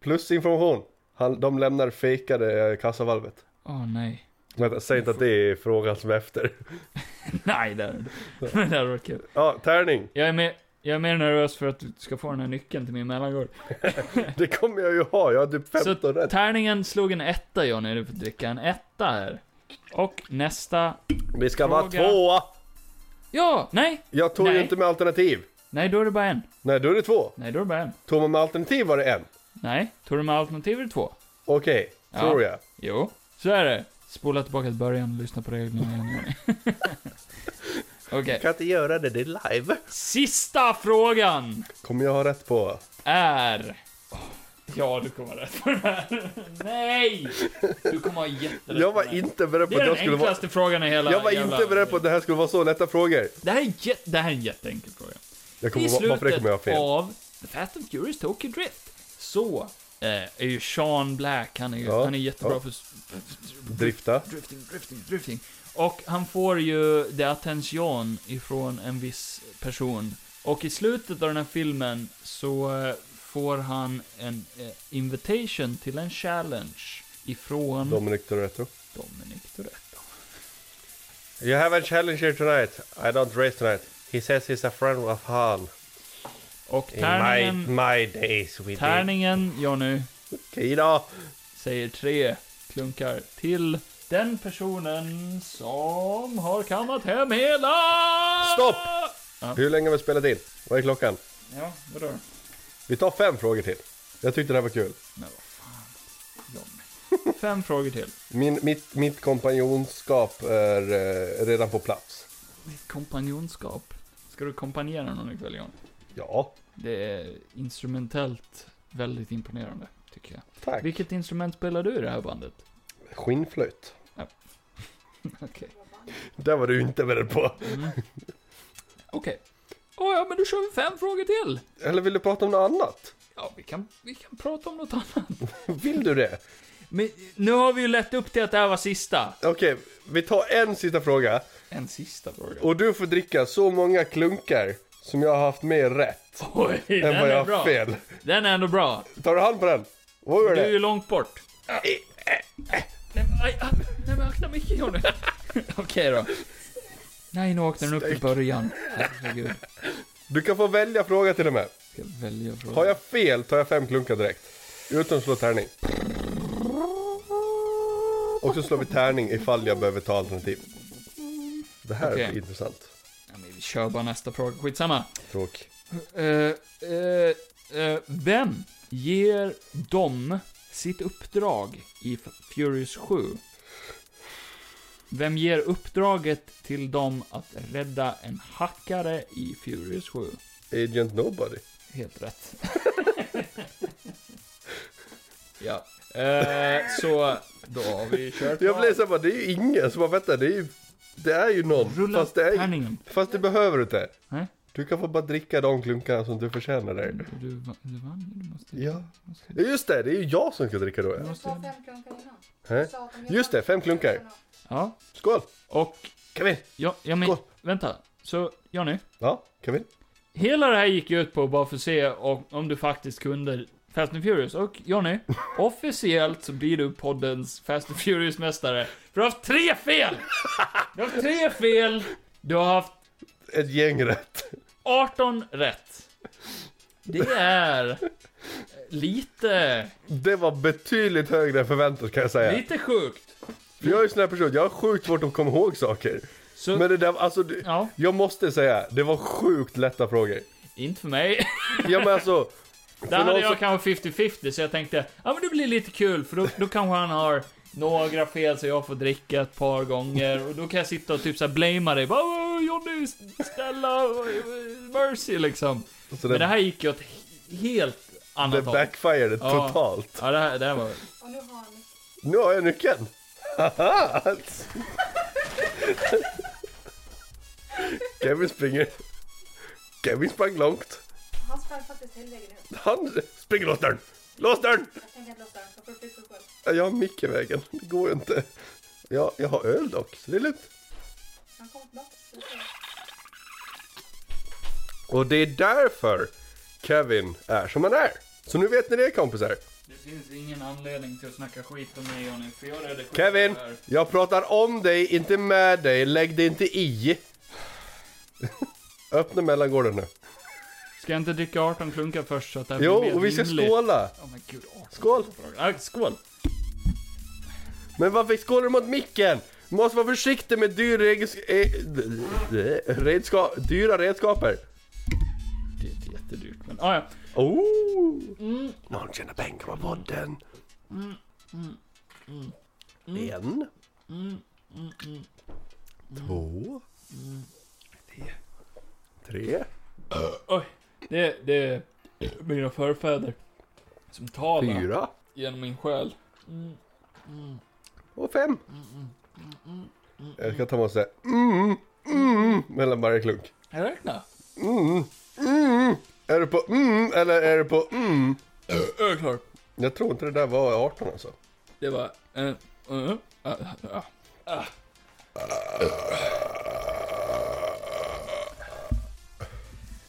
[SPEAKER 2] Plus information. Han, de lämnar fejkade eh, kassavalvet.
[SPEAKER 1] Åh nej.
[SPEAKER 2] Vänta, säg inte att det är frågan som är efter.
[SPEAKER 1] Nej, det hade det hade varit kul.
[SPEAKER 2] Ja, tärning.
[SPEAKER 1] Jag är mer, jag är mer nervös för att du ska få den här nyckeln till min mellangård.
[SPEAKER 2] Det kommer jag ju ha, jag har typ 15
[SPEAKER 1] Så
[SPEAKER 2] rätt.
[SPEAKER 1] tärningen slog en etta Johnny, du får dricka en etta här. Och nästa...
[SPEAKER 2] Vi ska vara
[SPEAKER 1] Fråga.
[SPEAKER 2] tvåa!
[SPEAKER 1] Ja! Nej!
[SPEAKER 2] Jag tog ju
[SPEAKER 1] Nej.
[SPEAKER 2] inte med alternativ.
[SPEAKER 1] Nej, då är det bara en.
[SPEAKER 2] Nej, då är det två.
[SPEAKER 1] Nej, då är det bara en.
[SPEAKER 2] Tog man med alternativ var det en.
[SPEAKER 1] Nej, tog du med alternativ är det två.
[SPEAKER 2] Okej,
[SPEAKER 1] Ja.
[SPEAKER 2] tror jag.
[SPEAKER 1] Jo, så är det. Spola tillbaka till början och lyssna på reglerna igen Johnny. Okej,
[SPEAKER 2] Kan inte göra det, det är live.
[SPEAKER 1] sista frågan
[SPEAKER 2] Kommer jag ha rätt på?
[SPEAKER 1] är... Åh, Ja, du kommer ha rätt på den här. Nej! Du kommer ha jätterätt
[SPEAKER 2] Jag
[SPEAKER 1] på
[SPEAKER 2] var
[SPEAKER 1] den här.
[SPEAKER 2] inte beredd
[SPEAKER 1] Det
[SPEAKER 2] på att
[SPEAKER 1] är
[SPEAKER 2] jag
[SPEAKER 1] den
[SPEAKER 2] skulle vara...
[SPEAKER 1] enklaste frågan i hela
[SPEAKER 2] Jag var
[SPEAKER 1] jävla-
[SPEAKER 2] inte beredd på att det här skulle vara så lätta frågor.
[SPEAKER 1] Det här är, jä- det här är en jätteenkel fråga.
[SPEAKER 2] Jag
[SPEAKER 1] I
[SPEAKER 2] kommer, va- varför det
[SPEAKER 1] slutet
[SPEAKER 2] kommer jag ha fel?
[SPEAKER 1] av The Fast and Furious Tokyo Drift så eh, är ju Sean Black, han är, ju-
[SPEAKER 2] Ja,
[SPEAKER 1] han är jättebra
[SPEAKER 2] ja.
[SPEAKER 1] för s-
[SPEAKER 2] Drifta.
[SPEAKER 1] drifting, drifting, drifting. Och han får ju det attention ifrån en viss person. Och i slutet av den här filmen så eh, får han en eh, invitation till en challenge ifrån
[SPEAKER 2] Dominic Toretto.
[SPEAKER 1] Dominic Toretto.
[SPEAKER 2] You have a challenge here tonight. I don't race tonight. He says he's a friend of Han.
[SPEAKER 1] Och tärningen,
[SPEAKER 2] my days we
[SPEAKER 1] tärningen, Johnny,
[SPEAKER 2] Okej då.
[SPEAKER 1] säger tre klunkar till den personen som har kammat hem hela...
[SPEAKER 2] Stopp!
[SPEAKER 1] Ja.
[SPEAKER 2] Hur länge har vi spelat in? Vad är klockan?
[SPEAKER 1] Ja, vadå?
[SPEAKER 2] Vi tar fem frågor till. Jag tyckte det här var kul.
[SPEAKER 1] Men vad fan, Johnny. Fem frågor till.
[SPEAKER 2] Min, mitt, mitt kompanjonskap är eh, redan på plats.
[SPEAKER 1] Ditt kompanjonskap. Ska du kompanjera någon ikväll, John?
[SPEAKER 2] Ja,
[SPEAKER 1] Det är instrumentellt väldigt imponerande, tycker jag.
[SPEAKER 2] tack.
[SPEAKER 1] Vilket instrument spelar du i det här bandet?
[SPEAKER 2] Skinnflöjt.
[SPEAKER 1] Okej.
[SPEAKER 2] Det var du inte beredd på.
[SPEAKER 1] Mm. Okej. Åh ja, men då kör vi fem frågor till!
[SPEAKER 2] Eller vill du prata om något annat?
[SPEAKER 1] Ja, vi kan, vi kan prata om något annat.
[SPEAKER 2] Vill du det?
[SPEAKER 1] Men nu har vi ju lett upp till att det här var sista.
[SPEAKER 2] Okej, vi tar en sista fråga.
[SPEAKER 1] En sista fråga.
[SPEAKER 2] Och du får dricka så många klunkar som jag har haft mer rätt
[SPEAKER 1] Oj, den
[SPEAKER 2] än vad jag
[SPEAKER 1] är
[SPEAKER 2] har
[SPEAKER 1] bra.
[SPEAKER 2] haft fel.
[SPEAKER 1] Den är ändå bra.
[SPEAKER 2] Tar du hand på den? Vad
[SPEAKER 1] Du
[SPEAKER 2] gör
[SPEAKER 1] är ju
[SPEAKER 2] det?
[SPEAKER 1] långt bort. Nej men, aj, aj, nej, men akta micken Johnny. Okej då. Nej, nu åkte den upp i början. Herregud.
[SPEAKER 2] Du kan få välja fråga till och med.
[SPEAKER 1] Ska jag välja fråga?
[SPEAKER 2] Har jag fel tar jag fem klunkar direkt. Utan att slå tärning. Och så slår vi tärning ifall jag behöver ta alternativ. Det här
[SPEAKER 1] Okej.
[SPEAKER 2] blir intressant.
[SPEAKER 1] Ja, men vi kör bara nästa fråga, skitsamma.
[SPEAKER 2] Tråk.
[SPEAKER 1] Eh, eh, eh, vem ger dem sitt uppdrag i F- Furious 7? Vem ger uppdraget till dem att rädda en hackare i Furious 7?
[SPEAKER 2] Agent Nobody.
[SPEAKER 1] Helt rätt. ja. Eh, så, då har vi kört
[SPEAKER 2] Jag blev såhär bara, det är ju ingen som har väntat. Det är ju, det är ju någon.
[SPEAKER 1] Rulla
[SPEAKER 2] fast, det är,
[SPEAKER 1] tärningen.
[SPEAKER 2] fast det behöver du inte.
[SPEAKER 1] Nej. Mm.
[SPEAKER 2] Du kan få bara dricka de klunkarna som du förtjänar där.
[SPEAKER 1] Du, du vann du måste...
[SPEAKER 2] Ja. Ja, Just det, det är ju jag som ska dricka då. ja.
[SPEAKER 4] Du sa fem klunkar innan.
[SPEAKER 2] Hä?
[SPEAKER 4] Du sa att de gör
[SPEAKER 2] Eh? Just det, fem klunkar.
[SPEAKER 1] Ja.
[SPEAKER 2] Skål!
[SPEAKER 1] Och,
[SPEAKER 2] Kevin!
[SPEAKER 1] ja, ja men,
[SPEAKER 2] Skål.
[SPEAKER 1] vänta. Så, Johnny.
[SPEAKER 2] Ja, Kevin?
[SPEAKER 1] Hela det här gick ju ut på att bara för att se om, om du faktiskt kunde Fast and Furious. Och Johnny, officiellt så blir du poddens Fast and Furious-mästare. För du har haft tre fel! Du har haft tre fel, du har haft
[SPEAKER 2] Ett gäng rätt.
[SPEAKER 1] 18 rätt. Det är lite,
[SPEAKER 2] Det var betydligt högre än förväntat kan jag säga.
[SPEAKER 1] lite sjukt.
[SPEAKER 2] För jag är ju en sån här person, jag har sjukt svårt att komma ihåg saker.
[SPEAKER 1] Så,
[SPEAKER 2] Men det där, alltså, det,
[SPEAKER 1] ja,
[SPEAKER 2] jag måste säga, det var sjukt lätta frågor.
[SPEAKER 1] inte för mig.
[SPEAKER 2] Ja men alltså,
[SPEAKER 1] Där hade
[SPEAKER 2] någon
[SPEAKER 1] jag
[SPEAKER 2] som-
[SPEAKER 1] kanske 50-50, så jag tänkte, ja men det blir lite kul, för då, då kanske han har några fel så jag får dricka ett par gånger, och då kan jag sitta och typ såhär blamea dig. Bara, "Åh, Johnny, Stella, Mercy liksom.
[SPEAKER 2] alltså
[SPEAKER 1] Men det
[SPEAKER 2] det,
[SPEAKER 1] här gick ju åt he- helt
[SPEAKER 2] det
[SPEAKER 1] annat håll.
[SPEAKER 2] backfirade
[SPEAKER 1] Ja.
[SPEAKER 2] totalt.
[SPEAKER 1] Ja, det här, det här var...
[SPEAKER 4] Och nu har han mycket
[SPEAKER 2] Nu har jag nyckeln! Haha! Kevin springer. Kevin sprang långt.
[SPEAKER 4] Han sprang faktiskt hela vägen ut.
[SPEAKER 2] Han springer loss dörren! Lås dörren!
[SPEAKER 4] Jag tänker att låta honom få förflytta sig själv.
[SPEAKER 2] Jag har mick i vägen. Det går ju inte. Jag, jag har öl dock, så det är lugnt.
[SPEAKER 4] Han kommer tillbaka. Så det är så.
[SPEAKER 2] Och det är därför Kevin är som han är. Så nu vet ni det kompisar.
[SPEAKER 1] Det finns ingen anledning till att snacka skit om mig Johnny, för jag redigerar det
[SPEAKER 2] Kevin,
[SPEAKER 1] här.
[SPEAKER 2] jag pratar om dig, inte med dig. Lägg dig inte i. Öppna mellangården nu.
[SPEAKER 1] Ska jag inte dricka 18 klunkar först så att det här blir
[SPEAKER 2] Jo,
[SPEAKER 1] mer
[SPEAKER 2] och vi ska
[SPEAKER 1] rimligt?
[SPEAKER 2] skåla.
[SPEAKER 1] Åh men gud, åh.
[SPEAKER 2] Skål!
[SPEAKER 1] Ah, skål!
[SPEAKER 2] Men varför skålar du mot micken? Du måste vara försiktig med dyr regens- eh, redska- dyra redskaper.
[SPEAKER 1] Det är inte jättedyrt, men ah, ja.
[SPEAKER 2] Oh!
[SPEAKER 1] Mm.
[SPEAKER 2] Någon tjänar pengar på podden.
[SPEAKER 1] mm,
[SPEAKER 2] En.
[SPEAKER 1] mm,
[SPEAKER 2] Två. Tre.
[SPEAKER 1] Oj, det, det är mina förfäder som talar
[SPEAKER 2] Fyra.
[SPEAKER 1] genom min själ.
[SPEAKER 2] Och fem.
[SPEAKER 1] Mm,
[SPEAKER 2] Jag ska ta med såhär mm, mm, mellan varje klunk.
[SPEAKER 1] Jag räknar.
[SPEAKER 2] Mm, mm. Är du på mm eller är du på mm?
[SPEAKER 1] Jag är klar.
[SPEAKER 2] Jag tror inte det där var 18 alltså.
[SPEAKER 1] Det var... eh, eh, eh, ah, ah.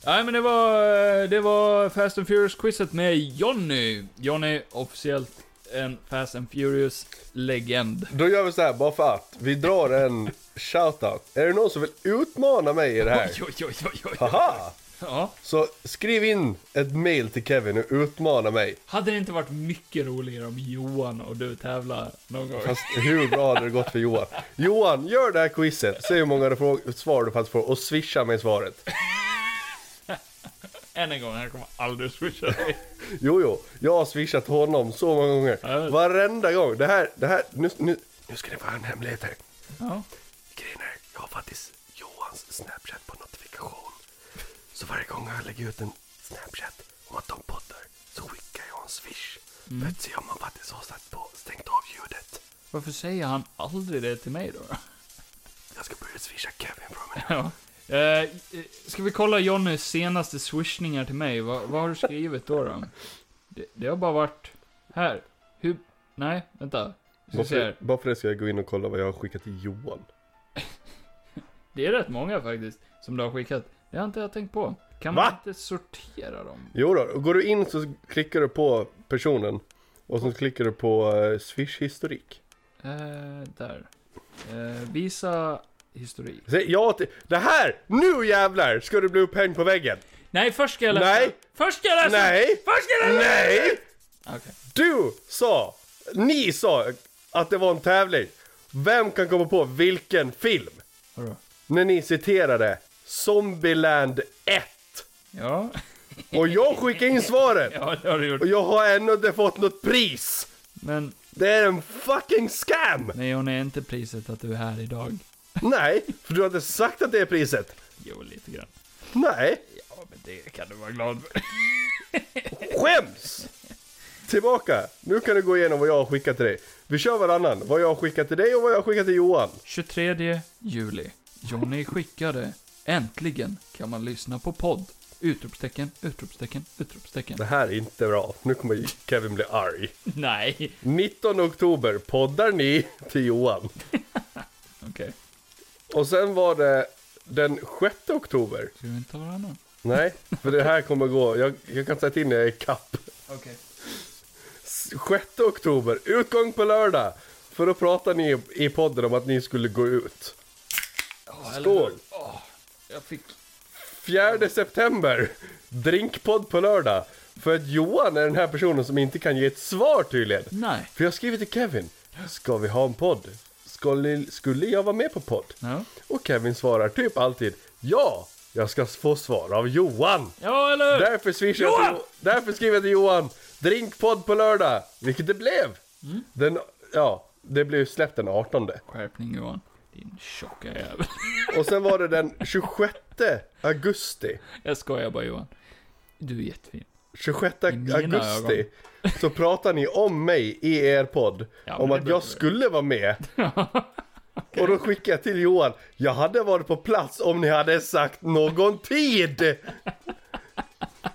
[SPEAKER 1] Nej men det var, eh, det var Fast and Furious-quizet med Johnny. Johnny, officiellt en Fast and Furious-legend.
[SPEAKER 2] Då gör vi så här bara för att. Vi drar en shoutout. Är det någon som vill utmana mig i det här?
[SPEAKER 1] Oj, oj, oj, oj, oj.
[SPEAKER 2] Haha!
[SPEAKER 1] Ja.
[SPEAKER 2] Så skriv in ett mail till Kevin och utmana mig.
[SPEAKER 1] Hade det inte varit mycket roligare om Johan och du tävlar någon gång?
[SPEAKER 2] Fast hur bra hade det gått för Johan? Johan, gör det här quizet. Se hur många frå- svar du faktiskt får och swisha mig svaret.
[SPEAKER 1] Än en gång, han kommer aldrig swisha dig.
[SPEAKER 2] Jo, jo. Jag har swishat honom så många
[SPEAKER 1] Ja, jag
[SPEAKER 2] gånger.
[SPEAKER 1] vet.
[SPEAKER 2] Varenda gång. Det här, det här. Nu, nu, nu ska det vara en hemlighet här.
[SPEAKER 1] Ja.
[SPEAKER 2] Grejen är, jag har faktiskt Johans Snapchat på notifikation. Så varje gång jag lägger ut en Snapchat om att de poddar så skickar jag en swish. För att se om man faktiskt har satt på stängt av ljudet.
[SPEAKER 1] Varför säger han aldrig det till mig då?
[SPEAKER 2] Jag ska börja swisha Kevin från mig.
[SPEAKER 1] Ja. Eh, eh, ska vi kolla Jonnys senaste swishningar till mig? Vad, vad har du skrivit då? då? Det, det har bara varit... Här. Hur... Nej, vänta. Vi Ska se här.
[SPEAKER 2] Bara för det ska jag gå in och kolla vad jag har skickat till Johan.
[SPEAKER 1] Det är rätt många faktiskt, som du har skickat. Det har inte jag tänkt på. Kan man
[SPEAKER 2] Va?
[SPEAKER 1] inte sortera dem?
[SPEAKER 2] Jo då, och går du in så klickar du på personen. Och så klickar du på eh, swish historik.
[SPEAKER 1] Eh, där. Eh, visa historik.
[SPEAKER 2] Säg ja till... Det här! Nu jävlar ska du bli upphängd på väggen!
[SPEAKER 1] Nej, först ska jag läsa.
[SPEAKER 2] Nej.
[SPEAKER 1] Först ska jag läsa!
[SPEAKER 2] Nej!
[SPEAKER 1] Först ska jag läsa!
[SPEAKER 2] Nej!
[SPEAKER 1] Okej.
[SPEAKER 2] Du sa, ni sa att det var en tävling. Vem kan komma på vilken film?
[SPEAKER 1] Vadå?
[SPEAKER 2] När ni citerade Zombieland 1.
[SPEAKER 1] Ja.
[SPEAKER 2] Och jag skickade in svaret.
[SPEAKER 1] ja, det har du gjort.
[SPEAKER 2] Och jag har ännu inte fått något pris.
[SPEAKER 1] Men,
[SPEAKER 2] Det är en fucking scam!
[SPEAKER 1] men Jonny, är inte priset att du är här idag?
[SPEAKER 2] Nej, för du har inte sagt att det är priset.
[SPEAKER 1] Jo, lite grann.
[SPEAKER 2] Nej,
[SPEAKER 1] Ja, men det kan du vara glad för.
[SPEAKER 2] skäms! Tillbaka, nu kan du gå igenom vad jag har skickat till dig. Vi kör varannan, vad jag har skickat till dig och vad jag har skickat till Johan.
[SPEAKER 1] 23 juli. Johnny skickade Äntligen kan man lyssna på podd! Utropstecken, utropstecken, utropstecken.
[SPEAKER 2] Det här är inte bra, nu kommer Kevin bli arg.
[SPEAKER 1] Nej!
[SPEAKER 2] 19 oktober poddar ni till Johan.
[SPEAKER 1] Okej.
[SPEAKER 2] Och sen var det den 6 oktober.
[SPEAKER 1] Ska vi inte ta varannan?
[SPEAKER 2] Nej, för det här kommer gå. Jag, jag kan sätta in det i kapp.
[SPEAKER 1] Okej.
[SPEAKER 2] 6 oktober, utgång på lördag. För då pratade ni i podden om att ni skulle gå ut. Skål!
[SPEAKER 1] Jag fick...
[SPEAKER 2] 4 september, drinkpodd på lördag. För att Johan är den här personen som inte kan ge ett svar tydligen.
[SPEAKER 1] Nej.
[SPEAKER 2] För jag skriver till Kevin, ska vi ha en podd? Skulle, skulle jag vara med på podd?
[SPEAKER 1] Ja.
[SPEAKER 2] Och Kevin svarar typ alltid Ja, jag ska få svar av Johan
[SPEAKER 1] Ja, eller hur?
[SPEAKER 2] Därför, swishar jag till,
[SPEAKER 1] Johan!
[SPEAKER 2] Jo- därför skriver jag till Johan Drinkpodd på lördag Vilket det blev
[SPEAKER 1] Mm.
[SPEAKER 2] den, Ja, det blev släppt den 18
[SPEAKER 1] Skärpning Johan. Din tjocka jävel.
[SPEAKER 2] Och sen var det den 26 augusti
[SPEAKER 1] Jag skojar bara Johan. Du är jättefin.
[SPEAKER 2] 26
[SPEAKER 1] I mina
[SPEAKER 2] augusti så pratar ni om mig i er podd.
[SPEAKER 1] Ja,
[SPEAKER 2] om
[SPEAKER 1] men det
[SPEAKER 2] att
[SPEAKER 1] blir-
[SPEAKER 2] jag skulle vara med. Och då skickar jag till Johan. Jag hade varit på plats om ni hade sagt någon tid.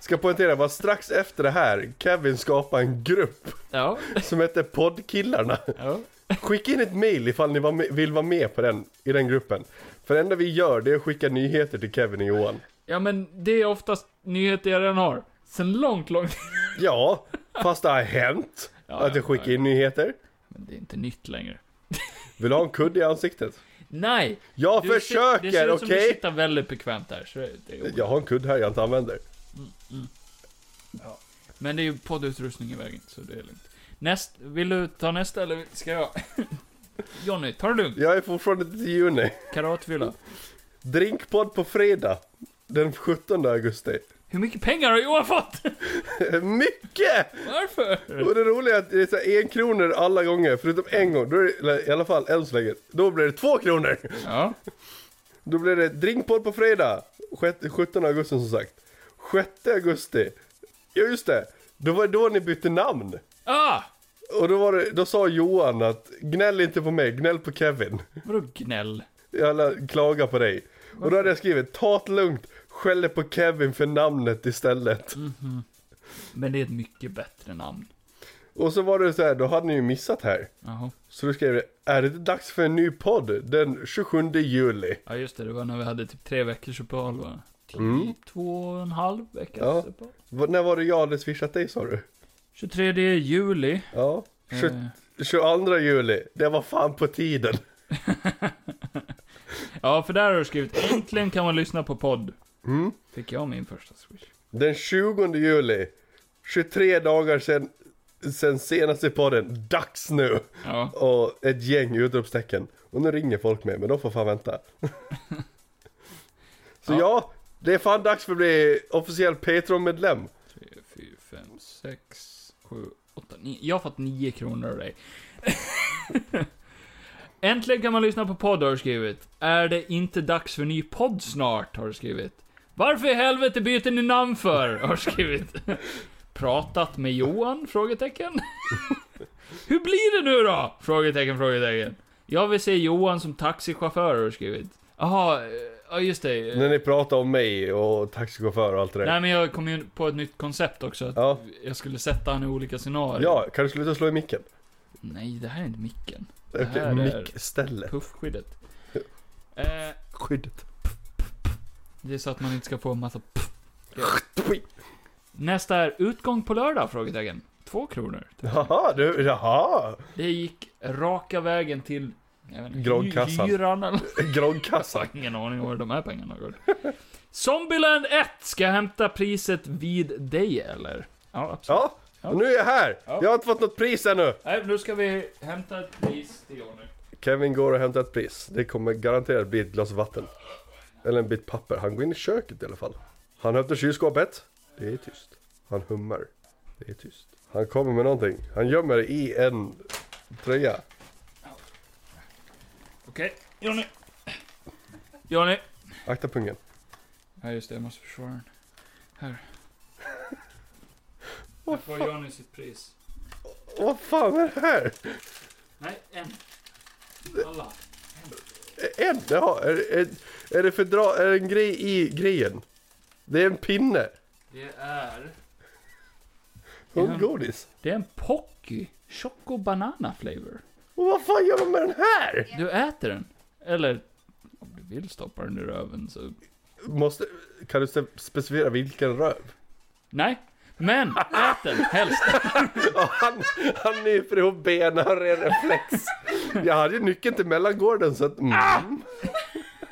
[SPEAKER 2] Ska poängtera, det var strax efter det här Kevin skapade en grupp
[SPEAKER 1] Ja,
[SPEAKER 2] som hette Poddkillarna.
[SPEAKER 1] ja.
[SPEAKER 2] Skicka in ett mail ifall ni var med, vill vara med på den, i den gruppen. För det enda vi gör det är att skicka nyheter till Kevin och Johan.
[SPEAKER 1] ja, men det är oftast nyheter jag redan har. Sen långt, långt
[SPEAKER 2] Ja, fast det har hänt
[SPEAKER 1] Ja,
[SPEAKER 2] att jag
[SPEAKER 1] ja,
[SPEAKER 2] skickar
[SPEAKER 1] ja.
[SPEAKER 2] in nyheter.
[SPEAKER 1] Men det är inte nytt längre.
[SPEAKER 2] Vill du ha en kudde i ansiktet?
[SPEAKER 1] Nej!
[SPEAKER 2] Jag
[SPEAKER 1] Du ser- Det ser
[SPEAKER 2] försöker,
[SPEAKER 1] ut som du
[SPEAKER 2] okej?
[SPEAKER 1] sitter väldigt bekvämt där, så det det är
[SPEAKER 2] Jag har en kudd här jag inte använder.
[SPEAKER 1] Men det är ju poddutrustning i vägen, så det är lugnt. Näst, vill du ta nästa eller ska jag? Johnny, ta det lugnt.
[SPEAKER 2] Jag är fortfarande inte i juni.
[SPEAKER 1] Karatfylla.
[SPEAKER 2] Drinkpodd på fredag. Den 17 augusti.
[SPEAKER 1] Hur mycket pengar har Johan fått?
[SPEAKER 2] Mycket!
[SPEAKER 1] Varför?
[SPEAKER 2] Och det roliga är att det är så här en kronor alla gånger, förutom en gång. Då är det, eller i alla fall än så länge. Då blir det två kronor!
[SPEAKER 1] Ja.
[SPEAKER 2] Då blir det drinkpodd på fredag. Sjätte- 17 augusti som sagt. 6 augusti. Ja just det. Då var det då ni bytte namn.
[SPEAKER 1] Ah!
[SPEAKER 2] Och då, var det, då sa Johan att gnäll inte på mig, gnäll på Kevin.
[SPEAKER 1] Vadå gnäll?
[SPEAKER 2] Alla klagar på dig. Och då hade jag skrivit, ta det lugnt, skäller på Kevin för namnet istället.
[SPEAKER 1] Men det är ett mycket bättre namn.
[SPEAKER 2] Och så var det så här, då hade ni ju missat här.
[SPEAKER 1] Jaha.
[SPEAKER 2] Så då skrev jag, är det inte dags för en ny podd den 27 juli?
[SPEAKER 1] Ja just det, det var när vi hade typ tre veckors uppehåll va? Typ Två och en halv veckas
[SPEAKER 2] Mm. Ja.
[SPEAKER 1] uppehåll.
[SPEAKER 2] V- när var det jag hade swishat dig sa du?
[SPEAKER 1] 23 juli.
[SPEAKER 2] Ja. Tju-
[SPEAKER 1] Eh,
[SPEAKER 2] 22 juli, det var fan på tiden.
[SPEAKER 1] Ja, för där har du skrivit äntligen kan man lyssna på podd.
[SPEAKER 2] Mm.
[SPEAKER 1] Fick jag min första swish.
[SPEAKER 2] Den 20 juli, 23 dagar sen, sen senaste podden, dags nu!
[SPEAKER 1] Ja.
[SPEAKER 2] Och ett gäng utropstecken. Och nu ringer folk mig, men de får fan vänta. Så
[SPEAKER 1] Ja.
[SPEAKER 2] ja. det är fan dags för att bli officiell Patreon-medlem.
[SPEAKER 1] 3, 4, 5, 6, 7, 8, 9. Jag har fått 9 kronor av dig. Äntligen kan man lyssna på podd har du skrivit. Är det inte dags för ny podd snart? Har du skrivit. Varför i helvete byter ni namn för? Har du skrivit. Pratat med Johan? Frågetecken. Hur blir det nu då? Frågetecken, frågetecken. Jag vill se Johan som taxichaufför har du skrivit. Jaha, eh, ja just det.
[SPEAKER 2] När ni pratar om mig och taxichaufför och allt det där.
[SPEAKER 1] Nej men jag kom ju på ett nytt koncept också. Att
[SPEAKER 2] Ja.
[SPEAKER 1] Jag skulle sätta han i olika scenarier.
[SPEAKER 2] Ja, kan du sluta slå i micken?
[SPEAKER 1] Nej, det här är inte micken. Det
[SPEAKER 2] Okej,
[SPEAKER 1] här är-
[SPEAKER 2] mickstället.
[SPEAKER 1] Puffskyddet. Eh,
[SPEAKER 2] Skyddet.
[SPEAKER 1] det är så att man inte ska få en massa pff. Nästa är utgång på lördag? Frågetecken. Två kronor.
[SPEAKER 2] Jaha, du, jaha!
[SPEAKER 1] Det gick raka vägen till... jag vet inte,
[SPEAKER 2] Groggkassan.
[SPEAKER 1] Hyran eller... Jag
[SPEAKER 2] Groggkassa.
[SPEAKER 1] har ingen aning om var de här pengarna går. Zombieland 1 ska hämta priset vid dig eller? Ja, absolut.
[SPEAKER 2] Ja, och nu är jag här!
[SPEAKER 1] Ja.
[SPEAKER 2] Jag har inte fått något pris ännu!
[SPEAKER 1] Nej, nu ska vi hämta ett pris till Johnny.
[SPEAKER 2] Kevin går och hämtar ett pris. Det kommer garanterat bli ett glas vatten. Eller en bit papper. Han går in i köket i alla fall. Han öppnar kylskåpet. Det är tyst. Han hummar. Det är tyst. Han kommer med någonting. Han gömmer det i en tröja.
[SPEAKER 1] Okej, Johnny. Johnny.
[SPEAKER 2] Akta pungen.
[SPEAKER 1] Ja just det, jag måste försvara den. Här. Här får Johnny sitt pris.
[SPEAKER 2] Vad fan är det här?
[SPEAKER 1] Nej, en. Alla.
[SPEAKER 2] En? Jaha, är, är, är det för dra... Är det en grej i grejen? Det är en pinne.
[SPEAKER 1] Det är...
[SPEAKER 2] Hundgodis.
[SPEAKER 1] Det är en Pocky Choco Banana Flavor.
[SPEAKER 2] Och vad fan gör de med den här?
[SPEAKER 1] Du äter den. Eller om du vill stoppa den i röven så...
[SPEAKER 2] Måste... Kan du se- specificera vilken röv?
[SPEAKER 1] Nej. Men, ät den helst.
[SPEAKER 2] Ja, han, han nyper ihop benen och ren reflex. Jag hade ju nyckeln till mellangården så att... Mm.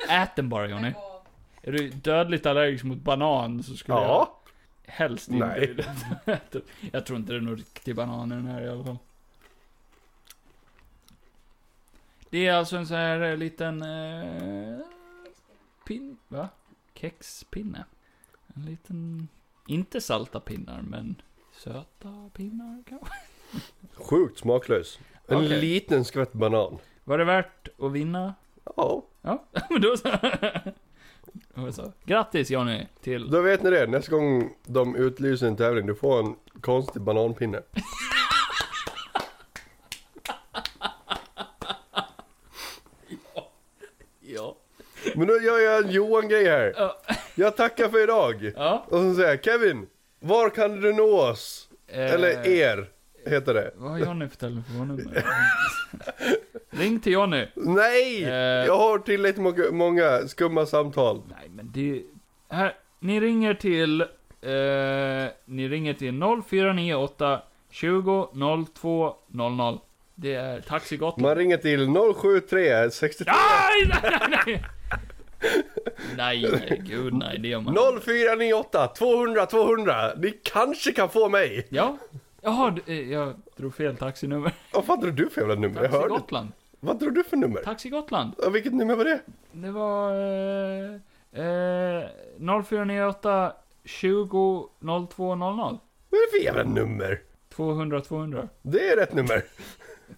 [SPEAKER 1] Ät den bara Johnny.
[SPEAKER 4] Och
[SPEAKER 1] Är du dödligt allergisk mot banan så skulle jag...
[SPEAKER 2] Ja,
[SPEAKER 1] Helst inte
[SPEAKER 2] Nej.
[SPEAKER 1] vilja äta. Jag tror inte det är någon riktig banan i den här i alla fall. Det är alltså en sån här eh, liten... Eh, pin... Va? Kexpinne. En liten... Inte salta pinnar, men söta pinnar kanske.
[SPEAKER 2] sjukt smaklös. En
[SPEAKER 1] Okej.
[SPEAKER 2] liten skvätt banan.
[SPEAKER 1] Var det värt att vinna?
[SPEAKER 2] Ja,
[SPEAKER 1] Ja, men då så. Och så, Grattis Johnny till...
[SPEAKER 2] Då vet ni det, nästa gång de utlyser en tävling, du får en konstig bananpinne.
[SPEAKER 1] Ja.
[SPEAKER 2] Men nu gör jag en Johan-grej här.
[SPEAKER 1] Ja.
[SPEAKER 2] Jag tackar för idag.
[SPEAKER 1] Ja.
[SPEAKER 2] Och så säger jag, Kevin, var kan du nå oss?
[SPEAKER 1] Eh,
[SPEAKER 2] Eller E- er, heter det.
[SPEAKER 1] Vad har Johnny för telefonnummer? Ring till Johnny.
[SPEAKER 2] Nej!
[SPEAKER 1] Eh.
[SPEAKER 2] Jag har tillräckligt många, många skumma samtal.
[SPEAKER 1] Nej men det... Här, ni ringer till... Eh, ni ringer till 0498 20 02 00. Det är Taxi Gotland.
[SPEAKER 2] Man ringer till 073 63
[SPEAKER 1] Nej, nej, nej, nej! Nej, gud nej, det gör man
[SPEAKER 2] 0498 200 200. Ni kanske kan få mig.
[SPEAKER 1] Ja? Jaha, d- eh, jag drog fel taxinummer.
[SPEAKER 2] Vad fan drog du för jävla nummer? Jag
[SPEAKER 1] Taxi
[SPEAKER 2] hörde.
[SPEAKER 1] Gotland.
[SPEAKER 2] Vad drog du för nummer?
[SPEAKER 1] Taxi Gotland.
[SPEAKER 2] Ja, Vilket nummer var det?
[SPEAKER 1] Det var... Eh, eh, 0498 20 02 00.
[SPEAKER 2] Vad är det för jävla nummer?
[SPEAKER 1] 200 200.
[SPEAKER 2] Det är rätt nummer.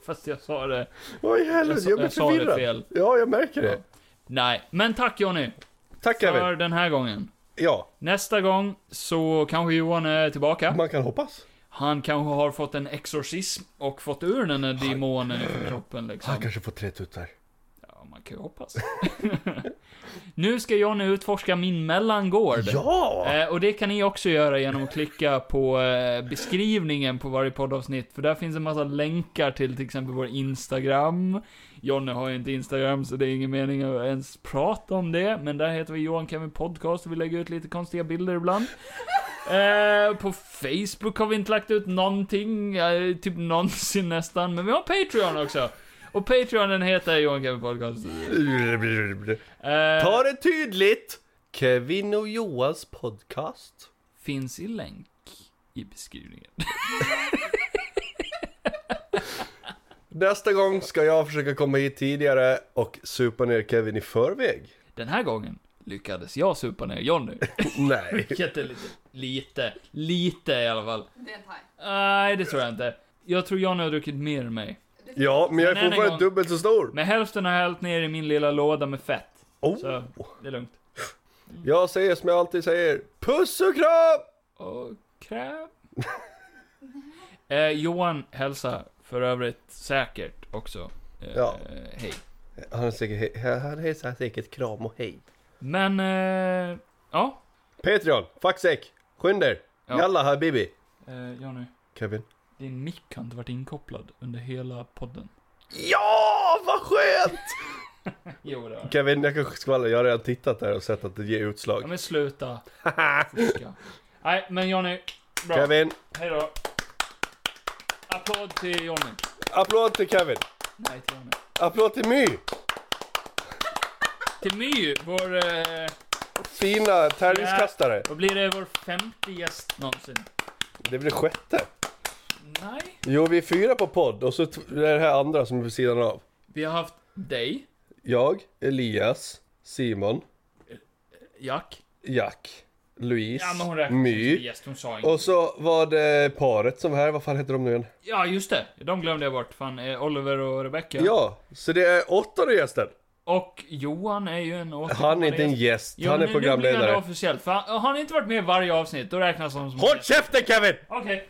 [SPEAKER 1] Fast jag sa det.
[SPEAKER 2] Vad i
[SPEAKER 1] Jag
[SPEAKER 2] helvete,
[SPEAKER 1] sa-
[SPEAKER 2] jag blir
[SPEAKER 1] jag sa det
[SPEAKER 2] förvirrad.
[SPEAKER 1] fel.
[SPEAKER 2] Ja, jag märker det.
[SPEAKER 1] Nej, men tack Johnny.
[SPEAKER 2] Tack
[SPEAKER 1] För
[SPEAKER 2] Kevin.
[SPEAKER 1] den här gången.
[SPEAKER 2] Ja,
[SPEAKER 1] Nästa gång så kanske Johan är tillbaka.
[SPEAKER 2] man kan hoppas.
[SPEAKER 1] Han kanske har fått en exorcism och fått ur den här demonen ifrån kroppen liksom.
[SPEAKER 2] Han kanske får tre tuttar.
[SPEAKER 1] Ja, man kan ju hoppas. nu ska Johnny utforska min mellangård.
[SPEAKER 2] Ja!
[SPEAKER 1] Eh, och det kan ni också göra genom att klicka på eh, beskrivningen på varje poddavsnitt, för där finns en massa länkar till till exempel vår Instagram. Johnny har ju inte Instagram, så det är ingen mening att ens prata om det, men där heter vi Johan Kevin Podcast och vi lägger ut lite konstiga bilder ibland. Eh, på Facebook har vi inte lagt ut någonting, eh, typ någonsin nästan, men vi har Patreon också. Och Patreonen heter Johan Kevin Podcast. Eh,
[SPEAKER 2] Ta det tydligt! Kevin och Johans podcast.
[SPEAKER 1] finns i länk i beskrivningen.
[SPEAKER 2] Nästa gång ska jag försöka komma hit tidigare och supa ner Kevin i förväg.
[SPEAKER 1] Den här gången lyckades jag supa ner Johnny.
[SPEAKER 2] Nej.
[SPEAKER 1] Jättelite. Lite. Lite i alla fall.
[SPEAKER 4] Det är en haj.
[SPEAKER 1] Nej, det tror jag inte. Jag tror Johnny har druckit mer än mig.
[SPEAKER 2] Ja, men
[SPEAKER 1] Men
[SPEAKER 2] jag är
[SPEAKER 1] än en
[SPEAKER 2] fortfarande
[SPEAKER 1] gång.
[SPEAKER 2] dubbelt så stor.
[SPEAKER 1] Men hälften har jag hällt ner i min lilla låda med fett. Så,
[SPEAKER 2] Oh.
[SPEAKER 1] det är lugnt.
[SPEAKER 2] Jag säger som jag alltid säger. Puss och kram!
[SPEAKER 1] Och kräm. eh, Johan hälsa för övrigt säkert också. Eh,
[SPEAKER 2] Ja.
[SPEAKER 1] Hej.
[SPEAKER 2] Han är säkert, han hälsar säkert kram och hej.
[SPEAKER 1] Men, eh, ja.
[SPEAKER 2] Patreon, faxsäck, skynda er.
[SPEAKER 1] Ja.
[SPEAKER 2] Jalla habibi.
[SPEAKER 1] Eh, Johnny,
[SPEAKER 2] Kevin.
[SPEAKER 1] din mick har inte varit inkopplad under hela podden.
[SPEAKER 2] Ja, vad skönt!
[SPEAKER 1] Jo, det har den.
[SPEAKER 2] Kevin, jag kanske skvallrar. Jag har redan tittat där och sett att det ger
[SPEAKER 1] Ja,
[SPEAKER 2] utslag.
[SPEAKER 1] men sluta. Fuska. Nej, men Johnny. Bra.
[SPEAKER 2] Kevin,
[SPEAKER 1] Hej då. Applåd till Johnny.
[SPEAKER 2] applåd till Kevin.
[SPEAKER 1] Nej, till Johnny.
[SPEAKER 2] Applåd till My.
[SPEAKER 1] Till My, vår... Eh,
[SPEAKER 2] Fina tärningskastare.
[SPEAKER 1] vad blir det? Vår femte gäst någonsin.
[SPEAKER 2] Det blir sjätte.
[SPEAKER 1] Nej.
[SPEAKER 2] Jo, vi är fyra på podd och så t- det är det här andra som är på sidan av.
[SPEAKER 1] Vi har haft dig,
[SPEAKER 2] Jag, Elias, Simon,
[SPEAKER 1] Jack.
[SPEAKER 2] Jack, Louise,
[SPEAKER 1] Ja, men hon räknas inte som
[SPEAKER 2] My.
[SPEAKER 1] gäst. Hon sa inget.
[SPEAKER 2] Och så var det paret som var här. Vad fan heter de nu igen?
[SPEAKER 1] Ja, just det. De glömde jag bort. Fan, eh, Oliver och Rebecca.
[SPEAKER 2] Ja, så det är åttonde gästen.
[SPEAKER 1] Och Johan är ju en återkommande
[SPEAKER 2] Han är inte en
[SPEAKER 1] gäst.
[SPEAKER 2] gäst,
[SPEAKER 1] Jo,
[SPEAKER 2] han är
[SPEAKER 1] nu- Nu blir han
[SPEAKER 2] programledare.
[SPEAKER 1] officiellt. För han, har han inte varit med i varje avsnitt, då räknas han som...
[SPEAKER 2] Håll käften Kevin!
[SPEAKER 1] Okej.